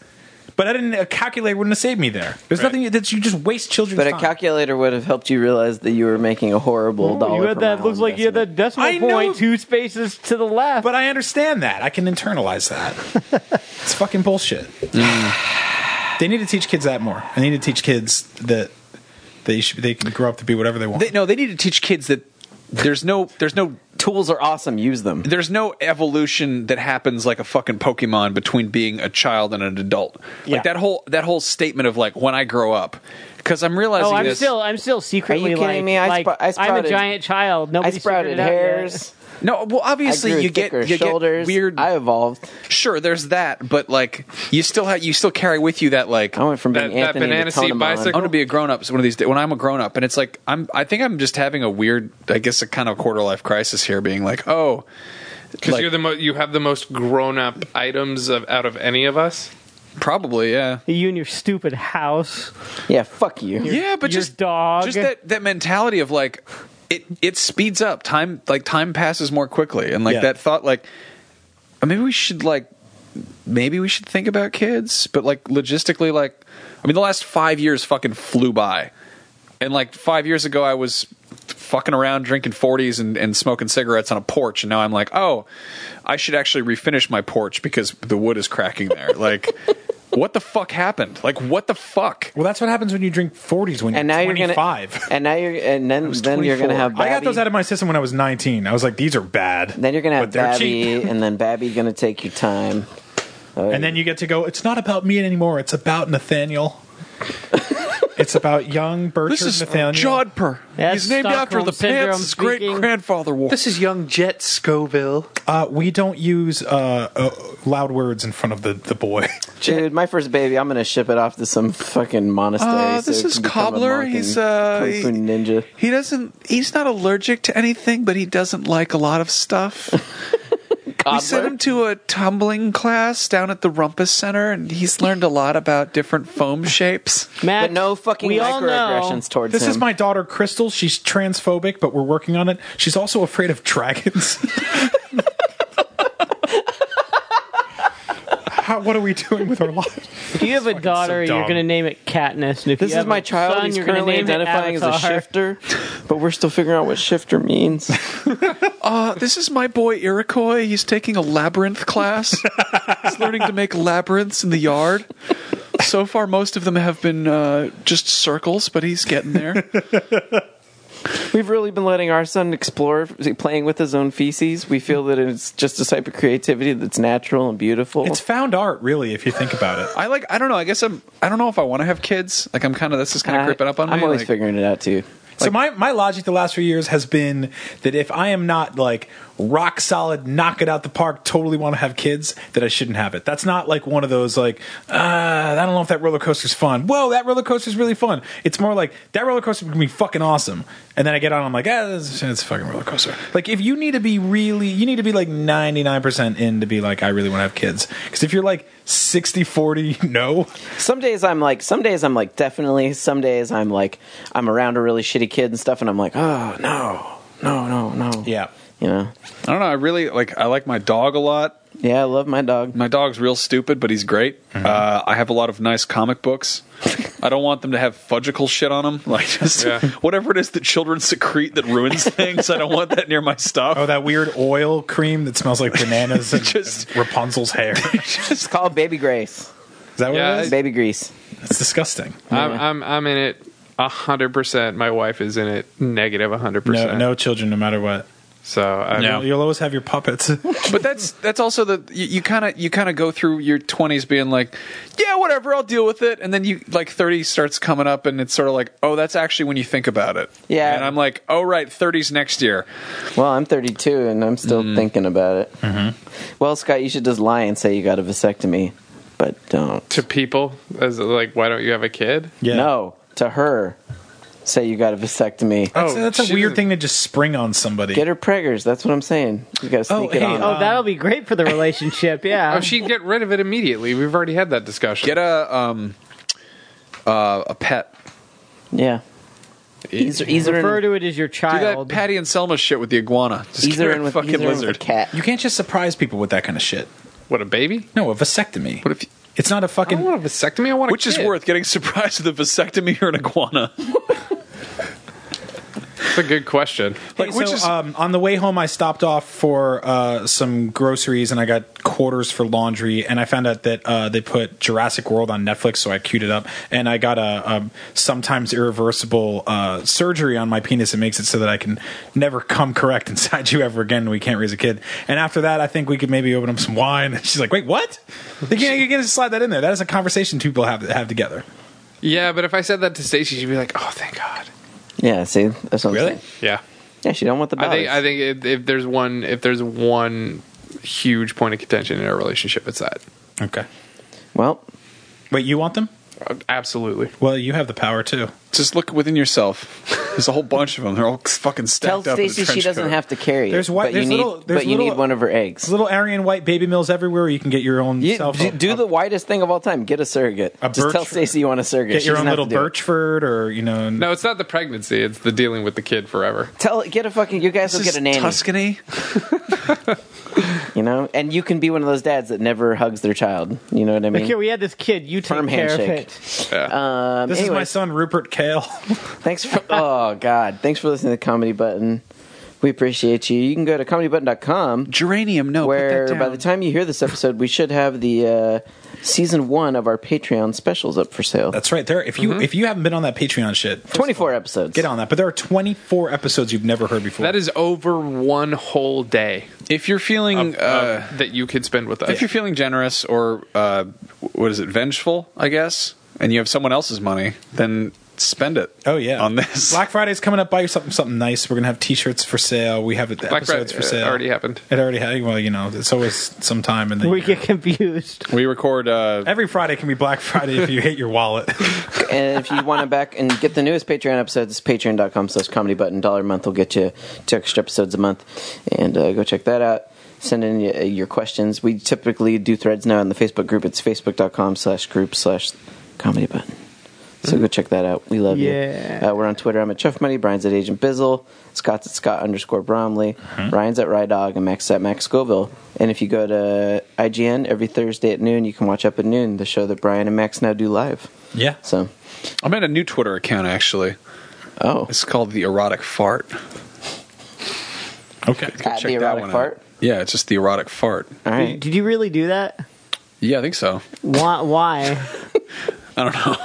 [SPEAKER 7] But I didn't. A calculator wouldn't have saved me there. There's nothing that you just waste children's
[SPEAKER 6] But a
[SPEAKER 7] time.
[SPEAKER 6] calculator would have helped you realize that you were making a horrible dollar.
[SPEAKER 5] you had
[SPEAKER 6] per
[SPEAKER 5] that.
[SPEAKER 6] mile
[SPEAKER 5] Looks like you had
[SPEAKER 6] investment.
[SPEAKER 5] that decimal
[SPEAKER 7] I
[SPEAKER 5] point
[SPEAKER 7] know-
[SPEAKER 5] two spaces to the left.
[SPEAKER 7] But I understand that. I can internalize that.
[SPEAKER 6] <laughs>
[SPEAKER 7] it's fucking bullshit.
[SPEAKER 6] Mm.
[SPEAKER 7] They need to teach kids that more. They need to teach kids that they should, they can grow up to be whatever they want.
[SPEAKER 1] they, no they need to teach kids that there's no there's no
[SPEAKER 6] Tools are awesome. Use them.
[SPEAKER 1] there's no evolution that happens like a fucking Pokemon between being a child and an adult.
[SPEAKER 5] Yeah.
[SPEAKER 1] Like that whole that whole statement of like when I grow up, because I'm realizing
[SPEAKER 5] Oh, I'm
[SPEAKER 1] this.
[SPEAKER 5] still, I'm still secretly
[SPEAKER 6] kidding
[SPEAKER 5] like,
[SPEAKER 6] me? I
[SPEAKER 5] like
[SPEAKER 6] spro- I
[SPEAKER 5] I'm a
[SPEAKER 6] sprouted-
[SPEAKER 5] giant child.
[SPEAKER 6] I
[SPEAKER 5] Nobody
[SPEAKER 6] sprouted hairs.
[SPEAKER 1] no, well,
[SPEAKER 6] I
[SPEAKER 1] obviously
[SPEAKER 6] grew
[SPEAKER 1] you get
[SPEAKER 6] thicker
[SPEAKER 1] you
[SPEAKER 6] shoulders.
[SPEAKER 1] get weird.
[SPEAKER 6] I evolved.
[SPEAKER 1] sure, there's that, but like you still have you still carry with you that like
[SPEAKER 6] I went from being
[SPEAKER 4] That- that
[SPEAKER 6] Anthony
[SPEAKER 4] banana
[SPEAKER 6] to
[SPEAKER 4] seed
[SPEAKER 6] Tonemon.
[SPEAKER 4] bicycle?
[SPEAKER 1] I'm gonna be a grown up one of these days when I'm a grown up, and it's like I'm. I think I'm just having a weird, I guess, a kind of quarter life crisis here, being like, oh,
[SPEAKER 4] Because
[SPEAKER 1] Like-
[SPEAKER 4] you're the mo- you have the most grown up items of out of any of us.
[SPEAKER 1] probably, yeah,
[SPEAKER 5] You and your stupid house.
[SPEAKER 6] Yeah, fuck you.
[SPEAKER 1] yeah, but
[SPEAKER 5] your
[SPEAKER 1] just
[SPEAKER 5] dog.
[SPEAKER 1] just that that mentality of like, it it speeds up time, like time passes more quickly, and like
[SPEAKER 7] Yeah.
[SPEAKER 1] that thought, like, uh, maybe we should like, maybe we should think about kids, but like logistically, like, I mean, the last five years fucking flew by, and like five years ago, I was fucking around drinking 40s and, and smoking cigarettes on a porch and now i'm like oh i should actually refinish my porch because the wood is cracking there like <laughs> what the fuck happened like what the fuck
[SPEAKER 7] well, that's what happens when you drink 40s when
[SPEAKER 6] And now
[SPEAKER 7] you're
[SPEAKER 6] you're gonna
[SPEAKER 7] 25.
[SPEAKER 6] And now you're and then then you're gonna have. Babby,
[SPEAKER 7] I got those out of my system when I was 19. I was like, these are bad.
[SPEAKER 6] Then you're gonna have
[SPEAKER 7] but they're
[SPEAKER 6] Babby, Oh,
[SPEAKER 7] cheap.
[SPEAKER 6] and then Babby gonna take your <laughs> time. <laughs>
[SPEAKER 7] And then you get to go. It's not about me anymore. It's about Nathaniel. It's about young Bertrand
[SPEAKER 1] This is
[SPEAKER 7] Nathaniel.
[SPEAKER 1] Jodhper.
[SPEAKER 5] That's
[SPEAKER 1] He's named after
[SPEAKER 5] Stockholm
[SPEAKER 1] the
[SPEAKER 5] syndrome
[SPEAKER 1] pants his great
[SPEAKER 5] speaking.
[SPEAKER 1] grandfather wore.
[SPEAKER 9] This is young Jet Scoville.
[SPEAKER 7] Uh, we don't use uh, uh, loud words in front of the, the boy.
[SPEAKER 6] Dude, my first baby, I'm gonna ship it off to some fucking monastery.
[SPEAKER 1] Uh,
[SPEAKER 6] so
[SPEAKER 1] this
[SPEAKER 6] it can
[SPEAKER 1] is
[SPEAKER 6] become a
[SPEAKER 1] Cobbler.
[SPEAKER 6] monk
[SPEAKER 1] He's
[SPEAKER 6] and
[SPEAKER 1] uh,
[SPEAKER 6] kung
[SPEAKER 1] he,
[SPEAKER 6] fu ninja.
[SPEAKER 1] he doesn't. He's not allergic to anything, but he doesn't like a lot of stuff.
[SPEAKER 6] <laughs>
[SPEAKER 1] we sent him to a tumbling class down at the Rumpus Center, and he's learned a lot about different foam shapes.
[SPEAKER 5] Matt,
[SPEAKER 6] But no fucking
[SPEAKER 5] we all know.
[SPEAKER 6] microaggressions towards
[SPEAKER 7] This
[SPEAKER 6] him.
[SPEAKER 7] is my daughter Crystal. She's transphobic, but we're working on it. She's also afraid of dragons. <laughs> How, what are we doing with our lives?
[SPEAKER 5] If you have a daughter,
[SPEAKER 7] dumb.
[SPEAKER 5] you're going to name it Katniss. And if
[SPEAKER 6] This
[SPEAKER 5] you
[SPEAKER 6] is
[SPEAKER 5] have
[SPEAKER 6] my
[SPEAKER 5] a
[SPEAKER 6] child.
[SPEAKER 5] Son,
[SPEAKER 6] He's
[SPEAKER 5] you're gonna
[SPEAKER 6] currently
[SPEAKER 5] name it
[SPEAKER 6] identifying as a
[SPEAKER 5] Avatar.
[SPEAKER 6] shifter, but we're still figuring out what shifter <laughs> means.
[SPEAKER 1] Uh, this is my boy Iroquois. He's taking a labyrinth class. he's learning to make labyrinths in the yard. So far, most of them have been uh, just circles, but he's getting there.
[SPEAKER 6] We've really been letting our son explore, playing with his own feces. We feel that it's just a type of creativity that's natural and beautiful.
[SPEAKER 7] It's found art, really, if you think about it.
[SPEAKER 1] I like. I don't know. I guess I'm. I don't know if I want to have kids. Like I'm kind of. This is kind of
[SPEAKER 6] I-
[SPEAKER 1] creeping up on
[SPEAKER 6] Uh, I'm
[SPEAKER 1] me.
[SPEAKER 6] always
[SPEAKER 1] like,
[SPEAKER 6] figuring it out too.
[SPEAKER 7] so my, my logic the last few years has been that if I am not like rock solid, knock it out the park, totally want to have kids, that I shouldn't have it. That's not like one of those like uh, I don't know if that roller coaster's fun. Whoa, that roller coaster's really fun. It's more like that roller coaster can be fucking awesome, and then I get on, I'm like, ah, this, it's a fucking roller coaster. Like if you need to be really, you need to be like 99 percent in to be like I really want to have kids. Because if you're like 60 40 <laughs> no,
[SPEAKER 6] Some days I'm like, some days I'm like, definitely. Some days I'm like, I'm around a really shitty kid and stuff, and I'm like, oh no, no, no, no.
[SPEAKER 7] yeah.
[SPEAKER 6] you know,
[SPEAKER 1] I don't know. I really like. I like my dog a lot.
[SPEAKER 6] yeah, I love my dog.
[SPEAKER 1] My dog's real stupid, but he's great.
[SPEAKER 7] Mm-hmm.
[SPEAKER 1] Uh, I have a lot of nice comic books. I don't want them to have fudgicle shit on them. <laughs> Like just whatever it is that children secrete that ruins things. I don't want that near my stuff. <laughs>
[SPEAKER 7] Oh, that weird oil cream that smells like bananas and,
[SPEAKER 1] Just-
[SPEAKER 7] and Rapunzel's hair. Is
[SPEAKER 6] It's called Baby Grace,
[SPEAKER 7] that what
[SPEAKER 4] Yeah,
[SPEAKER 7] it is?
[SPEAKER 6] Baby Grease.
[SPEAKER 7] It's disgusting.
[SPEAKER 4] I'm, I'm, I'm in it hundred percent. My wife is in it negative hundred
[SPEAKER 7] No,
[SPEAKER 4] percent.
[SPEAKER 7] no children, no matter what.
[SPEAKER 4] So I
[SPEAKER 7] You'll- You'll always have your puppets. <laughs>
[SPEAKER 1] But that's that's also the you kind of you kind of go through your twenties being like, yeah, whatever, I'll deal with it, and then you like thirty starts coming up, and it's sort of like, oh, that's actually when you think about it.
[SPEAKER 6] Yeah.
[SPEAKER 1] and I'm like, oh right, thirties next year.
[SPEAKER 6] Well, I'm 32 and I'm still
[SPEAKER 1] Mm.
[SPEAKER 6] thinking about it.
[SPEAKER 1] Mm-hmm.
[SPEAKER 6] Well, Scott, you should just lie and say you got a vasectomy, but don't.
[SPEAKER 4] to people as like, why don't you have a kid?
[SPEAKER 7] yeah.
[SPEAKER 6] No, to her, say you got a vasectomy.
[SPEAKER 7] That's,
[SPEAKER 4] Oh,
[SPEAKER 7] that's a
[SPEAKER 4] she
[SPEAKER 7] weird
[SPEAKER 4] doesn't-
[SPEAKER 7] thing to just spring on somebody.
[SPEAKER 6] Get her preggers. That's what I'm saying. You got to sneak
[SPEAKER 7] Oh,
[SPEAKER 6] it
[SPEAKER 7] hey,
[SPEAKER 6] on.
[SPEAKER 7] uh,
[SPEAKER 5] Oh, that'll be great
[SPEAKER 6] <laughs>
[SPEAKER 5] for the relationship. Yeah.
[SPEAKER 4] Oh, she'd get rid of it immediately. We've already had that discussion.
[SPEAKER 1] Get a um uh, a pet.
[SPEAKER 6] yeah. He's, he's
[SPEAKER 5] Refer
[SPEAKER 6] in,
[SPEAKER 5] to it as your
[SPEAKER 1] Do
[SPEAKER 5] child.
[SPEAKER 1] that Patty and Selma shit with the iguana. Just
[SPEAKER 6] he's
[SPEAKER 1] get her
[SPEAKER 6] in
[SPEAKER 1] a
[SPEAKER 6] with,
[SPEAKER 1] fucking
[SPEAKER 6] he's in with a
[SPEAKER 1] lizard.
[SPEAKER 6] cat.
[SPEAKER 7] You can't just surprise people with that kind of shit.
[SPEAKER 4] What a baby!
[SPEAKER 7] No, a vasectomy.
[SPEAKER 1] What if you-
[SPEAKER 7] it's not a
[SPEAKER 4] I don't
[SPEAKER 7] fucking.
[SPEAKER 4] want a vasectomy. I want a
[SPEAKER 1] Which is
[SPEAKER 4] kid.
[SPEAKER 1] worth getting <laughs> surprised with a vasectomy or an iguana?
[SPEAKER 4] That's a good question.
[SPEAKER 7] Like,
[SPEAKER 1] which
[SPEAKER 7] so,
[SPEAKER 1] is-
[SPEAKER 7] um, on the way home, I stopped off for uh, some groceries and I got quarters for laundry. And I found out that uh, they put Jurassic World on Netflix, so I queued it up. And I got a, um sometimes irreversible uh, surgery on my penis. It makes it so that I can never come correct <laughs> inside you ever again. We can't raise a kid. And after that, I think we could maybe open up some wine. <laughs> And she's like, "Wait, what? You can't, you can't just slide that in there. That is a conversation two people have have together."
[SPEAKER 4] Yeah, but if I said that to Stacey, she'd be like, "Oh, thank God."
[SPEAKER 6] Yeah, see, that's what I'm
[SPEAKER 7] Really?
[SPEAKER 6] saying.
[SPEAKER 4] Yeah,
[SPEAKER 6] Yeah, she don't want the
[SPEAKER 4] I
[SPEAKER 6] bellies.
[SPEAKER 4] think I think if, if there's one if there's one huge point of contention in our relationship, it's that.
[SPEAKER 7] Okay.
[SPEAKER 6] well,
[SPEAKER 7] Wait, you want them?
[SPEAKER 4] Absolutely.
[SPEAKER 7] Well, you have the power too.
[SPEAKER 1] Just look within yourself. There's a whole bunch of them. They're all fucking
[SPEAKER 6] tell
[SPEAKER 1] stacked up. in a
[SPEAKER 6] Stacy she
[SPEAKER 1] trench
[SPEAKER 6] doesn't
[SPEAKER 1] coat.
[SPEAKER 6] have to carry it.
[SPEAKER 7] There's
[SPEAKER 6] but
[SPEAKER 7] white-
[SPEAKER 6] you
[SPEAKER 7] there's
[SPEAKER 6] need,
[SPEAKER 7] little- there's
[SPEAKER 6] but you
[SPEAKER 7] little-
[SPEAKER 6] need one of her eggs.
[SPEAKER 7] There's little Aryan white baby mills everywhere. You can get your own
[SPEAKER 6] You,
[SPEAKER 7] cell
[SPEAKER 6] do,
[SPEAKER 7] phone.
[SPEAKER 6] do the widest thing of all time. Get a surrogate.
[SPEAKER 7] A
[SPEAKER 6] Just tell
[SPEAKER 7] Birchford.
[SPEAKER 6] Stacy you want a surrogate.
[SPEAKER 7] get
[SPEAKER 6] She
[SPEAKER 7] your
[SPEAKER 6] doesn't
[SPEAKER 7] own
[SPEAKER 6] have
[SPEAKER 7] little
[SPEAKER 6] to do it.
[SPEAKER 7] Birchford or you know.
[SPEAKER 4] No, it's not the pregnancy; it's the dealing with the kid forever.
[SPEAKER 6] Tell get a fucking. You guys will
[SPEAKER 1] This
[SPEAKER 6] get
[SPEAKER 1] is
[SPEAKER 6] a nanny.
[SPEAKER 1] Tuscany.
[SPEAKER 6] <laughs> You know, and you can be one of those dads that never hugs their child. You know what I mean?
[SPEAKER 5] Here, we had this kid. You take
[SPEAKER 6] Firm
[SPEAKER 5] care of
[SPEAKER 6] handshake.
[SPEAKER 5] it.
[SPEAKER 6] Um,
[SPEAKER 7] This is
[SPEAKER 6] anyway,
[SPEAKER 7] my son Rupert
[SPEAKER 4] <laughs>
[SPEAKER 7] Kale.
[SPEAKER 6] thanks for oh god, thanks for listening to Comedy Button. We appreciate you. You can go to comedybutton.com
[SPEAKER 1] Geranium. No. put
[SPEAKER 6] where
[SPEAKER 1] that down.
[SPEAKER 6] by the time you hear this episode, we should have the uh, season one of our Patreon specials up for sale.
[SPEAKER 7] That's right there. If you
[SPEAKER 4] Mm-hmm.
[SPEAKER 7] if you haven't been on that Patreon shit,
[SPEAKER 6] twenty four episodes.
[SPEAKER 7] get on that. But there are 24 episodes you've never heard before.
[SPEAKER 4] That is over one whole day
[SPEAKER 1] if you're feeling
[SPEAKER 4] of,
[SPEAKER 1] uh,
[SPEAKER 4] of- that you could spend with us.
[SPEAKER 1] if you're feeling generous or uh, what is it vengeful, I guess, and you have someone else's money, then spend it.
[SPEAKER 7] Oh yeah,
[SPEAKER 1] on this.
[SPEAKER 7] <laughs> Black Friday's coming up. Buy yourself something nice. We're gonna have T-shirts for sale. We have it. The
[SPEAKER 4] Black
[SPEAKER 7] episodes
[SPEAKER 4] Friday,
[SPEAKER 7] for
[SPEAKER 4] uh,
[SPEAKER 7] sale.
[SPEAKER 4] already happened.
[SPEAKER 7] It already had. Well, you know, it's always sometime in
[SPEAKER 5] <laughs>
[SPEAKER 7] the
[SPEAKER 5] We
[SPEAKER 7] year.
[SPEAKER 5] get confused.
[SPEAKER 1] we record. Uh,
[SPEAKER 7] Every Friday can be Black Friday if you hate
[SPEAKER 4] <laughs>
[SPEAKER 7] your wallet. <laughs>
[SPEAKER 6] and if you want to back and get the newest Patreon episodes, it's patreon.com slash comedy button. Dollar a month will get you two extra episodes a month. And uh, go check that out. Send in y- uh, your questions. We typically do threads now in the Facebook group. It's facebook.com slash group slash comedy button. So go check that out. We love you.
[SPEAKER 5] Yeah.
[SPEAKER 6] Uh, we're on Twitter. I'm at Chuff Money. Brian's at Agent Bizzle. Scott's at Scott underscore Bromley. Ryan's at Rydog. And Max at Max Scoville. And if you go to IGN every Thursday at noon, you can watch Up at Noon, the show that Brian and Max now do live.
[SPEAKER 7] yeah.
[SPEAKER 6] So,
[SPEAKER 1] I'm at a new Twitter account actually.
[SPEAKER 6] oh,
[SPEAKER 1] It's called the Erotic Fart.
[SPEAKER 7] Okay.
[SPEAKER 6] At
[SPEAKER 1] check
[SPEAKER 6] Uh, the
[SPEAKER 1] that
[SPEAKER 6] erotic
[SPEAKER 1] one out.
[SPEAKER 6] part.
[SPEAKER 1] Yeah, it's just the Erotic Fart.
[SPEAKER 6] All right.
[SPEAKER 5] Did you really do that?
[SPEAKER 1] Yeah, I think
[SPEAKER 7] <laughs>
[SPEAKER 1] so.
[SPEAKER 5] Why? why?
[SPEAKER 1] I don't know.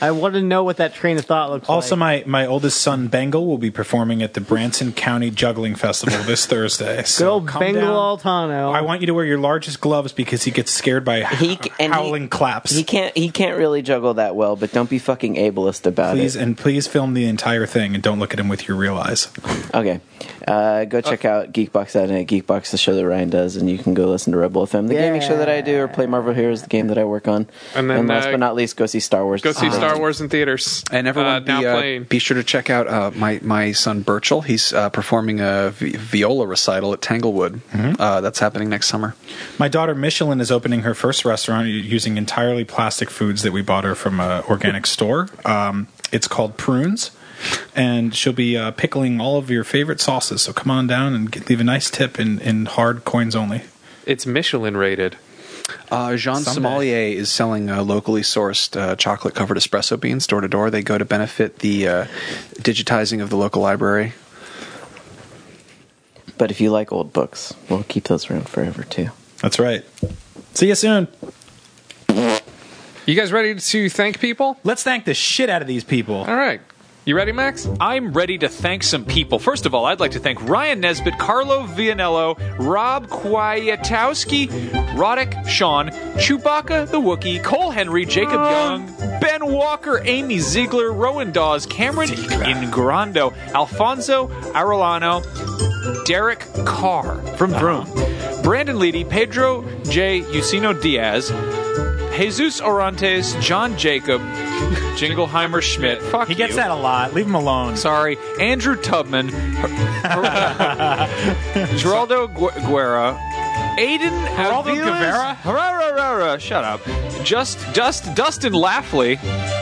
[SPEAKER 5] I want to know what that train of thought looks
[SPEAKER 7] Also,
[SPEAKER 5] like.
[SPEAKER 7] my, my oldest son Bengal will be performing at the Branson County Juggling Festival
[SPEAKER 6] <laughs>
[SPEAKER 7] this Thursday.
[SPEAKER 5] Good
[SPEAKER 7] So
[SPEAKER 5] old
[SPEAKER 7] come
[SPEAKER 5] Bengal
[SPEAKER 7] down.
[SPEAKER 5] Altano.
[SPEAKER 7] I want you to wear your largest gloves because he gets scared by
[SPEAKER 6] He c- and he-
[SPEAKER 7] howling claps.
[SPEAKER 6] He can't. He can't really juggle that well. But don't be fucking ableist about
[SPEAKER 7] please
[SPEAKER 6] it.
[SPEAKER 7] and please film the entire thing and don't look at him with your real eyes.
[SPEAKER 6] Okay. Uh, go check out Geekbox out at Geekbox, the show that Ryan does, and you can go listen to Rebel FM, the gaming show that I do, or play Marvel Heroes, the game that I work on.
[SPEAKER 4] And then,
[SPEAKER 6] last
[SPEAKER 4] uh,
[SPEAKER 6] but not least, go see Star Wars.
[SPEAKER 4] Go see
[SPEAKER 6] Uh,
[SPEAKER 4] Star Wars in theaters.
[SPEAKER 1] Um, And everyone,
[SPEAKER 4] uh,
[SPEAKER 1] be,
[SPEAKER 4] now
[SPEAKER 1] uh,
[SPEAKER 4] playing.
[SPEAKER 1] be sure to check out uh, my my son Birchall. He's uh, performing a vi- viola recital at Tanglewood.
[SPEAKER 7] Mm-hmm.
[SPEAKER 1] Uh, that's happening next summer.
[SPEAKER 7] My daughter Michelin is opening her first restaurant u- using entirely plastic foods that we bought her from a organic store. Um, it's called Prunes, and she'll be uh, pickling all of your favorite sauces. So come on down and get, leave a nice tip in, in hard coins only.
[SPEAKER 4] it's Michelin rated.
[SPEAKER 1] Uh, Jean
[SPEAKER 7] Someday.
[SPEAKER 1] Sommelier is selling uh, locally sourced uh, chocolate covered espresso beans door to door. They go to benefit the uh, digitizing of the local library.
[SPEAKER 6] But if you like old books, we'll keep those around forever too.
[SPEAKER 7] That's right. See you soon.
[SPEAKER 4] You guys ready to thank people?
[SPEAKER 7] Let's thank the shit out of these people.
[SPEAKER 4] All right. You ready, Max?
[SPEAKER 8] I'm ready to thank some people. First of all, I'd like to thank Ryan Nesbitt, Carlo Vianello, Rob Kwiatowski, Roddick, Sean, Chewbacca the Wookiee, Cole Henry, Jacob Young, Ben Walker, Amy Ziegler, Rowan Dawes, Cameron Ingrando, Alfonso Arellano, Derek Carr from Vroom, Brandon Leedy, Pedro J. Usino Diaz, Jesus Orantes, John
[SPEAKER 7] <laughs>
[SPEAKER 8] Jacob, Jingleheimer Schmidt. Fuck
[SPEAKER 7] He gets
[SPEAKER 8] you.
[SPEAKER 7] that a lot. Leave him alone.
[SPEAKER 8] Sorry, Andrew Tubman, Geraldo Gu- Guerra, Aiden
[SPEAKER 7] Geraldo
[SPEAKER 8] Aviles-
[SPEAKER 7] Guevara?
[SPEAKER 8] Hurrah, hurrah, hurrah, shut up. Just Dust Dustin Laughley,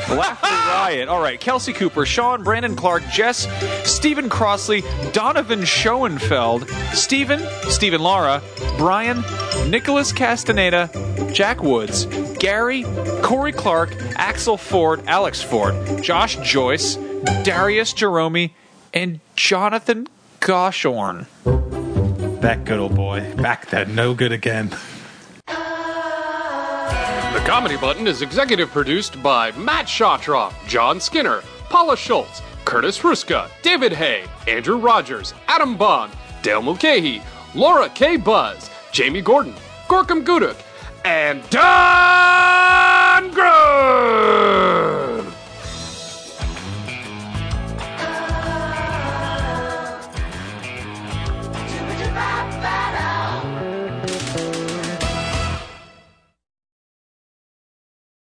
[SPEAKER 8] Laughley Ryan. All right, Kelsey Cooper, Sean Brandon Clark, Jess, Stephen Crossley, Donovan Schoenfeld, Stephen, Stephen Lara, Brian, Nicholas Castaneda, Jack Woods, Gary, Corey Clark, Axel Ford, Alex Ford, Josh Joyce, Darius Jerome, and Jonathan Goshorn.
[SPEAKER 7] That good old boy. Back that no good again.
[SPEAKER 10] The Comedy Button is executive produced by Matt Shawtroff, John Skinner, Paula Schultz, Curtis Ruska, David Hay, Andrew Rogers, Adam Bond, Dale Mulcahy, Laura K. Buzz, Jamie Gordon, Gorkum Guduk, and Don Gross!